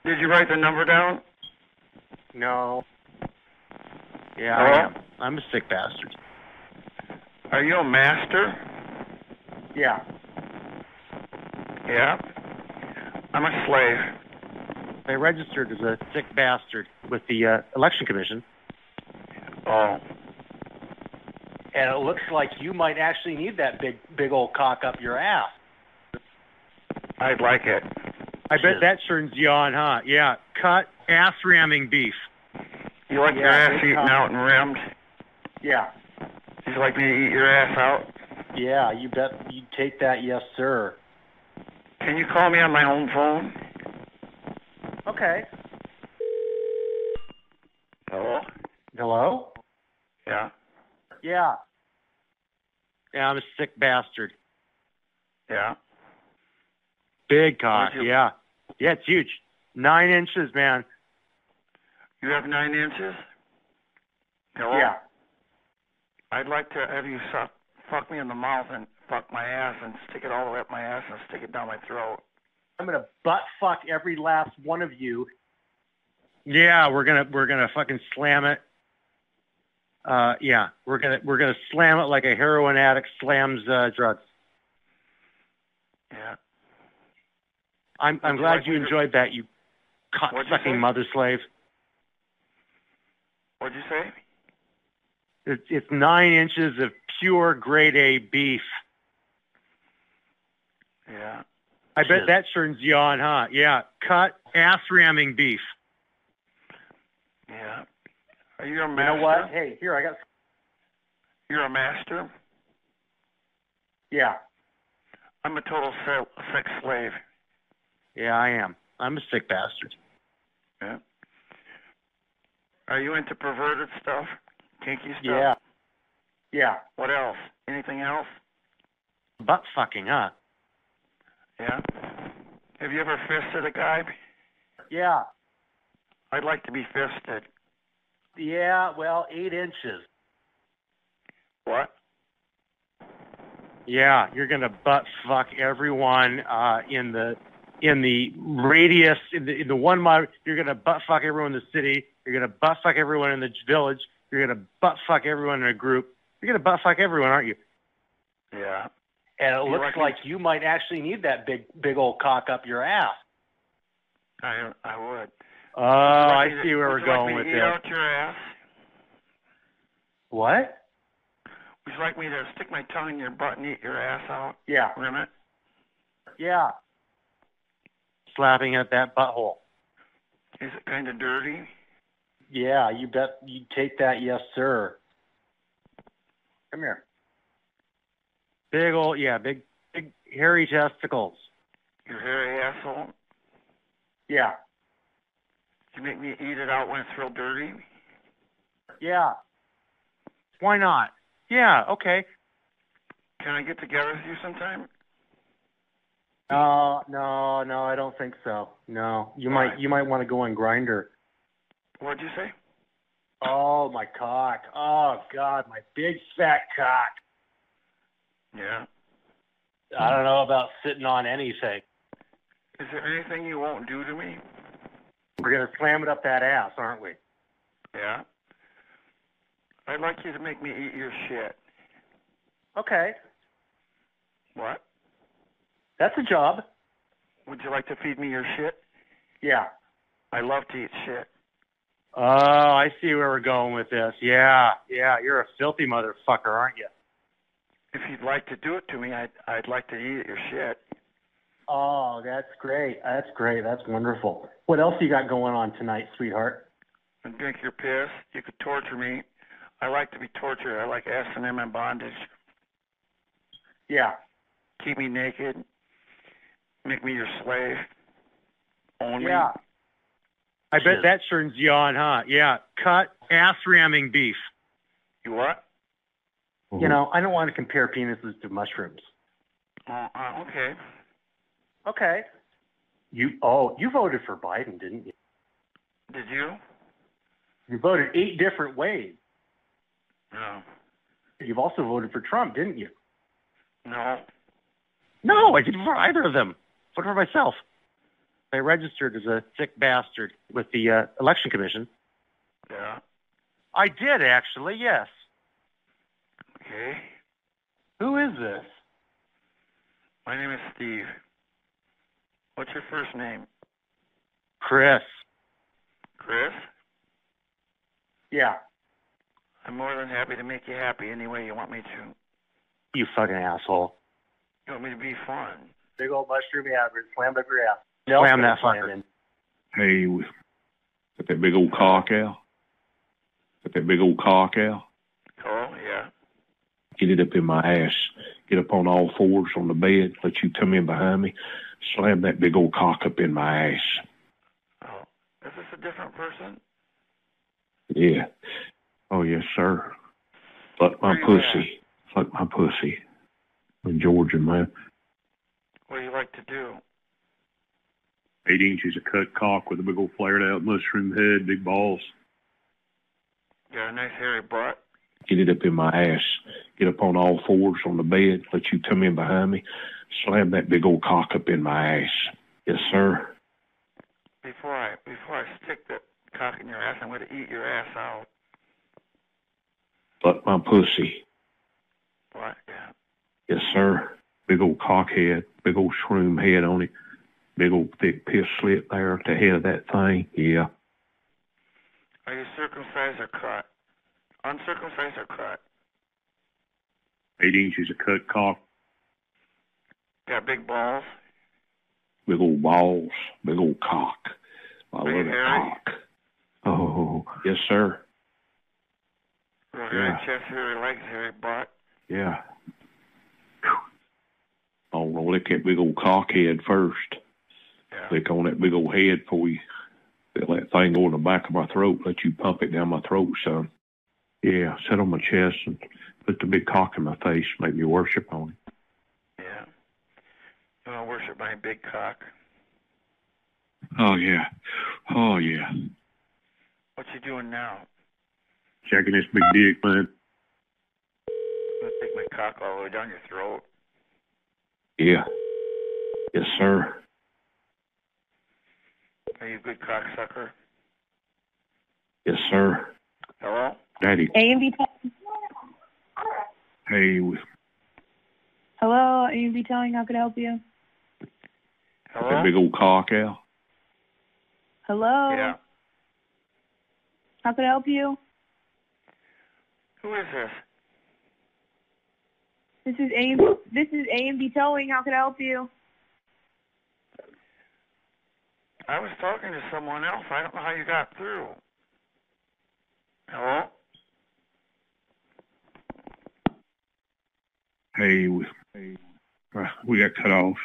Speaker 12: Did you write the number down?
Speaker 17: No. Yeah,
Speaker 12: Hello?
Speaker 17: I am. I'm a sick bastard.
Speaker 12: Are you a master?
Speaker 17: Yeah.
Speaker 12: Yeah. I'm a slave.
Speaker 17: I registered as a sick bastard with the uh, election commission. Uh,
Speaker 12: Oh.
Speaker 17: And it looks like you might actually need that big, big old cock up your ass.
Speaker 12: I'd like it.
Speaker 17: I bet that turns you on, huh? Yeah. Cut ass ramming beef.
Speaker 12: You like your
Speaker 17: Yeah,
Speaker 12: ass
Speaker 17: big
Speaker 12: eaten
Speaker 17: cock.
Speaker 12: out and rimmed?
Speaker 17: Yeah.
Speaker 12: You like me to eat your ass out?
Speaker 17: Yeah, you bet you take that, yes, sir.
Speaker 12: Can you call me on my home phone?
Speaker 17: Okay.
Speaker 12: Hello?
Speaker 17: Hello?
Speaker 12: Yeah.
Speaker 17: Yeah. Yeah, I'm a sick bastard.
Speaker 12: Yeah.
Speaker 17: Big cock,
Speaker 12: Thank you.
Speaker 17: Uh, yeah. Yeah, it's huge. Nine inches, man.
Speaker 12: You have nine inches? Hello?
Speaker 17: Yeah.
Speaker 12: I'd like to have you suck, fuck me in the mouth and fuck my ass and stick it all the way up my ass and stick it down my throat.
Speaker 17: I'm gonna butt fuck every last one of you. Yeah, we're gonna we're gonna fucking slam it. Uh, yeah, we're gonna we're gonna slam it like a heroin addict slams uh, drugs.
Speaker 12: Yeah.
Speaker 17: I'm I'm
Speaker 12: Would you
Speaker 17: glad
Speaker 12: like
Speaker 17: you
Speaker 12: me to-
Speaker 17: enjoyed that, you cock
Speaker 12: What'd you
Speaker 17: sucking
Speaker 12: say?
Speaker 17: mother slave.
Speaker 12: What'd you say?
Speaker 17: It's it's nine inches of pure grade A beef.
Speaker 12: Yeah.
Speaker 17: I bet that turns you on, huh? Yeah, cut ass ramming beef.
Speaker 12: Yeah. Are you a
Speaker 17: You
Speaker 12: master?
Speaker 17: know what? Hey, here I got.
Speaker 12: You're a master?
Speaker 17: Yeah,
Speaker 12: I'm a total se- sex slave.
Speaker 17: yeah, I am. I'm a sick bastard.
Speaker 12: Yeah. Are you into perverted stuff? Kinky stuff?
Speaker 17: Yeah, yeah.
Speaker 12: What else? Anything else?
Speaker 17: Butt fucking, huh?
Speaker 12: Yeah. Have you ever fisted a guy?
Speaker 17: Yeah,
Speaker 12: I'd like to be fisted.
Speaker 17: yeah. Well, eight inches.
Speaker 12: What?
Speaker 17: Yeah, you're gonna butt fuck everyone uh, in the in the radius in the, in the one mile. You're gonna butt fuck everyone in the city. You're gonna butt fuck everyone in the village. You're gonna butt fuck everyone in a group. You're gonna butt fuck everyone, aren't you?
Speaker 12: Yeah.
Speaker 17: And it
Speaker 12: You
Speaker 17: looks
Speaker 12: reckon-
Speaker 17: like you might actually need that big big old cock up your ass.
Speaker 12: I I would.
Speaker 17: Oh, I
Speaker 12: Would you like me
Speaker 17: see
Speaker 12: to-
Speaker 17: where
Speaker 12: would
Speaker 17: we're
Speaker 12: you like
Speaker 17: going
Speaker 12: me
Speaker 17: with
Speaker 12: to eat
Speaker 17: this.
Speaker 12: out your ass?
Speaker 17: What?
Speaker 12: Would you like me to stick my tongue in your butt and eat your ass out?
Speaker 17: Yeah.
Speaker 12: Rim it?
Speaker 17: Yeah. Slapping at that butthole.
Speaker 12: Is it kind of dirty?
Speaker 17: Yeah, you bet. You take that, yes, sir. Come here. Big old, yeah, big, big hairy testicles.
Speaker 12: Your hairy asshole?
Speaker 17: Yeah,
Speaker 12: You make me eat it out when it's real dirty?
Speaker 17: yeah. Why not? Yeah, okay.
Speaker 12: Can I get together with you sometime?
Speaker 17: No, Uh, no, Oh, no, I don't think so. No, you might, you might want to go on grinder.
Speaker 12: What'd you say?
Speaker 17: Oh my cock! Oh God, my big fat cock!
Speaker 12: Yeah.
Speaker 17: I don't know about sitting on anything.
Speaker 12: Is there anything you won't do to me?
Speaker 17: We're gonna slam it up that ass, aren't we?
Speaker 12: Yeah. I'd like you to make me eat your shit.
Speaker 17: Okay,
Speaker 12: What?
Speaker 17: that's a job.
Speaker 12: Would you like to feed me your shit?
Speaker 17: Yeah.
Speaker 12: I love to eat shit.
Speaker 17: Oh, I see where we're going with this. Yeah, yeah, you're a filthy motherfucker, aren't you?
Speaker 12: If you'd like to do it to me, I'd I'd like to eat your shit.
Speaker 17: Oh, that's great. That's great. That's wonderful. What else you got going on tonight, sweetheart?
Speaker 12: And drink your piss. You could torture me. I like to be tortured. I like S and M and bondage.
Speaker 17: Yeah.
Speaker 12: Keep me naked. Make me your slave. Own me.
Speaker 17: Yeah. I bet that turns you on, huh? Yeah. Cut ass ramming beef.
Speaker 12: You what?
Speaker 17: You know, I don't want to compare penises to mushrooms.
Speaker 12: Uh, uh, okay.
Speaker 17: Okay. You oh, you voted for Biden, didn't you?
Speaker 12: Did you?
Speaker 17: You voted eight different ways.
Speaker 12: No.
Speaker 17: You've also voted for Trump, didn't you?
Speaker 12: No.
Speaker 17: No, I didn't vote for either of them. I voted for myself. I registered as a sick bastard with the uh, election commission.
Speaker 12: Yeah.
Speaker 17: I did actually, yes.
Speaker 12: Okay.
Speaker 17: Who is this?
Speaker 12: My name is Steve. What's your first name?
Speaker 17: Chris.
Speaker 12: Chris?
Speaker 17: Yeah.
Speaker 12: I'm more than happy to make you happy any way you want me to.
Speaker 17: You fucking asshole.
Speaker 12: You want me to be fun?
Speaker 17: Big old mushroom average slammed up your ass.
Speaker 13: Slam that
Speaker 17: fucker.
Speaker 13: Hey, w- got that big old cock out. Got that big old cock out.
Speaker 12: Oh, yeah.
Speaker 13: Get it up in my ass. Get up on all fours on the bed. Let you come in behind me. Slam that big old cock up in my ass.
Speaker 12: Oh. Is this a different person?
Speaker 13: Yeah. Oh yes, sir. Fuck my
Speaker 12: Where you
Speaker 13: pussy. Fuck my pussy. In Georgia, man.
Speaker 12: What do you like to do?
Speaker 13: Eight inches of cut cock with a big old flared out mushroom head, big balls.
Speaker 12: You got a nice hairy butt?
Speaker 13: Get it up in my ass. Get up on all fours on the bed. Let you come in behind me. Slam that big old cock up in my ass. Yes, sir.
Speaker 12: Before I before I stick the cock in your ass, I'm going to eat your ass out.
Speaker 13: Fuck my pussy.
Speaker 12: What? Yeah.
Speaker 13: Yes, sir. Big old cock head. Big old shroom head on it. Big old thick piss slit there at the head of that thing. Yeah.
Speaker 12: Are you circumcised or cut? Uncircumcised or cut?
Speaker 13: Eight inches of cut cock.
Speaker 12: Got big balls?
Speaker 13: big old balls, big old cock. I
Speaker 12: Big
Speaker 13: love that
Speaker 12: hairy?
Speaker 13: cock. Oh, yes, sir.
Speaker 12: Hairy
Speaker 13: Yeah.
Speaker 12: chest, hairy legs, hairy butt.
Speaker 13: Yeah. I want to lick that big old cock head first. Lick on that big old head before we let that thing go in the back of my throat, let you pump it down my throat, son. Yeah, sit on my chest and put the big cock in my face, make me worship on it.
Speaker 12: Yeah. You want to worship my big cock.
Speaker 13: Oh, yeah. Oh, yeah.
Speaker 12: What you doing now?
Speaker 13: Checking this big dick, man.
Speaker 12: I'm going to take my cock all the way down your throat.
Speaker 13: Yeah. Yes, sir.
Speaker 12: Are you a good cocksucker?
Speaker 13: Yes, sir.
Speaker 12: Hello?
Speaker 13: Daddy.
Speaker 9: AMD.
Speaker 13: Hey,
Speaker 9: Hello, AMD Telling. How can I help you?
Speaker 13: that big old cock out.
Speaker 9: Hello.
Speaker 13: Yeah.
Speaker 9: How can I help you?
Speaker 12: Who is this?
Speaker 9: This is AMD. This is AMD Towing. How can I help you?
Speaker 12: I was talking to someone else. I don't know how you got through. Hello?
Speaker 13: Hey, we, uh, we got cut off.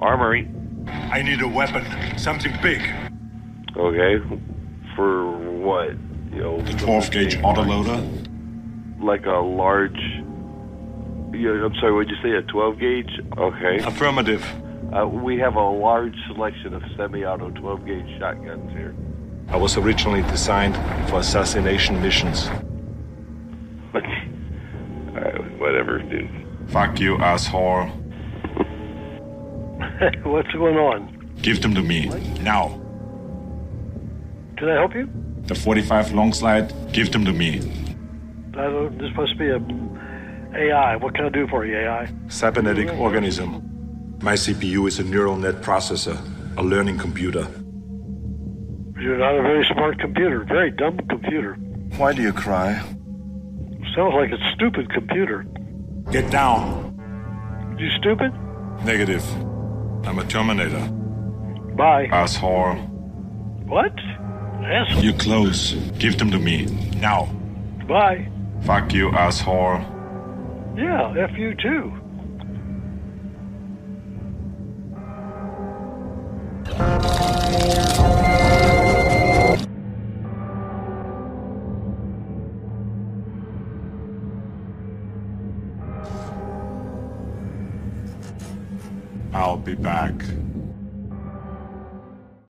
Speaker 10: Armory.
Speaker 18: I need a weapon, something big.
Speaker 10: Okay. For what? You know, the 12 gauge autoloader? Like a large. Yeah, I'm sorry, what'd you say? A 12 gauge? Okay. Affirmative. Uh, we have a large selection of semi auto 12 gauge shotguns here.
Speaker 18: I was originally designed for assassination missions.
Speaker 10: Alright, whatever, dude.
Speaker 18: Fuck you, asshole.
Speaker 10: What's going on?
Speaker 18: Give them to me. Now.
Speaker 10: Can I help you?
Speaker 18: The 45 long slide, give them to me.
Speaker 10: I don't, this must be a AI. What can I do for you, AI?
Speaker 18: Cybernetic organism. My CPU is a neural net processor, a learning computer.
Speaker 10: You're not a very smart computer. Very dumb computer.
Speaker 18: Why do you cry?
Speaker 10: Sounds like a stupid computer.
Speaker 18: Get down.
Speaker 10: You stupid?
Speaker 18: Negative. I'm a Terminator.
Speaker 10: Bye.
Speaker 18: Asshole.
Speaker 10: What? Asshole.
Speaker 18: You close. Give them to me. Now.
Speaker 10: Bye.
Speaker 18: Fuck you, asshole.
Speaker 10: Yeah, F you too.
Speaker 18: I'll be back.